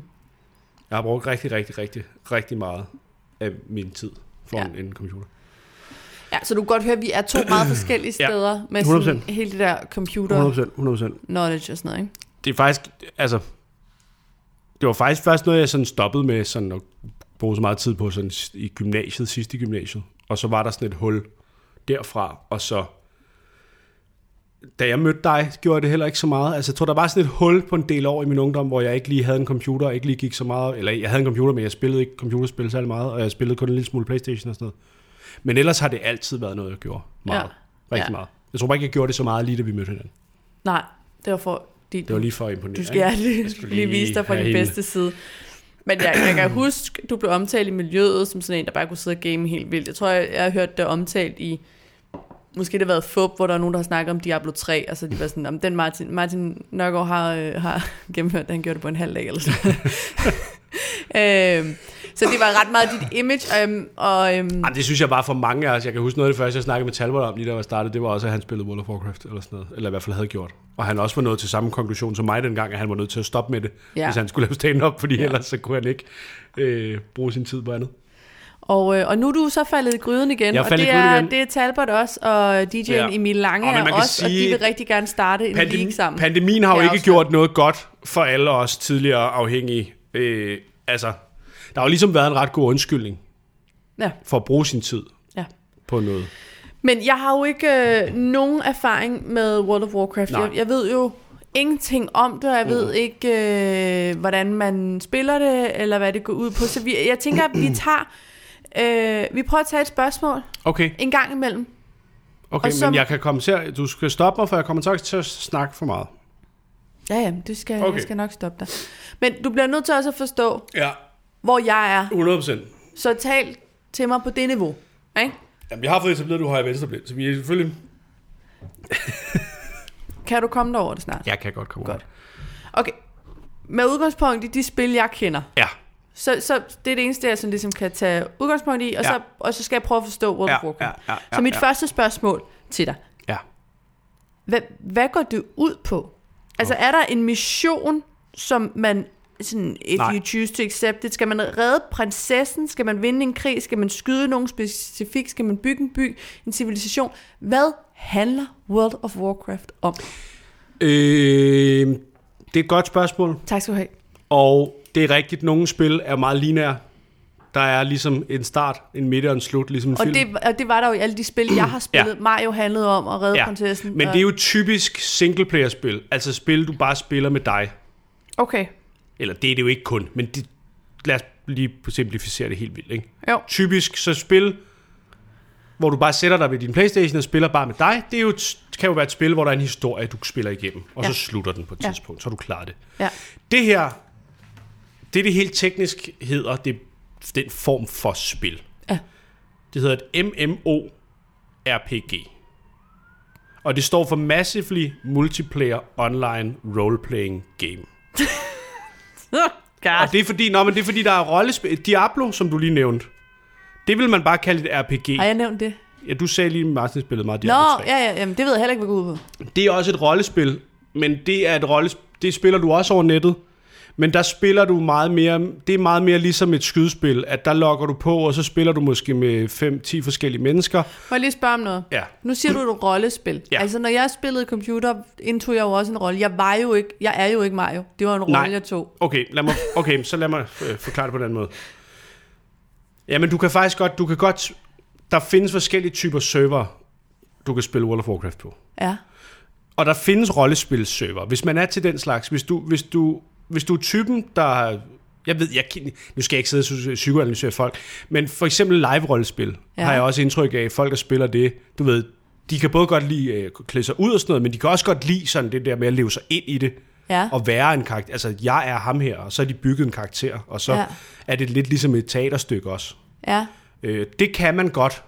Speaker 1: Jeg har brugt rigtig, rigtig, rigtig, rigtig meget af min tid foran ja. en computer.
Speaker 2: Ja, så du kan godt høre, at vi er to meget forskellige
Speaker 1: Ja,
Speaker 2: steder ja, med sådan
Speaker 1: 100%.
Speaker 2: hele det der computer
Speaker 1: 100%, 100%.
Speaker 2: knowledge og sådan noget, ikke?
Speaker 1: det er faktisk, altså, det var faktisk først noget, jeg sådan stoppede med sådan at bruge så meget tid på sådan i gymnasiet, sidste gymnasiet. Og så var der sådan et hul derfra, og så da jeg mødte dig, gjorde jeg det heller ikke så meget. Altså, jeg tror, der var sådan et hul på en del år i min ungdom, hvor jeg ikke lige havde en computer, og ikke lige gik så meget. Eller jeg havde en computer, men jeg spillede ikke computerspil særlig meget, og jeg spillede kun en lille smule Playstation og sådan noget. Men ellers har det altid været noget, jeg gjorde meget. Ja.
Speaker 2: Ja.
Speaker 1: Rigtig
Speaker 2: Ja.
Speaker 1: ja. meget. Jeg tror bare ikke, jeg gjorde det så meget, lige da vi mødte hinanden.
Speaker 2: Nej, det var for... Dit,
Speaker 1: Det var lige for at imponere.
Speaker 2: Du skal
Speaker 1: ikke?
Speaker 2: ja, lige,
Speaker 1: Jeg skulle
Speaker 2: lige
Speaker 1: lige
Speaker 2: vise dig fra
Speaker 1: have
Speaker 2: din
Speaker 1: hende.
Speaker 2: bedste side. Men jeg, jeg kan huske, du blev omtalt i miljøet som sådan en, der bare kunne sidde og game helt vildt. Jeg tror, jeg, jeg har hørt det omtalt i... Måske det har været FUB, hvor der er nogen, der har snakket om Diablo 3, og så de var sådan, om den Martin, Martin Nørgaard har, øh, har gennemført, at han gjorde det på en halv dag eller sådan noget. øhm, så det var ret meget dit image, øhm, og øhm,
Speaker 1: Jamen, det synes jeg bare for mange af os. Jeg kan huske noget af det første, jeg snakkede med Talbot om, lige da jeg startede, det var også, at han spillede World of Warcraft, eller sådan noget. Eller i hvert fald havde gjort. Og han også var nået til samme konklusion som mig dengang, at han var nødt til at stoppe med det,
Speaker 2: Ja.
Speaker 1: ja. hvis han skulle lave stand-up, fordi ja. ellers så kunne han ikke øh, bruge sin tid på andet.
Speaker 2: og, øh, og nu er du så faldet i gryden igen,
Speaker 1: Jeg er
Speaker 2: og
Speaker 1: faldet
Speaker 2: det
Speaker 1: i gryden
Speaker 2: er,
Speaker 1: igen.
Speaker 2: det er Talbot også, og DJ'en ja.
Speaker 1: Ja.
Speaker 2: Emil Lange
Speaker 1: Og men man
Speaker 2: er
Speaker 1: kan
Speaker 2: også, og de
Speaker 1: sige,
Speaker 2: vil rigtig gerne starte en league
Speaker 1: Pandemi-
Speaker 2: sammen.
Speaker 1: pandemien har jo
Speaker 2: Det er
Speaker 1: ikke
Speaker 2: afsløret.
Speaker 1: gjort noget godt for alle os tidligere afhængige. Øh, altså, der har jo ligesom været en ret god undskyldning
Speaker 2: Ja,
Speaker 1: for at bruge sin tid
Speaker 2: ja.
Speaker 1: på noget.
Speaker 2: Men jeg har jo ikke øh, nogen erfaring med World of Warcraft.
Speaker 1: Nej.
Speaker 2: Jeg, jeg ved jo ingenting om det, og jeg ved ikke, øh, hvordan man spiller det, eller hvad det går ud på. Så vi, jeg tænker, at vi tager... Øh, vi prøver at tage et spørgsmål
Speaker 1: Okay,
Speaker 2: en gang imellem.
Speaker 1: okay
Speaker 2: Og så-
Speaker 1: men jeg kan komme til at, Du skal stoppe mig, for jeg kommer nok til at snakke for meget.
Speaker 2: Ja, ja, du skal, okay.
Speaker 1: Okay.
Speaker 2: jeg skal nok stoppe dig. Men du bliver nødt til også at forstå,
Speaker 1: Ja,
Speaker 2: hvor jeg er.
Speaker 1: 100 procent.
Speaker 2: Så tal til mig på det niveau. Ikke?
Speaker 1: Jamen, vi har fået etableret, at du har venstreblind, så vi er selvfølgelig...
Speaker 2: Kan du komme derover det snart?
Speaker 1: Jeg kan godt komme godt.
Speaker 2: Okay. Med udgangspunkt i de spil, jeg kender,
Speaker 1: Ja,
Speaker 2: Så, så det er det eneste, jeg sådan ligesom kan tage udgangspunkt i, og, ja.
Speaker 1: Ja.
Speaker 2: så, og så skal jeg prøve at forstå World
Speaker 1: Ja,
Speaker 2: of Warcraft.
Speaker 1: ja, ja, ja,
Speaker 2: så mit
Speaker 1: ja.
Speaker 2: første spørgsmål til dig,
Speaker 1: ja.
Speaker 2: hvad, hvad går det ud på? Altså er der en mission, som man, sådan, if Nej.
Speaker 1: Nej.
Speaker 2: you choose to accept it, skal man redde prinsessen, skal man vinde en krig, skal man skyde nogen specifikt, skal man bygge en by, en civilisation? Hvad handler World of Warcraft om?
Speaker 1: Øh, det er et godt spørgsmål,
Speaker 2: Tak skal du have.
Speaker 1: og det er rigtigt. Nogle spil er meget lineære. Der er ligesom en start, en midte og en slut, ligesom en
Speaker 2: Og
Speaker 1: film.
Speaker 2: det, og det var der jo i alle de spil, jeg har spillet. ja. Mario handlede om at redde ja. prinsessen.
Speaker 1: Men
Speaker 2: og...
Speaker 1: det er jo typisk singleplayer-spil, altså spil, du bare spiller med dig.
Speaker 2: Okay,
Speaker 1: Eller det er det jo ikke kun, men det, lad os lige simplificere det helt vildt. Ikke?
Speaker 2: jo.
Speaker 1: Typisk så spil, hvor du bare sætter dig ved din Playstation og spiller bare med dig, det er jo t- kan jo være et spil, hvor der er en historie, du spiller igennem, og ja.
Speaker 2: Ja.
Speaker 1: så slutter den på et
Speaker 2: Ja.
Speaker 1: tidspunkt, så har du klarer det.
Speaker 2: Ja.
Speaker 1: Det her, det det helt teknisk hedder, det er den form for spil.
Speaker 2: Ja.
Speaker 1: Det hedder et MMORPG. Og det står for Massively Multiplayer Online Role-Playing Game.
Speaker 2: God.
Speaker 1: Og det er fordi, nå, men det er fordi der er rollespil. Diablo, som du lige nævnte, det vil man bare kalde et RPG.
Speaker 2: Har jeg nævnt det?
Speaker 1: Ja, du sagde lige, at Martin spillede meget
Speaker 2: Nå,
Speaker 1: Diablo 3.
Speaker 2: ja, ja, jamen, det ved jeg heller ikke, hvad går ud på.
Speaker 1: Det er også et rollespil, men det er et rollespil, det spiller du også over nettet. Men der spiller du meget mere, det er meget mere ligesom et skydespil, at der logger du på, og så spiller du måske med 5-10 forskellige mennesker.
Speaker 2: Må jeg lige spørge om noget?
Speaker 1: Ja.
Speaker 2: Nu siger du et rollespil.
Speaker 1: Ja.
Speaker 2: Altså, når jeg spillede computer, indtog jeg jo også en rolle. Jeg var jo ikke, jeg er jo ikke Mario. Det var en rolle,
Speaker 1: Nej.
Speaker 2: jeg tog.
Speaker 1: Okay, lad mig, okay så lad mig øh, forklare det på den anden måde. Jamen, du kan faktisk godt, du kan godt, der findes forskellige typer server, du kan spille World of Warcraft på.
Speaker 2: Ja.
Speaker 1: Og der findes rollespilserver. Hvis man er til den slags, hvis du, hvis du, hvis du er typen, der... Jeg ved, jeg, kan- nu skal jeg ikke sidde og psy- psykoanalysere folk, men for eksempel live-rollespil ja.
Speaker 2: Ja.
Speaker 1: har jeg også indtryk af, folk, der spiller det, du ved, de kan både godt lide øh, at klæde sig ud og sådan noget, men de kan også godt lide sådan det der med at leve sig ind i det,
Speaker 2: Ja.
Speaker 1: og være en karakter. Altså, jeg er ham her, og så har de bygget en karakter, og så ja.
Speaker 2: Ja.
Speaker 1: er det lidt ligesom et teaterstykke også.
Speaker 2: Ja.
Speaker 1: Øh, det kan man godt.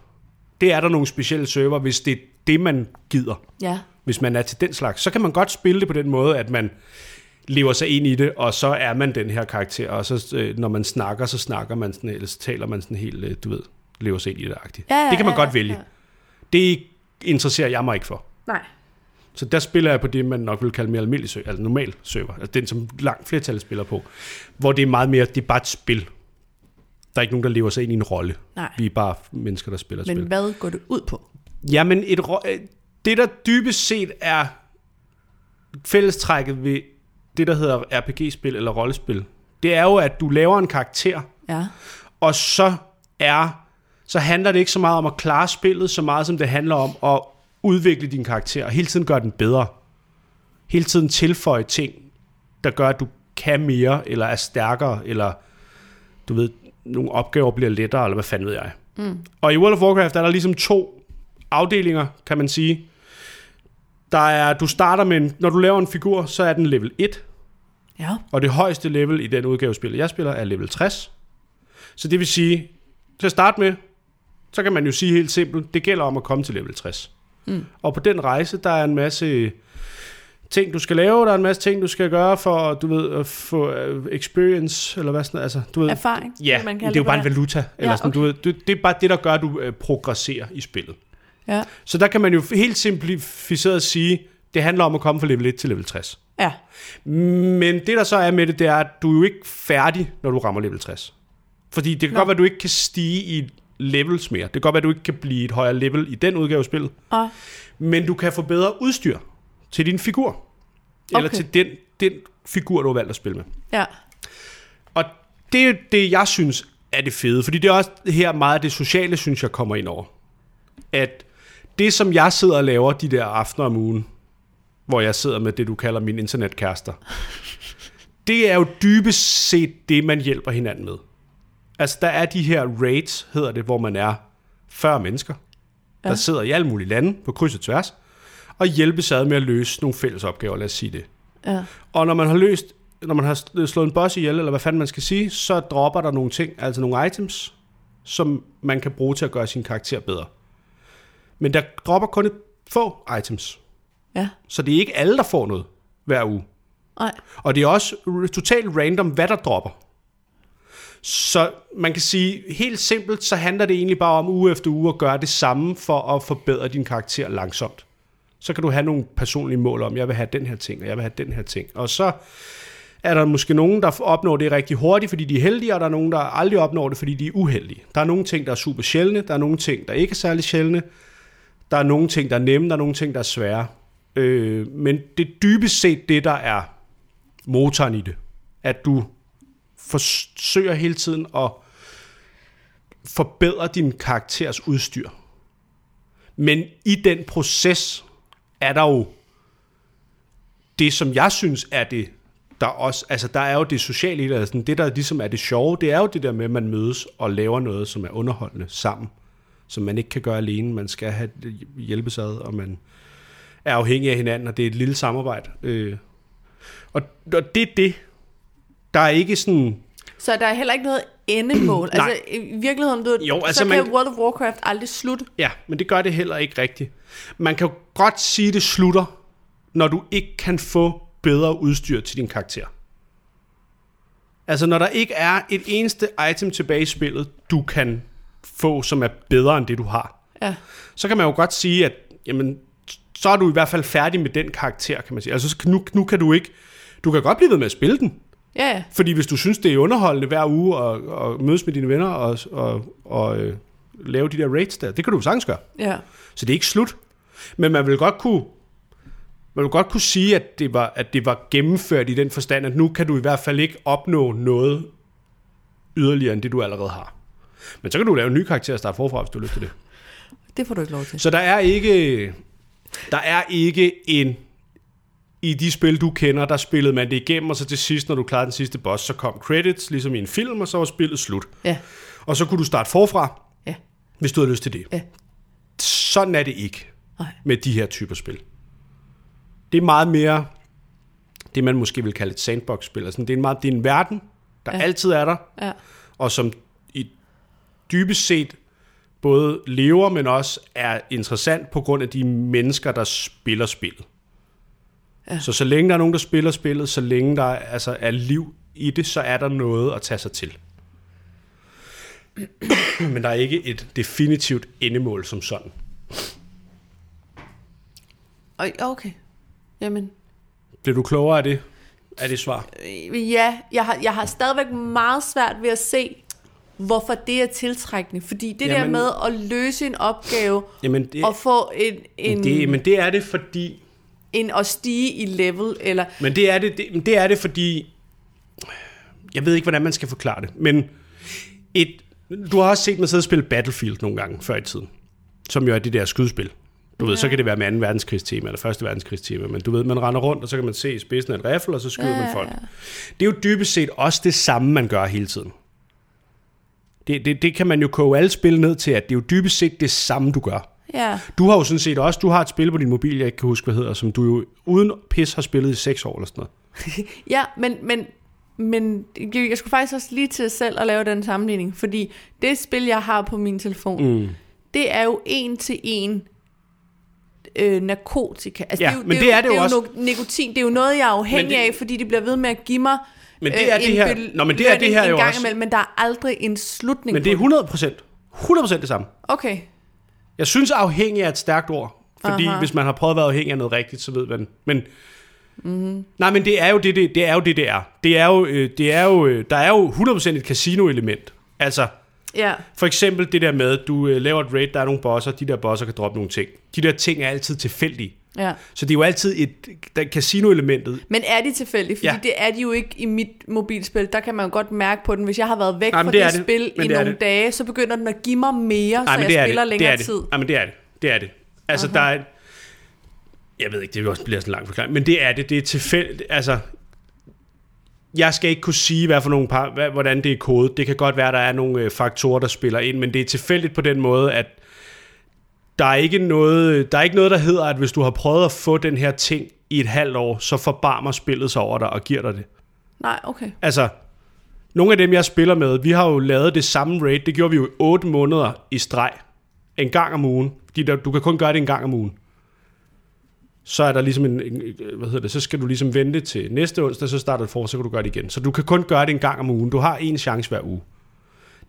Speaker 1: Det er der nogle specielle server, hvis det er det, man gider
Speaker 2: Ja.
Speaker 1: hvis man er til den slags, så kan man godt spille det på den måde, at man lever sig ind i det, og så er man den her karakter, og så øh, når man snakker, så snakker man sådan, eller så taler man sådan helt, øh, du ved, lever sig ind i det agtigt.
Speaker 2: Ja, ja,
Speaker 1: det kan man
Speaker 2: ja,
Speaker 1: godt
Speaker 2: ja,
Speaker 1: vælge.
Speaker 2: ja.
Speaker 1: Det interesserer jeg mig ikke for.
Speaker 2: Nej.
Speaker 1: Så der spiller jeg på det, man nok vil kalde mere almindelig server, altså normal server, altså den, som langt flertal spiller på, hvor det er meget mere, det er bare et spil. Der er ikke nogen, der lever sig ind i en rolle.
Speaker 2: Nej.
Speaker 1: Vi er bare mennesker, der spiller et spil.
Speaker 2: Men hvad går det ud på?
Speaker 1: Jamen, et, rå- øh, det der dybest set er fællestrækket ved det, der hedder RPG-spil eller rollespil, det er jo, at du laver en karakter,
Speaker 2: Ja.
Speaker 1: og så er så handler det ikke så meget om at klare spillet, så meget som det handler om at udvikle din karakter, og hele tiden gøre den bedre. Hele tiden tilføje ting, der gør, at du kan mere, eller er stærkere, eller du ved, nogle opgaver bliver lettere, eller hvad fanden ved jeg. Mm. Og i World of Warcraft er der ligesom to afdelinger, kan man sige. Der er, du starter med en, når du laver en figur, så er den level 1,
Speaker 2: Ja.
Speaker 1: og det højeste level i den udgave, spillet jeg spiller, er level 60. Så det vil sige, til at starte med, så kan man jo sige helt simpelt, det gælder om at komme til level 60. Mm. Og på den rejse, der er en masse ting, du skal lave, der er en masse ting, du skal gøre for, du ved, at få øh, experience, eller hvad sådan noget, altså, du ved,
Speaker 2: Erfaring.
Speaker 1: ja,
Speaker 2: kan man
Speaker 1: det
Speaker 2: kalde
Speaker 1: er jo bare en
Speaker 2: på
Speaker 1: valuta, eller
Speaker 2: Ja,
Speaker 1: sådan, du ved, det, det er bare det, der gør, at du øh, progresserer i spillet.
Speaker 2: Ja.
Speaker 1: Så der kan man jo helt simplificeret sige, det handler om at komme fra level 1 til level 60.
Speaker 2: Ja.
Speaker 1: Men det, der så er med det, det er, at du er jo ikke færdig, når du rammer level 60. Fordi det kan Nå. godt være, at du ikke kan stige i levels mere. Det kan godt være, at du ikke kan blive et højere level i den udgave af spillet.
Speaker 2: Og,
Speaker 1: Men du kan få bedre udstyr til din figur. Eller
Speaker 2: Okay.
Speaker 1: til den, den figur, du har valgt at spille med.
Speaker 2: ja.
Speaker 1: Og det er det, jeg synes er det fede, fordi det er også her meget af det sociale, synes jeg, kommer ind over. At det, som jeg sidder og laver de der aftener om ugen, hvor jeg sidder med det, du kalder mine internetkærester, det er jo dybest set det, man hjælper hinanden med. Altså, der er de her raids, hedder det, hvor man er 40 mennesker, der
Speaker 2: Ja.
Speaker 1: sidder i alle mulige lande på kryds og tværs, og hjælpes ad med at løse nogle fælles opgaver, lad os sige det.
Speaker 2: Ja.
Speaker 1: Og når man har løst, når man har sl- slået en boss ihjel, eller hvad fanden man skal sige, så dropper der nogle ting, altså nogle items, som man kan bruge til at gøre sin karakter bedre. Men der dropper kun et få items.
Speaker 2: Ja.
Speaker 1: Så det er ikke alle, der får noget hver uge.
Speaker 2: Nej.
Speaker 1: Og det er også r- totalt random, hvad der dropper. Så man kan sige, helt simpelt, så handler det egentlig bare om uge efter uge at gøre det samme for at forbedre din karakter langsomt. Så kan du have nogle personlige mål om, jeg vil have den her ting, og jeg vil have den her ting. Og så er der måske nogen, der opnår det rigtig hurtigt, fordi de er heldige, og der er nogen, der aldrig opnår det, fordi de er uheldige. Der er nogle ting, der er super sjældne, der er nogle ting, der ikke er særlig sjældne, der er nogle ting, der er nemme, der er nogle ting, der er svære. Øh, men det er dybest set det, der er motoren i det. At du forsøger hele tiden at forbedre din karakters udstyr. Men i den proces er der jo det, som jeg synes er det, der også, altså der er jo det sociale i det, altså det der ligesom er det sjove, det er jo det der med, at man mødes og laver noget, som er underholdende sammen, som man ikke kan gøre alene, man skal have hjælpesad, og man er afhængige af hinanden, og det er et lille samarbejde. Øh, og, og det er det. Der er ikke sådan...
Speaker 2: Så der er heller ikke noget endemål.
Speaker 1: Nej.
Speaker 2: altså i virkeligheden, du,
Speaker 1: Jo,
Speaker 2: jo, altså,
Speaker 1: altså,
Speaker 2: så kan
Speaker 1: man-
Speaker 2: World of Warcraft aldrig slutte.
Speaker 1: Ja, men det gør det heller ikke rigtigt. Man kan jo godt sige, at det slutter, når du ikke kan få bedre udstyr til din karakter. Altså, når der ikke er et eneste item tilbage i spillet, du kan få, som er bedre end det, du har.
Speaker 2: Ja.
Speaker 1: så kan man jo godt sige, at jamen, så er du i hvert fald færdig med den karakter, kan man sige. Altså så kan- nu, nu kan du ikke, du kan godt blive ved med at spille den,
Speaker 2: Ja, ja.
Speaker 1: fordi hvis du synes, det er underholdende hver uge at, at mødes med dine venner og, og, og øh, lave de der raids der, det kan du jo sagtens gøre.
Speaker 2: ja.
Speaker 1: Så det er ikke slut. Men man vil godt kunne, man vil godt kunne sige, at det, var, at det var gennemført i den forstand, at nu kan du i hvert fald ikke opnå noget yderligere end det, du allerede har. Men så kan du lave en ny karakter og starte forfra, hvis du har lyst til det.
Speaker 2: Det får du ikke lov til.
Speaker 1: Så der er ikke, der er ikke en, i de spil, du kender, der spillede man det igennem, og så til sidst, når du klarede den sidste boss, så kom credits, ligesom i en film, og så var spillet slut.
Speaker 2: Ja,
Speaker 1: Og så kunne du starte forfra,
Speaker 2: ja,
Speaker 1: hvis du havde lyst til det.
Speaker 2: ja.
Speaker 1: Sådan er det ikke
Speaker 2: Nej.
Speaker 1: med de her typer spil. Det er meget mere det, man måske vil kalde et sandbox-spil. Altså, det, er en meget, det er en verden, der ja. altid er der,
Speaker 2: Ja.
Speaker 1: og som i dybest set både lever, men også er interessant på grund af de mennesker, der spiller spillet. Ja. Så så længe der er nogen, der spiller spillet, så længe der altså, er liv i det, så er der noget at tage sig til. men der er ikke et definitivt endemål som sådan.
Speaker 2: Og, okay. Jamen,
Speaker 1: Bliver du klogere af det? Af det svar?
Speaker 2: øh, ja, jeg har, jeg har stadigvæk meget svært ved at se, hvorfor det er tiltrækkende. Fordi det
Speaker 1: Jamen-
Speaker 2: der med at løse en opgave
Speaker 1: Jamen det,
Speaker 2: og få en, en,
Speaker 1: det, men det er det, fordi...
Speaker 2: en at stige i level, eller
Speaker 1: Men det er det, det, men det er det, fordi... Jeg ved ikke, hvordan man skal forklare det, men et, du har også set mig sidde og spille Battlefield nogle gange før i tiden, som jo er det der skydespil. Du ved, så kan det være med 2. verdenskrigstema eller 1. verdenskrigstema, men du ved, man render rundt, og så kan man se i spidsen af en riffel, og så skyder man folk. Det er jo dybest set også det samme, man gør hele tiden. Det, det, det kan man jo koge alle spil ned til, at det er jo dybest set det samme, du gør.
Speaker 2: ja,
Speaker 1: Du har jo sådan set også, du har et spil på din mobil, jeg ikke kan huske, hvad hedder, som du jo uden pis har spillet i 6 år eller sådan noget.
Speaker 2: ja, men, men, men jeg jeg skulle faktisk også lige til selv at lave den sammenligning, fordi det spil, jeg har på min telefon, mm. det er jo en til en øh, narkotika. Altså,
Speaker 1: Ja,
Speaker 2: jo,
Speaker 1: men det er det jo
Speaker 2: det
Speaker 1: også.
Speaker 2: Er jo no- nikotin, det er jo noget, jeg er afhængig
Speaker 1: Men det-
Speaker 2: det, af, fordi det bliver ved med at give mig øh,
Speaker 1: Men det er det her-
Speaker 2: bel-
Speaker 1: Nå, men det er det her
Speaker 2: en
Speaker 1: jo
Speaker 2: gang
Speaker 1: også.
Speaker 2: Imellem, men der er aldrig en slutning
Speaker 1: Men det er
Speaker 2: på
Speaker 1: 100 procent. 100 procent det samme.
Speaker 2: Okay,
Speaker 1: Jeg synes, afhængig er et stærkt ord. Fordi Aha.
Speaker 2: Aha.
Speaker 1: hvis man har prøvet at være afhængig af noget rigtigt, så ved man. Men, mm-hmm. Nej, men det er jo det, det, det er. Jo det, det er. Det er jo, øh, det er jo, øh, der er jo 100% et casino-element. Altså,
Speaker 2: ja,
Speaker 1: for eksempel det der med, at du øh, laver et raid, der er nogle bosser, de der bosser kan droppe nogle ting. De der ting er altid tilfældige.
Speaker 2: ja.
Speaker 1: Så det er jo altid et, der, casino-elementet
Speaker 2: Men er de tilfældige? Fordi
Speaker 1: Ja.
Speaker 2: ja. det er de jo ikke i mit mobilspil. Der kan man jo godt mærke på den. Hvis jeg har været væk
Speaker 1: Nej,
Speaker 2: Nej,
Speaker 1: men
Speaker 2: fra
Speaker 1: det
Speaker 2: det,
Speaker 1: er
Speaker 2: det
Speaker 1: det.
Speaker 2: spil
Speaker 1: Men
Speaker 2: i
Speaker 1: det er
Speaker 2: nogle
Speaker 1: det.
Speaker 2: dage, så begynder den at give mig mere,
Speaker 1: Nej, men
Speaker 2: så jeg
Speaker 1: det er
Speaker 2: spiller
Speaker 1: det.
Speaker 2: længere
Speaker 1: det er
Speaker 2: tid.
Speaker 1: Det. Nej, men det er det. Det er det. Altså, Aha. der er... Jeg ved ikke, det er også bliver sådan en lang forklaring, men det er det. Det er tilfældigt. Altså, jeg skal ikke kunne sige, hvad for nogle par, hvad, hvordan det er kodet. Det kan godt være, der er nogle øh, faktorer, der spiller ind, men det er tilfældigt på den måde, at der er, ikke noget, der er ikke noget, der hedder, at hvis du har prøvet at få den her ting i et halvt år, så forbarmer spillet sig over dig og giver dig det.
Speaker 2: Nej, okay.
Speaker 1: Altså, nogle af dem, jeg spiller med, vi har jo lavet det samme raid. Det gjorde vi jo 8 måneder i streg. En gang om ugen. Fordi der, du kan kun gøre det en gang om ugen. Så er der ligesom en, en, hvad hedder det, så skal du ligesom vente til næste onsdag, så starter det for, så kan du gøre det igen. Så du kan kun gøre det en gang om ugen. Du har en chance hver uge.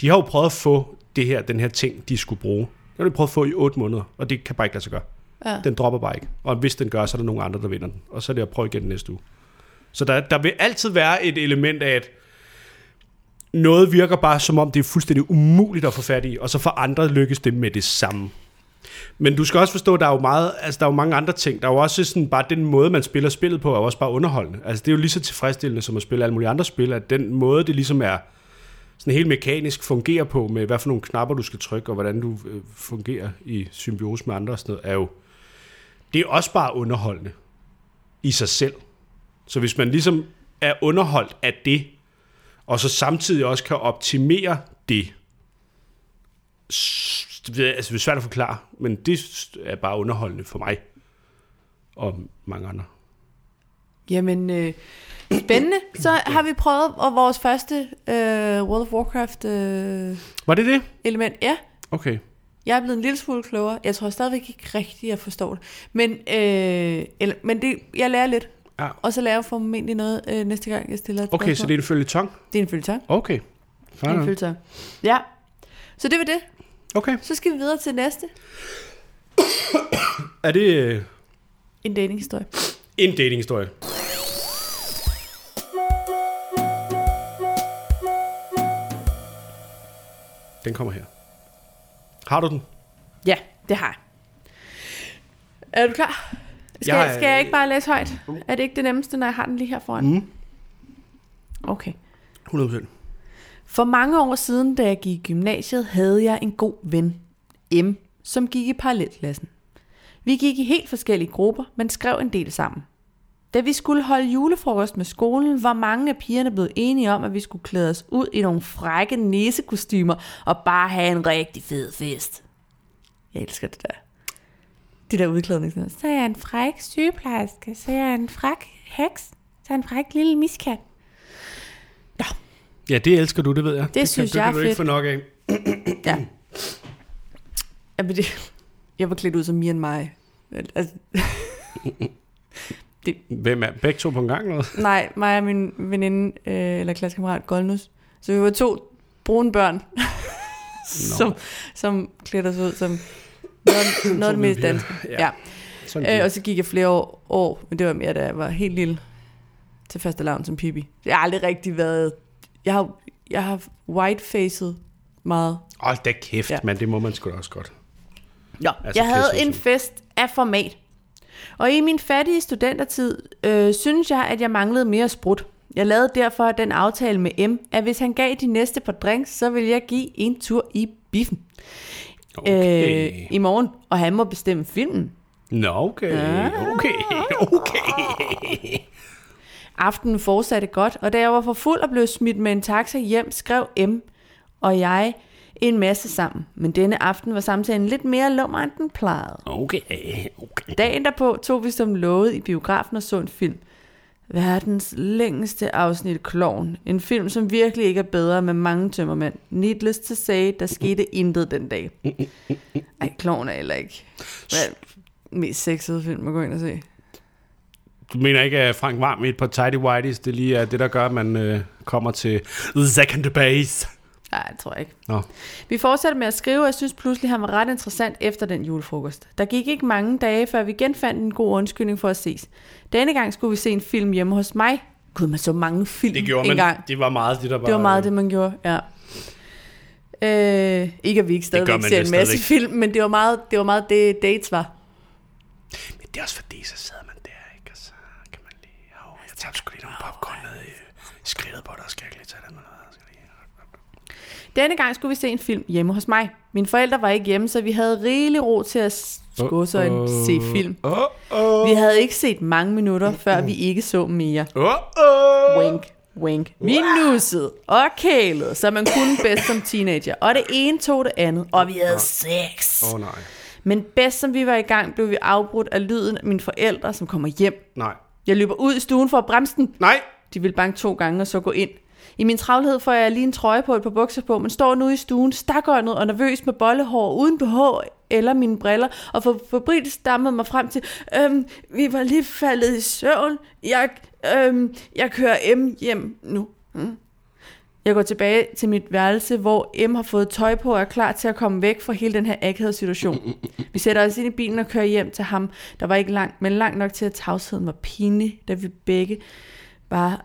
Speaker 1: De har jo prøvet at få det her, den her ting, de skulle bruge. Det har de prøvet at få i 8 måneder, og det kan bare ikke lade sig gøre.
Speaker 2: Ja.
Speaker 1: Den dropper bare ikke. Og hvis den gør, så er der nogen andre, der vinder den. Og så er det at prøve igen næste uge. Så der, der vil altid være et element af, at noget virker bare som om, det er fuldstændig umuligt at få fat i, og så for andre lykkes det med det samme. Men du skal også forstå, at der er jo, meget, altså der er jo mange andre ting. Der er jo også sådan bare den måde, man spiller spillet på, er jo også bare underholdende. Altså det er jo lige så tilfredsstillende som at spille alle mulige andre spil, at den måde, det ligesom er sådan helt mekanisk fungerer på, med hvad for nogle knapper, du skal trykke, og hvordan du øh, fungerer i symbiose med andre og sådan noget, er jo, det er også bare underholdende i sig selv. Så hvis man ligesom er underholdt af det, og så samtidig også kan optimere det, s- det ved jeg- altså det er svært at forklare, men det s- er bare underholdende for mig. Og mange andre.
Speaker 2: Jamen, øh, spændende. Så har vi prøvet og vores første øh, World of Warcraft-element.
Speaker 1: Var det det?
Speaker 2: ja,
Speaker 1: Okay.
Speaker 2: jeg er blevet en lille smule klogere. Jeg tror stadigvæk ikke rigtigt, jeg forstår det. Men, øh, eller, men det, jeg lærer lidt.
Speaker 1: Ja.
Speaker 2: Og så lærer jeg formentlig noget øh, næste gang, jeg stiller et
Speaker 1: Okay, så
Speaker 2: spørgsmål.
Speaker 1: det Ah. er en følgetong?
Speaker 2: det er en følgetøj.
Speaker 1: Okay. Fair
Speaker 2: Det er en
Speaker 1: nok.
Speaker 2: følgetøj. Ja. Så det var det.
Speaker 1: Okay.
Speaker 2: Så skal vi videre til næste.
Speaker 1: Er det øh,
Speaker 2: En datinghistorie.
Speaker 1: en datinghistorie? Den kommer her. Har du den?
Speaker 2: Ja, det har jeg. Er du klar? Skal,
Speaker 1: Jeg
Speaker 2: jeg,
Speaker 1: er- Uh.
Speaker 2: skal jeg ikke bare læse højt? Er det ikke det nemmeste, når jeg har den lige her foran?
Speaker 1: Mm.
Speaker 2: Okay.
Speaker 1: 100%.
Speaker 2: For mange år siden, da jeg gik i gymnasiet, havde jeg en god ven, M, som gik i parallelklassen. Vi gik i helt forskellige grupper, men skrev en del sammen. Da vi skulle holde julefrokost med skolen, var mange af pigerne blevet enige om, at vi skulle klæde os ud i nogle frække næsekostymer og bare have en rigtig fed fest. Jeg elsker det der. Det der udklædning. Så er jeg en fræk sygeplejerske, så er jeg en fræk heks, så er jeg en fræk lille miskat.
Speaker 1: Ja, det elsker du, det ved jeg. Det,
Speaker 2: synes
Speaker 1: kan,
Speaker 2: jeg
Speaker 1: det
Speaker 2: er
Speaker 1: kan du ikke
Speaker 2: fedt.
Speaker 1: få nok af.
Speaker 2: Ja. Jamen det, jeg var klædt ud som Mian Mai. Altså,
Speaker 1: Hvem er begge to på en gang? Eller? hvad?
Speaker 2: nej, mig og min veninde, øh, eller klassekammerat Golnus. Så vi var to brune børn, som, som klædte os ud som noget, noget af det mest
Speaker 1: vi er.
Speaker 2: danske.
Speaker 1: Ja.
Speaker 2: Ja.
Speaker 1: Sådan
Speaker 2: Øh,
Speaker 1: det.
Speaker 2: og så gik jeg flere år, år, men det var mere, da jeg var helt lille til faste lavn som pibi. Jeg har aldrig rigtig været... Jeg har, jeg har whitefaced meget
Speaker 1: Hold da kæft, ja.
Speaker 2: Ja. Øh,
Speaker 1: men det må man sgu da også godt.
Speaker 2: Nå,
Speaker 1: Altså
Speaker 2: altså, jeg havde en
Speaker 1: klasseudsyn.
Speaker 2: fest af format. Og i min fattige studentertid øh, synes jeg, at jeg manglede mere sprut. Jeg lavede derfor den aftale med M, at hvis han gav de næste par drinks, så ville jeg give en tur i biffen
Speaker 1: Okay.
Speaker 2: øh, i morgen, og han må bestemme filmen.
Speaker 1: Nå, okay.
Speaker 2: Ah.
Speaker 1: Okay, okay.
Speaker 2: Aftenen fortsatte godt, og da jeg var for fuld og blev smidt med en taxa hjem, skrev M og jeg en masse sammen. Men denne aften var samtalen lidt mere lummer, end den plejede.
Speaker 1: Okay, okay.
Speaker 2: Dagen derpå tog vi som lovet i biografen og så en film. Verdens længste afsnit Kloven. En film, som virkelig ikke er bedre med mange tømmermænd. Needless to say, der skete intet den dag. Ej, Kloven er heller ikke. Hvad er den mest sexede film, man går ind og se?
Speaker 1: Du mener ikke, at Frank Varm i et par tidy whities, det lige er det, der gør, at man øh, kommer til second base?
Speaker 2: Nej, det tror jeg ikke.
Speaker 1: Nå,
Speaker 2: Vi fortsatte med at skrive, og jeg synes pludselig, han var ret interessant efter den julefrokost. Der gik ikke mange dage, før vi genfandt en god undskyldning for at ses. Denne gang skulle vi se en film hjemme hos mig. Gud, man så mange film
Speaker 1: det gjorde man.
Speaker 2: engang.
Speaker 1: Det var meget det, der var...
Speaker 2: Det var meget det, man gjorde, ja. Øh, ikke at vi ikke
Speaker 1: gør
Speaker 2: stadigvæk
Speaker 1: man
Speaker 2: ser
Speaker 1: vel
Speaker 2: en masse
Speaker 1: stadigvæk.
Speaker 2: film, men det var meget det, var meget det dates var.
Speaker 1: Men det er også fordi, så sidder man der, ikke? Og så kan man lige... Oh, jeg tager sgu lige nogle popcorn ned i, i skridtet på dig, skal jeg ikke lige tage den med noget? Skal jeg lige...
Speaker 2: Denne gang skulle vi se en film hjemme hos mig. Mine forældre var ikke hjemme, så vi havde rigelig ro til at s- skåse og se film.
Speaker 1: Åh, åh,
Speaker 2: Vi havde ikke set mange minutter, før vi ikke så mere.
Speaker 1: åh, åh.
Speaker 2: Wink, wink. Vi nussede og kælede, så man kunne bedst som teenager. Og det ene tog det andet, og vi havde sex.
Speaker 1: Åh, nej.
Speaker 2: Men bedst som vi var i gang, blev vi afbrudt af lyden af mine forældre, som kommer hjem.
Speaker 1: Nej.
Speaker 2: Jeg løber ud i stuen for at bremse den.
Speaker 1: Nej!
Speaker 2: De vil banke to gange og så gå ind. I min travlhed får jeg lige en trøje på og et par bukser på, men står nu i stuen, stakåndet og nervøs med bollehår uden behov eller mine briller, og for forbridt stammede mig frem til, øhm, vi var lige faldet i søvn, jeg, øhm, jeg kører M hjem nu. Mm. Jeg går tilbage til mit værelse, hvor M har fået tøj på og er klar til at komme væk fra hele den her akavede situation. Vi sætter os ind i bilen og kører hjem til ham, der var ikke langt, men langt nok til, at tavsheden var pinlig, da vi begge bare,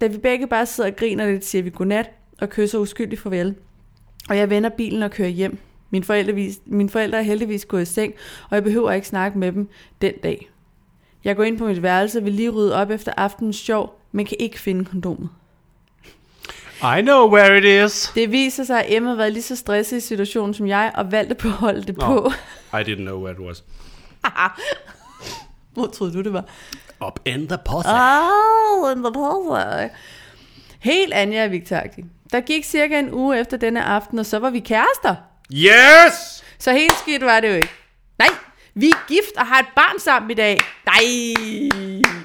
Speaker 2: da vi begge bare sidder og griner lidt, siger vi godnat og kysser uskyldigt farvel. Og jeg vender bilen og kører hjem. Mine forældre, vis- mine forældre er heldigvis gået i seng, og jeg behøver ikke snakke med dem den dag. Jeg går ind på mit værelse og vil lige rydde op efter aftenens sjov, men kan ikke finde kondomet.
Speaker 1: I know where it is.
Speaker 2: Det viser sig, at Emma har været lige så stresset i situationen som jeg, og valgte at beholde det
Speaker 1: Nå.
Speaker 2: på.
Speaker 1: I didn't know where it was.
Speaker 2: Hvor troede du, det var?
Speaker 1: Up in the posse.
Speaker 2: Oh, in the posse. Helt Anja og Victor Der gik cirka en uge efter denne aften, og så var vi kærester.
Speaker 1: Yes!
Speaker 2: Så helt skidt var det jo ikke. Nej, Vi er gift og har et barn sammen i dag. Nej,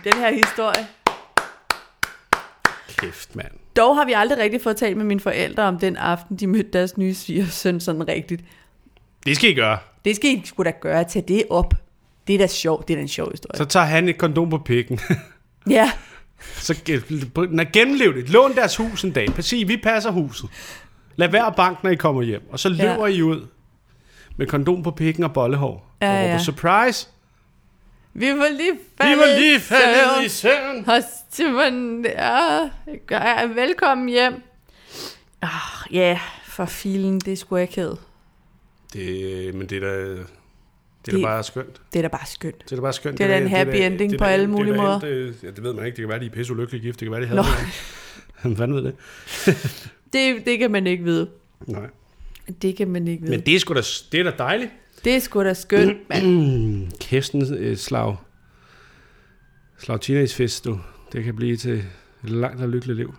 Speaker 2: den her historie.
Speaker 1: Kæft, mand.
Speaker 2: Dog har vi aldrig rigtig fået talt med mine forældre om den aften, de mødte deres nye svigersøn sådan rigtigt.
Speaker 1: Det skal I gøre.
Speaker 2: Det skal I sgu da gøre. Tag det op. Det er da sjovt. Det er da en sjov historie.
Speaker 1: Så tager han et kondom på pikken.
Speaker 2: Ja,
Speaker 1: Så gen- nej, gennemlev det. Lån deres hus en dag. Præcis, vi passer huset. Lad være bank, når I kommer hjem. Og så løber ja. I ud med kondom på pikken og bollehår.
Speaker 2: Ja,
Speaker 1: og råber,
Speaker 2: ja.
Speaker 1: surprise,
Speaker 2: vi var lige
Speaker 1: vi
Speaker 2: faldet.
Speaker 1: var lige faldet i
Speaker 2: søvn.
Speaker 1: søvn.
Speaker 2: Hos Simon, ja, ja, velkommen hjem. Ah, ja, for filen, det er sgu ikke hed.
Speaker 1: Det, men det er da, det er da
Speaker 2: Det-
Speaker 1: bare skønt.
Speaker 2: Det er da bare skønt.
Speaker 1: Det er da bare skønt.
Speaker 2: Det er da en happy ending på alle mulige måder.
Speaker 1: Det, øh, ja, det ved man ikke. Det kan være, de er pisse ulykkelige gift. Det kan være, de havde
Speaker 2: Nå,
Speaker 1: det. Hvem fanden ved det?
Speaker 2: det, det kan man ikke vide.
Speaker 1: Nej.
Speaker 2: Det kan man ikke vide.
Speaker 1: Men
Speaker 2: Men...
Speaker 1: det er sgu da, det er da dejligt.
Speaker 2: Det er sgu da skønt, mand.
Speaker 1: Mm, kæft, en øh, slag, slag teenagefest, du. Det kan blive til et langt og lykkeligt liv.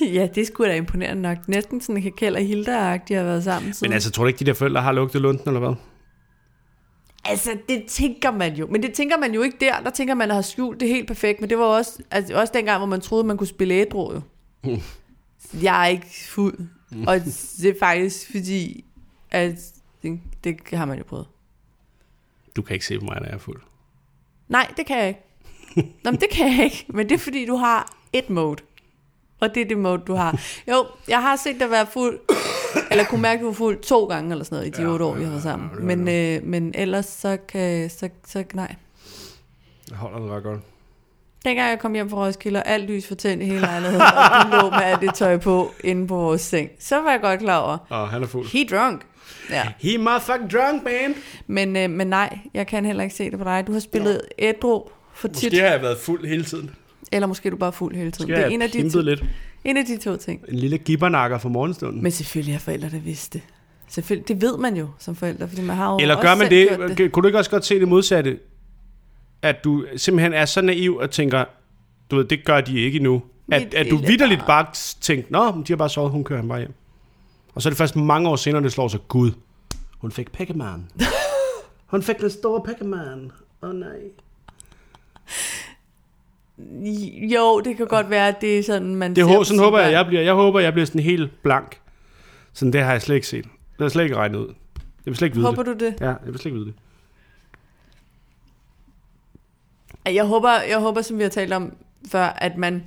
Speaker 2: Ja, det er sgu da imponerende nok. Næsten sådan, at Kjell og Hilda de har været sammen
Speaker 1: Men
Speaker 2: siden.
Speaker 1: altså, tror du ikke, de der forældre har lugtet lunden, eller hvad?
Speaker 2: altså, det tænker man jo. Men det tænker man jo ikke der. Der tænker man at have skjult det helt perfekt. Men det var også, altså, også dengang, hvor man troede, man kunne spille ædru jo. Jeg er ikke fuld. Og det er faktisk fordi, at det, det har man jo prøvet.
Speaker 1: Du kan ikke se på mig, når jeg er fuld.
Speaker 2: Nej, det kan jeg ikke. Nå, men det kan jeg ikke. Men det er fordi, du har et mode. Og det er det mode, du har. Jo, jeg har set dig være fuld, eller kunne mærke, at du var fuld to gange eller sådan noget i de
Speaker 1: Ja,
Speaker 2: otte år,
Speaker 1: ja,
Speaker 2: vi har været
Speaker 1: ja,
Speaker 2: sammen.
Speaker 1: ja, det var
Speaker 2: Men, øh, men ellers så kan, så, så nej.
Speaker 1: Jeg holder det ret godt.
Speaker 2: Dengang jeg kom hjem fra Roskilde, og alt lys var tændt i hele lejligheden, og du lå med alt det tøj på inde på vores seng, så var jeg godt klar over,
Speaker 1: Og han er fuld.
Speaker 2: he drunk. Ja.
Speaker 1: He motherfucking drunk, man.
Speaker 2: Men, øh, men nej, jeg kan heller ikke se det på dig. Du har spillet ædru for tit,
Speaker 1: Måske har jeg været fuld hele tiden.
Speaker 2: eller måske er du bare fuld hele tiden.
Speaker 1: Måske har jeg
Speaker 2: det er en af, de to,
Speaker 1: pimpet lidt.
Speaker 2: en af de to ting.
Speaker 1: En lille gibbernakker for morgenstunden. Men,
Speaker 2: Men selvfølgelig har forældre, der vidste det. Selvfølgelig, det ved man jo som forældre, fordi man har jo
Speaker 1: eller
Speaker 2: også
Speaker 1: gør man
Speaker 2: selv gjort
Speaker 1: det? det? Kunne du ikke også godt se det modsatte? At du simpelthen er så naiv og tænker, du ved, det gør de ikke endnu. At,
Speaker 2: Mit
Speaker 1: at du
Speaker 2: lille
Speaker 1: vidderligt
Speaker 2: barn.
Speaker 1: bare tænkte, nå, men de har bare sovet, hun kører ham bare hjem. Og så er det først mange år senere, det slår sig, gud, hun fik Pac-Man. hun fik den store Pac-Man. Åh oh, nej.
Speaker 2: Jo, det kan godt være, at det er sådan, man
Speaker 1: Det
Speaker 2: ser på
Speaker 1: hå, sådan
Speaker 2: sine
Speaker 1: håber jeg,
Speaker 2: børn.
Speaker 1: jeg bliver. Jeg håber, jeg bliver sådan helt blank. Sådan det har jeg slet ikke set. Det har jeg slet ikke regnet ud. Jeg vil slet ikke vide
Speaker 2: Håber
Speaker 1: det.
Speaker 2: du det?
Speaker 1: Ja, jeg vil slet ikke vide det.
Speaker 2: Jeg håber, jeg håber, som vi har talt om før, at man,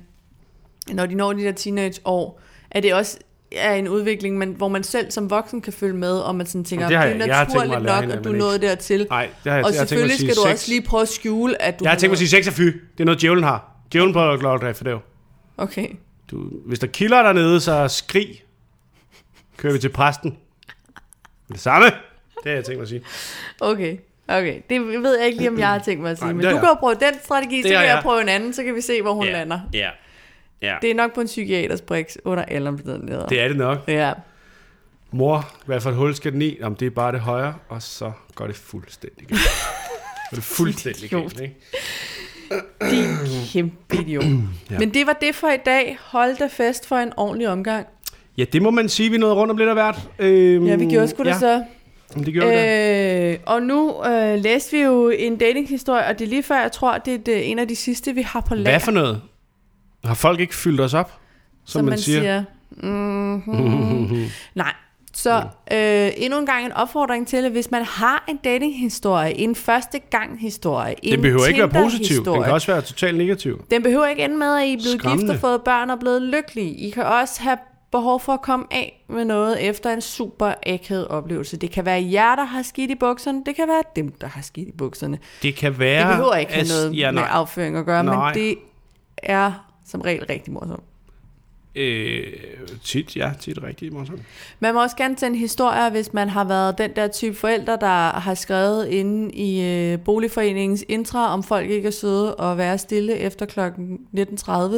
Speaker 2: når de når de der teenageår, at det også er en udvikling, man, hvor man selv som voksen kan følge med, og man sådan tænker,
Speaker 1: Det har
Speaker 2: det
Speaker 1: jeg-
Speaker 2: er
Speaker 1: jeg har tænkt mig at
Speaker 2: naturligt
Speaker 1: lære
Speaker 2: nok,
Speaker 1: hende,
Speaker 2: at
Speaker 1: at
Speaker 2: du
Speaker 1: man ikke-
Speaker 2: nåede dertil.
Speaker 1: Nej, det har jeg,
Speaker 2: og
Speaker 1: jeg har tænkt mig at
Speaker 2: selvfølgelig
Speaker 1: sige
Speaker 2: skal du
Speaker 1: sex.
Speaker 2: også lige prøve at skjule, at du
Speaker 1: Jeg har
Speaker 2: har
Speaker 1: tænkt mig at sige
Speaker 2: noget-
Speaker 1: 6 er fy. Det er noget, djævlen har. Djævlen prøver at klare for det
Speaker 2: Okay.
Speaker 1: du, Hvis der kilder dernede, så skrig. Kører vi til præsten. Det samme. Det har jeg tænkt mig at sige.
Speaker 2: Okay, okay. Det ved jeg ikke lige, om jeg har tænkt mig at sige,
Speaker 1: Nej,
Speaker 2: men
Speaker 1: det
Speaker 2: du
Speaker 1: har
Speaker 2: kan
Speaker 1: jeg.
Speaker 2: jo prøve den strategi, så
Speaker 1: har
Speaker 2: kan jeg
Speaker 1: jeg.
Speaker 2: prøve en anden, så kan vi se, hvor hun lander.
Speaker 1: Ja. ja.
Speaker 2: Det er nok på en psykiaters briks under alle omstændigheder.
Speaker 1: Det er det nok.
Speaker 2: Ja.
Speaker 1: Mor, hvad for et hul skal den i? Jamen, det er bare det højre, og så går det fuldstændig galt. Så er det fuldstændig
Speaker 2: Idiot.
Speaker 1: galt, ikke?
Speaker 2: De er kæmpe idiot.
Speaker 1: Ja.
Speaker 2: ja. Men det var det for i dag. Hold da fest for en ordentlig omgang.
Speaker 1: Ja, det må man sige, vi nåede rundt om lidt af hvert. Øhm,
Speaker 2: Ja, vi gjorde sgu da
Speaker 1: ja,
Speaker 2: så.
Speaker 1: men Det gjorde øh, vi da.
Speaker 2: Øh, og nu øh, læste vi jo en datinghistorie, og det er lige før, jeg tror, det er det, en af de sidste, vi har på lager.
Speaker 1: Hvad for noget? Har folk ikke fyldt os op? Som,
Speaker 2: som man siger.
Speaker 1: siger.
Speaker 2: siger. Mm-hmm. Nej. Så øh, endnu en gang en opfordring til, at hvis man har en datinghistorie, en første gang historie,
Speaker 1: Det behøver ikke være positivt. Den kan også være totalt negativ.
Speaker 2: den behøver ikke ende med, at I er blevet gift
Speaker 1: Skræmmende.
Speaker 2: og fået børn og blevet lykkelige. I kan også have behov for at komme af med noget efter en super æghed oplevelse. Det kan være jer, der har skidt i bukserne. Det kan være dem, der har skidt i bukserne.
Speaker 1: Det kan være...
Speaker 2: Det behøver ikke have
Speaker 1: at-
Speaker 2: noget
Speaker 1: ja,
Speaker 2: med
Speaker 1: nej.
Speaker 2: afføring at gøre,
Speaker 1: Nej.
Speaker 2: men det er som regel rigtig morsomt.
Speaker 1: Øh, tit, ja. Tit rigtig morsomt.
Speaker 2: Man må også gerne sende historier, hvis man har været den der type forældre, der har skrevet inde i øh, boligforeningens intra, om folk ikke er søde og være stille efter kl. 19.30,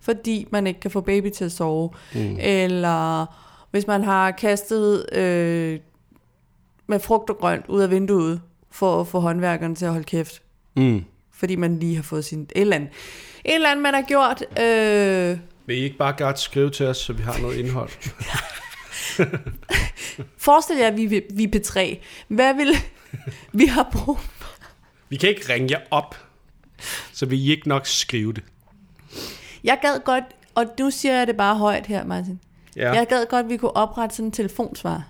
Speaker 2: fordi man ikke kan få baby til at sove. Mm. Eller hvis man har kastet øh, med frugt og grønt ud af vinduet, for at få håndværkerne til at holde kæft,
Speaker 1: Mm.
Speaker 2: fordi man lige har fået sin... Et eller andet, et eller andet man har gjort... Øh,
Speaker 1: Vil I ikke bare godt skrive til os, så vi har noget indhold?
Speaker 2: Forestil jer, at vi, vi er P3. Hvad vil... Vi har brug for...
Speaker 1: Vi kan ikke ringe jer op, så vil I ikke nok skrive det.
Speaker 2: Jeg gad godt, og nu siger jeg det bare højt her, Martin.
Speaker 1: Ja.
Speaker 2: Ja. Jeg gad godt, at vi kunne oprette sådan en telefonsvar,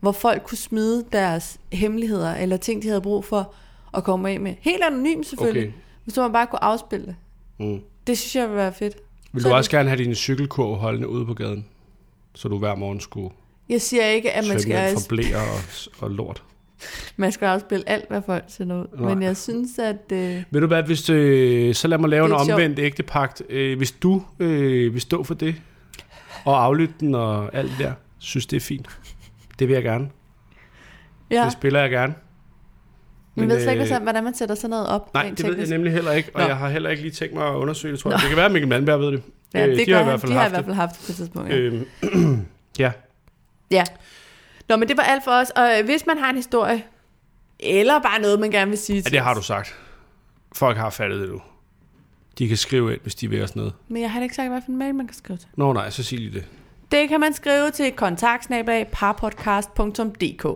Speaker 2: hvor folk kunne smide deres hemmeligheder eller ting, de havde brug for at komme af med. Helt anonymt selvfølgelig,
Speaker 1: Okay.
Speaker 2: okay. hvis man bare kunne afspille det.
Speaker 1: Mm.
Speaker 2: Det synes jeg ville være fedt.
Speaker 1: Vil
Speaker 2: Så
Speaker 1: du
Speaker 2: er
Speaker 1: også gerne have din cykelkurv holdende ude på gaden? Så du hver morgen skulle
Speaker 2: Jeg siger ikke, at man
Speaker 1: svømme
Speaker 2: skal,
Speaker 1: ind for blæer og, og lort.
Speaker 2: man skal afspille alt, hvad folk sender ud.
Speaker 1: Nej.
Speaker 2: Men jeg synes, at... Øh,
Speaker 1: Ved du hvad, hvis, øh, så lad mig lave en
Speaker 2: Det er sjovt.
Speaker 1: omvendt ægtepagt. Øh, hvis du øh, vil stå for det, og aflytte den og alt det der, synes det er fint. Det vil jeg gerne. Ja.
Speaker 2: ja,
Speaker 1: Det spiller jeg gerne.
Speaker 2: man ved slet
Speaker 1: øh,
Speaker 2: ikke, sådan, hvordan man sætter sådan noget op.
Speaker 1: Nej,
Speaker 2: rent
Speaker 1: det ved jeg
Speaker 2: teknisk.
Speaker 1: nemlig heller ikke, og
Speaker 2: Nå.
Speaker 1: jeg har heller ikke lige tænkt mig at undersøge det, tror jeg. Det kan være, at Mikkel Mandberg ved det.
Speaker 2: Ja,
Speaker 1: Øh,
Speaker 2: det
Speaker 1: de har
Speaker 2: gør
Speaker 1: i
Speaker 2: han.
Speaker 1: hvert fald
Speaker 2: de har i
Speaker 1: haft det.
Speaker 2: hvert fald haft det på et tidspunkt. Ja.
Speaker 1: Øhm, ja,
Speaker 2: Ja. Nå, men det var alt for os. Og øh, hvis man har en historie, eller bare noget, man gerne vil sige
Speaker 1: ja,
Speaker 2: til
Speaker 1: det har
Speaker 2: os.
Speaker 1: du sagt. Folk har fattet det nu. De kan skrive ind, hvis de vil os noget.
Speaker 2: Men jeg har da ikke sagt, hvad for en mail, man kan skrive til.
Speaker 1: Nå nej, så sig lige det.
Speaker 2: Det kan man skrive til kontaktsnabelag.parpodcast.dk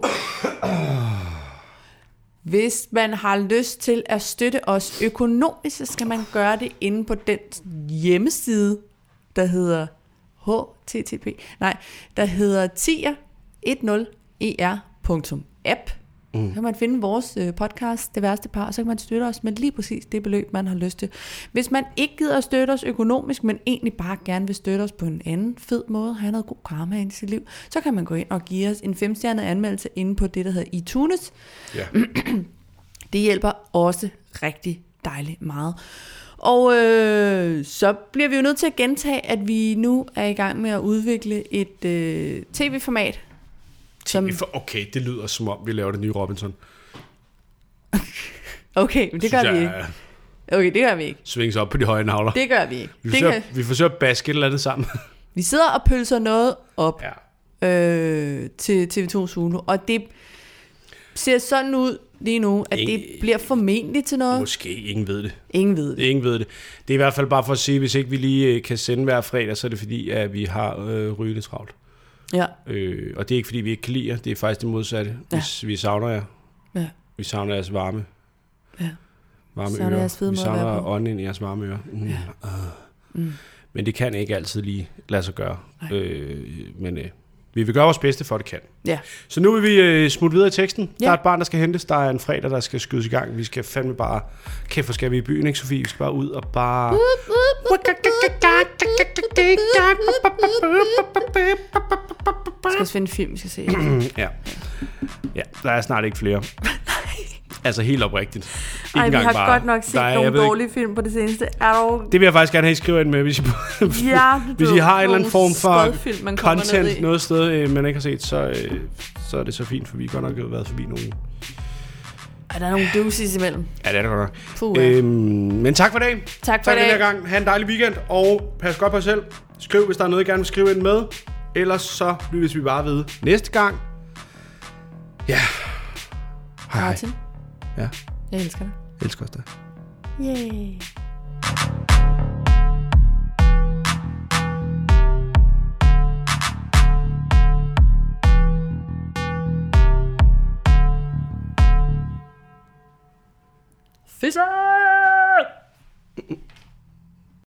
Speaker 2: Hvis man har lyst til at støtte os økonomisk, så skal man gøre det inde på den hjemmeside, der hedder http, nej, der hedder E tier10er.app. Mm. Så kan man finde vores øh, podcast, Det Værste Par, og så kan man støtte os med lige præcis det beløb, man har lyst til. Hvis man ikke gider at støtte os økonomisk, men egentlig bare gerne vil støtte os på en anden fed måde, have noget god karma ind i sit liv, så kan man gå ind og give os en femstjernet anmeldelse inde på det, der hedder iTunes.
Speaker 1: Ja.
Speaker 2: Det hjælper også rigtig dejligt meget. Og øh, så bliver vi jo nødt til at gentage, at vi nu er i gang med at udvikle et øh, tv-format. Som,
Speaker 1: Vi får- Okay, det lyder som om, vi laver det nye Robinson.
Speaker 2: okay, men det gør vi ikke. Okay, det gør vi ikke.
Speaker 1: Svings op på de høje navler.
Speaker 2: Det gør vi ikke.
Speaker 1: Vi
Speaker 2: Det
Speaker 1: forsøger,
Speaker 2: kan,
Speaker 1: det vi forsøger at baske et eller andet sammen.
Speaker 2: vi sidder og pølser noget op.
Speaker 1: ja.
Speaker 2: øh, til TV2 Zulu. Og det ser sådan ud lige nu, at det
Speaker 1: Ingen-
Speaker 2: bliver formentlig til noget.
Speaker 1: Måske ingen ved det.
Speaker 2: Ingen ved det.
Speaker 1: Ingen ved det. Det er i hvert fald bare for at sige, hvis ikke vi lige øh, kan sende hver fredag, så er det fordi, at vi har øh, rygende travlt.
Speaker 2: Ja,
Speaker 1: Øh, og det er ikke fordi, vi ikke kan lide jer. Det er faktisk det modsatte.
Speaker 2: Ja.
Speaker 1: Ja. Vi, vi savner jer.
Speaker 2: ja.
Speaker 1: Vi savner jeres varme.
Speaker 2: Ja.
Speaker 1: Varme
Speaker 2: Savner
Speaker 1: ører.
Speaker 2: jeres fede
Speaker 1: vi
Speaker 2: måde at være
Speaker 1: savner
Speaker 2: på.
Speaker 1: ånden ind i jeres varme ører. Mm. Ja.
Speaker 2: Mm.
Speaker 1: Men det kan ikke altid lige lade sig gøre.
Speaker 2: Nej.
Speaker 1: Øh, men øh, vi vil gøre vores bedste for, at det kan.
Speaker 2: ja.
Speaker 1: Så nu vil vi øh, smutte videre i teksten. Ja.
Speaker 2: Ja.
Speaker 1: Der er et barn, der skal hentes. Der er en fredag, der skal skydes i gang. Vi skal fandme bare... Kæft, hvor skal vi i byen, ikke, Sofie? Vi skal bare ud og bare...
Speaker 2: Vi skal også finde en film, vi skal se.
Speaker 1: Mm, Ja. ja, der er snart ikke flere. altså helt oprigtigt. Ikke
Speaker 2: Ej, vi
Speaker 1: engang
Speaker 2: har
Speaker 1: bare.
Speaker 2: godt nok set
Speaker 1: Der er- jeg
Speaker 2: nogle
Speaker 1: ved ikke-
Speaker 2: dårlige film på det seneste. Au.
Speaker 1: Det vil jeg faktisk gerne have, I skriver ind med, hvis I,
Speaker 2: Ja,
Speaker 1: hvis I har en eller anden form for
Speaker 2: film, man kommer ned
Speaker 1: content
Speaker 2: i.
Speaker 1: noget sted, øh, man ikke har set, så, øh, så er det så fint, for vi har godt nok været forbi nogen.
Speaker 2: Ej, der er nogle doozies imellem.
Speaker 1: Ja, det er det godt nok.
Speaker 2: Puh, ja.
Speaker 1: Øhm, men tak for i dag.
Speaker 2: tak for
Speaker 1: Tak
Speaker 2: i
Speaker 1: for den her
Speaker 2: dag.
Speaker 1: gang. Ha' en dejlig weekend, og pas godt på jer selv. Skriv, hvis der er noget, I gerne vil skrive ind med. Ellers så lyttes vi bare ved næste gang. Ja. Hej. hej.
Speaker 2: Martin,
Speaker 1: Ja,
Speaker 2: jeg elsker dig.
Speaker 1: elsker også dig.
Speaker 2: Yay. Fisk.